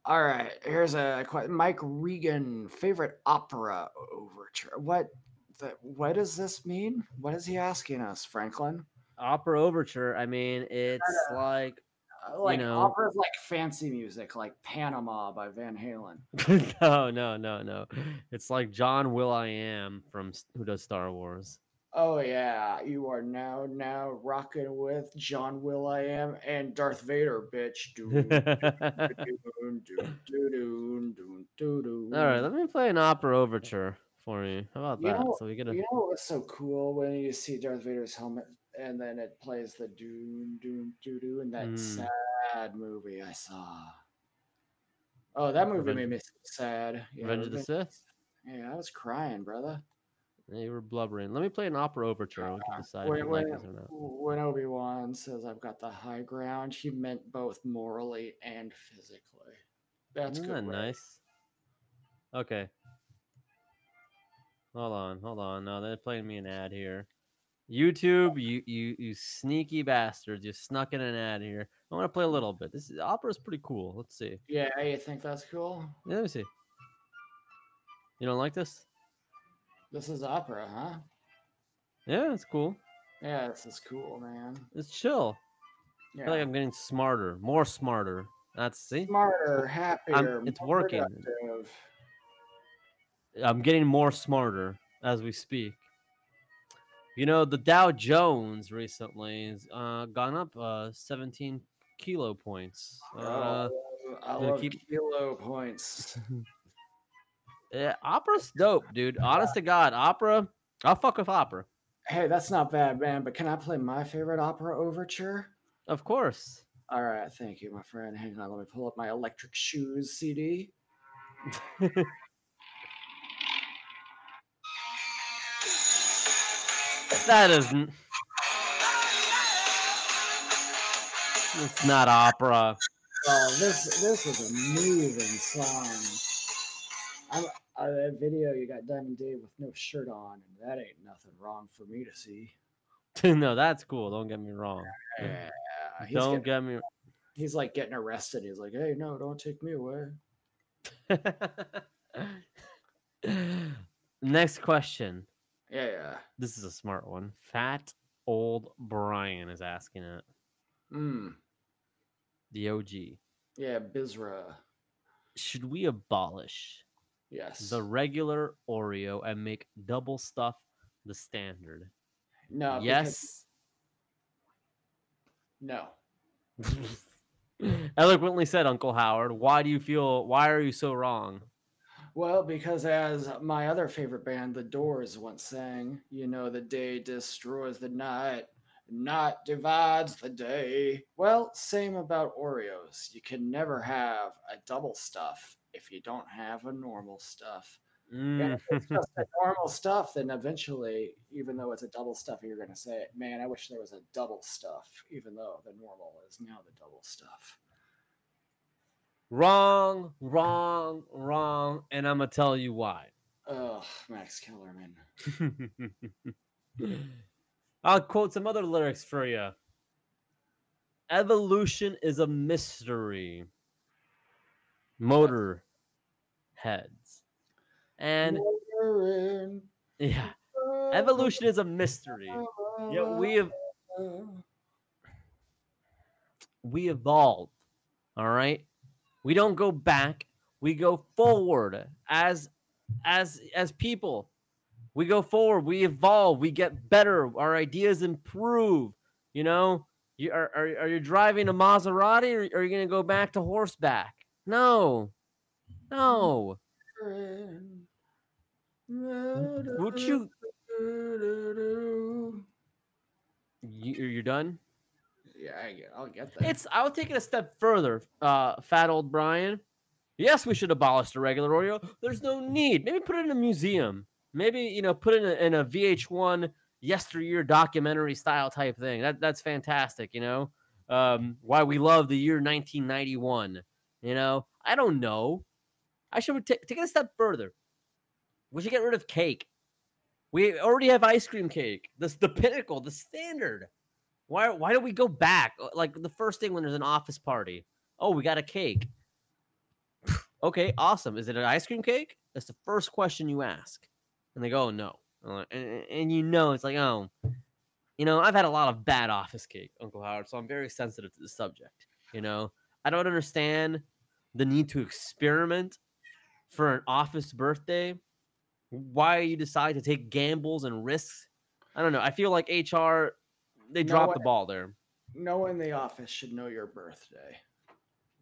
Speaker 1: All right, here's a que- Mike Regan favorite opera overture. What? The, what does this mean? What is he asking us, Franklin?
Speaker 3: Opera Overture. I mean, it's like [LAUGHS]
Speaker 1: Uh, Like
Speaker 3: know-
Speaker 1: opera is like fancy music, like Panama by Van Halen.
Speaker 3: no, no, no, no. It's like John Will I Am from S- who does Star Wars. [LAUGHS]
Speaker 1: Oh yeah, you are now now rocking with John Will I Am and Darth Vader,
Speaker 3: [LAUGHS]
Speaker 1: bitch. Dude.
Speaker 3: All
Speaker 1: All
Speaker 3: right, let me play an opera overture for you. How about
Speaker 1: You
Speaker 3: that?
Speaker 1: know-
Speaker 3: so we get a
Speaker 1: You know what was so cool when you see Darth Vader's helmet and then it plays the doom doom doo doo in that
Speaker 3: Mm.
Speaker 1: sad movie I saw. Oh, that movie
Speaker 3: Reven-
Speaker 1: made me sad. Yeah,
Speaker 3: Revenge of the
Speaker 1: Reven-
Speaker 3: Sith.
Speaker 1: Yeah, I was crying, brother.
Speaker 3: They were blubbering. Let me play an opera overture. and We can decide
Speaker 1: Ah, wait,
Speaker 3: if we like
Speaker 1: wait.
Speaker 3: this or not.
Speaker 1: When Obi Wan says I've got the high ground, he meant both morally and physically. That's
Speaker 3: Isn't
Speaker 1: good.
Speaker 3: that
Speaker 1: writing.
Speaker 3: Ah, nice? Okay. Hold on, hold on. No, they're playing me an ad here. YouTube, you you you sneaky bastards! You snuck in an ad here. I want to play a little bit. This is, opera's pretty cool. Let's see.
Speaker 1: Yeah, you think that's cool?
Speaker 3: Let me see. You don't like this?
Speaker 1: This is opera, huh?
Speaker 3: Yeah, it's cool.
Speaker 1: Yeah, this is cool, man.
Speaker 3: It's chill. I
Speaker 1: Yeah.
Speaker 3: feel like I'm getting smarter, more smarter. That's see.
Speaker 1: Smarter, happier.
Speaker 3: it's
Speaker 1: more
Speaker 3: working.
Speaker 1: productive.
Speaker 3: I'm getting more smarter as we speak. You know, the Dow Jones recently has uh, gone up uh, 17 kilo points. Uh,
Speaker 1: Oh, I
Speaker 3: they
Speaker 1: love
Speaker 3: keep-
Speaker 1: kilo points.
Speaker 3: yeah, opera's dope, dude. Honest to God, opera. I'll fuck with opera,
Speaker 1: [LAUGHS] hey, that's not bad, man. But can I play my favorite opera overture?
Speaker 3: of course.
Speaker 1: All right, thank you, my friend. Hang on, let me pull up my Electric Shoes CD.
Speaker 3: That isn't. It's not opera. [LAUGHS]
Speaker 1: Oh, this this was a moving song. I, I, that video you got Diamond Dave with no shirt on, and that ain't nothing wrong for me to see.
Speaker 3: no, that's cool. Don't get me wrong.
Speaker 1: Yeah, he's,
Speaker 3: Don't
Speaker 1: getting-
Speaker 3: get me.
Speaker 1: he's like getting arrested. He's like, "Hey, no, don't take me away."
Speaker 3: [LAUGHS] Next question.
Speaker 1: Yeah, yeah.
Speaker 3: This is a smart one. Fat old Brian is asking it.
Speaker 1: Mm.
Speaker 3: The OG.
Speaker 1: Yeah, Bizra.
Speaker 3: Should we abolish
Speaker 1: Yes.
Speaker 3: the regular Oreo and make double stuff the standard? [LAUGHS]
Speaker 1: no. because-
Speaker 3: yes.
Speaker 1: No.
Speaker 3: Eloquently said, Uncle Howard. Why do you feel? Why are you so wrong?
Speaker 1: Well, because as my other favorite band, The Doors, once sang, you know, the day destroys the night, night divides the day. Well, same about Oreos. You can never have a double stuff if you don't have a normal stuff. And
Speaker 3: Mm,
Speaker 1: if it's just a normal stuff, then eventually, even though it's a double stuff, you're going to say, man, I wish there was a double stuff, even though the normal is now the double stuff.
Speaker 3: wrong, wrong, wrong, and I'm gonna tell you why.
Speaker 1: Oh, Max Kellerman.
Speaker 3: [LAUGHS] I'll quote some other lyrics for you. Evolution is a mystery. Motor heads. And
Speaker 1: Motorin,
Speaker 3: yeah, evolution is a
Speaker 1: [LAUGHS]
Speaker 3: mystery. Yet we have we evolve. All right? We don't go back, we go forward as as as people. We go forward, we evolve, we get better, our ideas improve, you know? You are are, are you driving a Maserati or are you going to go back to horseback? No. No. Would you you, you're done?
Speaker 1: Yeah, I get, I'll get that.
Speaker 3: It's I'll take it a step further, uh, fat old Brian. Yes, we should abolish the regular Oreo. There's no need. Maybe put it in a museum. Maybe you know, put it in a, in a VH1 yesteryear documentary style type thing. That that's fantastic. You know, um, why we love the year 1991. You know, I don't know. I should ta- take it a step further. We should get rid of cake. We already have ice cream cake. This the pinnacle, the standard. Why why do we go back? Uh, Like the first thing when there's an office party. Oh, we got a cake. okay, awesome. Is it an ice cream cake? That's the first question you ask. And they go, oh, no. I'm like, And, and- and you know, it's like, oh, you know, I've had a lot of bad office cake, Uncle Howard, so I'm very sensitive to the subject. You know, I don't understand the need to experiment for an office birthday. Why you decide to take gambles and risks? I don't know. I feel like HR they
Speaker 1: No
Speaker 3: dropped
Speaker 1: one-
Speaker 3: the ball there.
Speaker 1: no one in the office should know your birthday.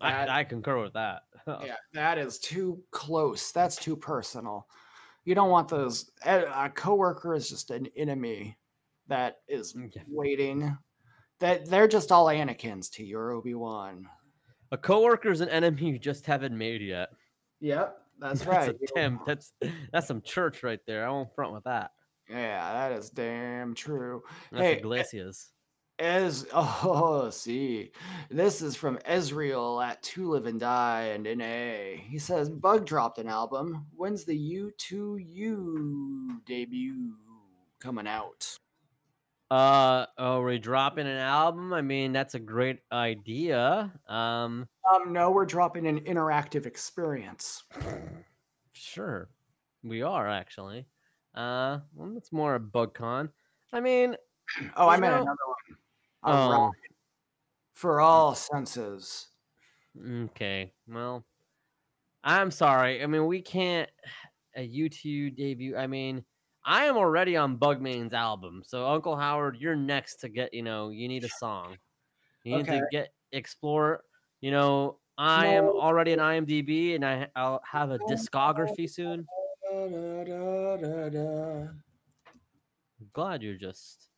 Speaker 1: That-
Speaker 3: I, I concur with that. [LAUGHS]
Speaker 1: Yeah, that is too close. That's eh, too personal. You don't want those. A a coworker is just an enemy. that is
Speaker 3: Yeah.
Speaker 1: waiting. That they're just all Anakin's to your Obi Wan.
Speaker 3: A coworker is an enemy you just haven't made yet. [LAUGHS]
Speaker 1: Yep, that's
Speaker 3: a
Speaker 1: right. you-
Speaker 3: damn, that's that's some church right there. I won't front with that.
Speaker 1: Yeah, that is damn true.
Speaker 3: That's
Speaker 1: Hey, eh,
Speaker 3: Iglesias.
Speaker 1: Ez [LAUGHS] oh see. This is from Ezreal at To Live and Die and in A. He says Bug dropped an album. When's the U2U debut coming out?
Speaker 3: Uh, are we dropping an album? I mean, that's a great idea. Um,
Speaker 1: Um no, we're dropping an interactive experience. [CLEARS THROAT]
Speaker 3: sure, we are actually. Uh, well, that's more a bug con. I mean,
Speaker 1: Oh, I
Speaker 3: You
Speaker 1: meant
Speaker 3: know-
Speaker 1: another one. A
Speaker 3: oh,
Speaker 1: rock for all senses.
Speaker 3: okay. Well, I'm sorry. I mean, we can't [SIGHS] a U2 debut. I mean, I am already on Bugman's album, so Uncle Howard, you're next to get. You know, you need a song. You need to get explore. You know, I am
Speaker 1: No.
Speaker 3: already an IMDb, and I I'll have a discography soon.
Speaker 1: Da, da, da, da, da.
Speaker 3: glad you're just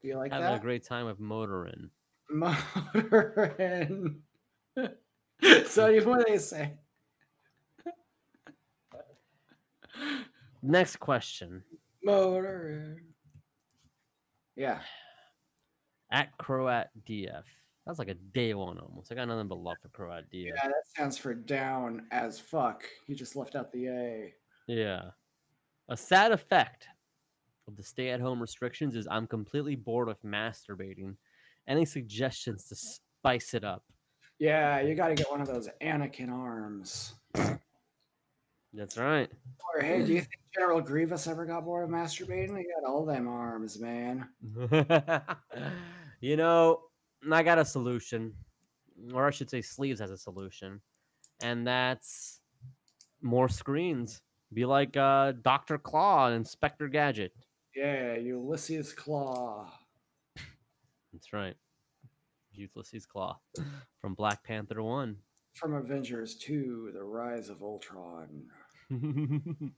Speaker 1: Do you like
Speaker 3: having a
Speaker 1: that?
Speaker 3: great time with motorin.
Speaker 1: Motorin. so you- what do they say?
Speaker 3: Next question
Speaker 1: Motorin. Yeah.
Speaker 3: at Croat DF. That's like a day one almost. I got nothing but love for Croat DF.
Speaker 1: Yeah, that stands for down as fuck. You just left out the A.
Speaker 3: Yeah. A sad effect of the stay at home restrictions is I'm completely bored of masturbating. Any suggestions to spice it up?
Speaker 1: Yeah, you got to get one of those Anakin arms.
Speaker 3: That's right.
Speaker 1: Or hey, do you think General Grievous ever got bored of masturbating? He got all them arms, man.
Speaker 3: [LAUGHS] you know, I got a solution, or I should say, Sleeves has a solution, and that's more screens. Be like uh, Doctor Claw and Inspector Gadget.
Speaker 1: Yeah, Ulysses Claw.
Speaker 3: That's right, Ulysses Claw [LAUGHS] from Black Panther One.
Speaker 1: From Avengers 2, The Rise of Ultron. [LAUGHS]
Speaker 3: you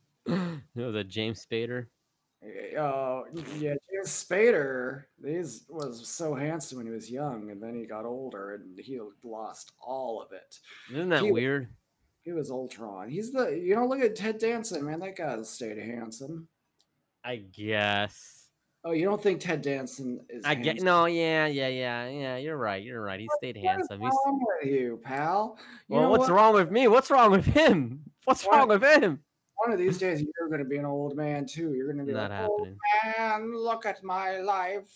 Speaker 3: know the James Spader.
Speaker 1: Eh, Oh, yeah, James Spader. These was so handsome when he was young, and then he got older and he lost all of it.
Speaker 3: Isn't that
Speaker 1: He-
Speaker 3: weird?
Speaker 1: He was Ultron. He's the you know look at Ted Danson, man. That guy stayed handsome.
Speaker 3: I guess.
Speaker 1: Oh, you don't think Ted Danson is?
Speaker 3: I get
Speaker 1: handsome?
Speaker 3: no. Yeah, yeah, yeah, yeah. You're right. You're right. He stayed handsome.
Speaker 1: What's
Speaker 3: He's
Speaker 1: wrong with you, pal? You
Speaker 3: Well,
Speaker 1: know
Speaker 3: what's
Speaker 1: what?
Speaker 3: wrong with me? What's wrong with him? [LAUGHS] What's
Speaker 1: Why-
Speaker 3: wrong with him?
Speaker 1: One of these days, you're going to be an old man too. You're going to be
Speaker 3: Not
Speaker 1: like, "Oh, [LAUGHS]
Speaker 3: happening.
Speaker 1: man, look at my life.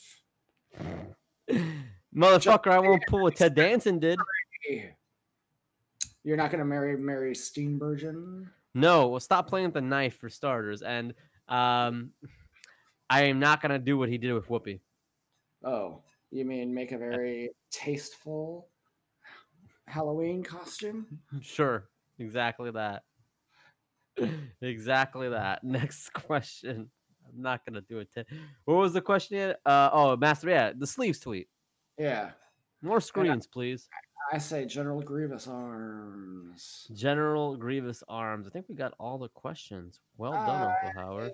Speaker 3: Motherfucker, I won't pull
Speaker 1: [LAUGHS]
Speaker 3: what Ted Danson did.
Speaker 1: Eh. You're not going to marry Mary Steenburgen.
Speaker 3: No, well, stop playing with the knife for starters. And um, I am not going to do what he did with Whoopi.
Speaker 1: Oh, you mean make a very tasteful Halloween costume?
Speaker 3: Sure, exactly that. [LAUGHS] exactly that. [LAUGHS] Next question. I'm not going to do it. Ted. What was the question? Yet? Uh, oh, Master, yeah, the sleeves tweet.
Speaker 1: Yeah,
Speaker 3: More screens, please.
Speaker 1: I say General Grievous arms.
Speaker 3: General Grievous arms. I think we got all the questions. Well done, Uncle Howard.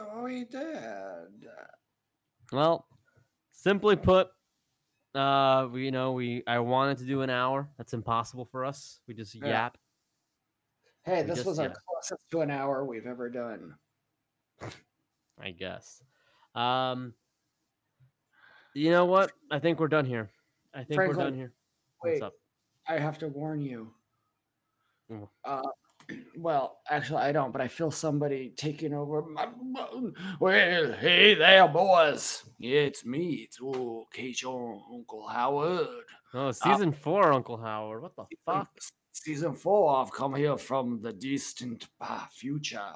Speaker 1: Oh, he did.
Speaker 3: Well, simply put, uh, we, you know, we I wanted to do an hour. That's impossible for us. We just
Speaker 1: Yeah.
Speaker 3: yap.
Speaker 1: Hey,
Speaker 3: We
Speaker 1: this
Speaker 3: just-
Speaker 1: was our
Speaker 3: yeah.
Speaker 1: closest to an hour we've ever done.
Speaker 3: I guess. Um, you know what? I think we're done here. I think we're
Speaker 1: Franklin,
Speaker 3: done here.
Speaker 1: Wait,
Speaker 3: What's up?
Speaker 1: I have to warn you.
Speaker 3: Mm.
Speaker 1: Uh, [CLEARS THROAT] well, actually, I don't, but I feel somebody taking over my. bu- Well, hey there, boys. It's me. It's old Keyshawn Uncle Howard.
Speaker 3: Oh,
Speaker 1: Uh,
Speaker 3: season four, Uncle Howard. What the fuck?
Speaker 1: Season four, I've come here from the distant pa- future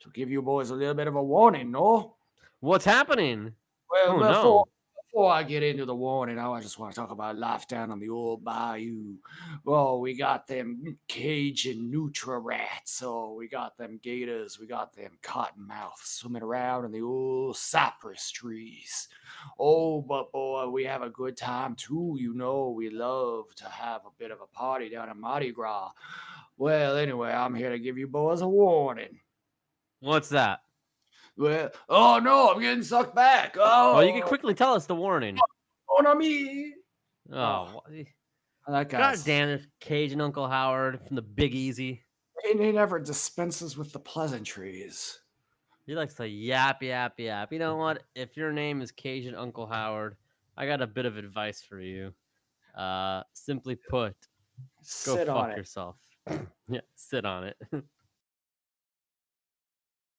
Speaker 1: to give you boys a little bit of a warning, no?
Speaker 3: What's happening?
Speaker 1: Well,
Speaker 3: Oh,
Speaker 1: before,
Speaker 3: no.
Speaker 1: before I get into the warning, I just want to talk about life down on the old bayou. Oh, we got them Cajun Nutra rats. Oh, we got them gators. We got them cottonmouths swimming around in the old cypress trees. Oh, but boy, we have a good time too. You know, we love to have a bit of a party down in Mardi Gras. Well, anyway, I'm here to give you boys a warning.
Speaker 3: What's that?
Speaker 1: Well, oh no, I'm getting sucked back. Oh,
Speaker 3: Oh, you can quickly tell us the warning.
Speaker 1: on on me.
Speaker 3: Oh,
Speaker 1: That guy.
Speaker 3: God damn it, Cajun Uncle Howard from the Big Easy.
Speaker 1: And he never dispenses with the pleasantries.
Speaker 3: He likes to yap, yap, yap. You
Speaker 1: [LAUGHS]
Speaker 3: know what? If your name is Cajun Uncle Howard, I got a bit of advice for you. Uh, simply put, go
Speaker 1: Sit
Speaker 3: fuck
Speaker 1: on it.
Speaker 3: [LAUGHS] yourself. yeah, sit on it. [LAUGHS]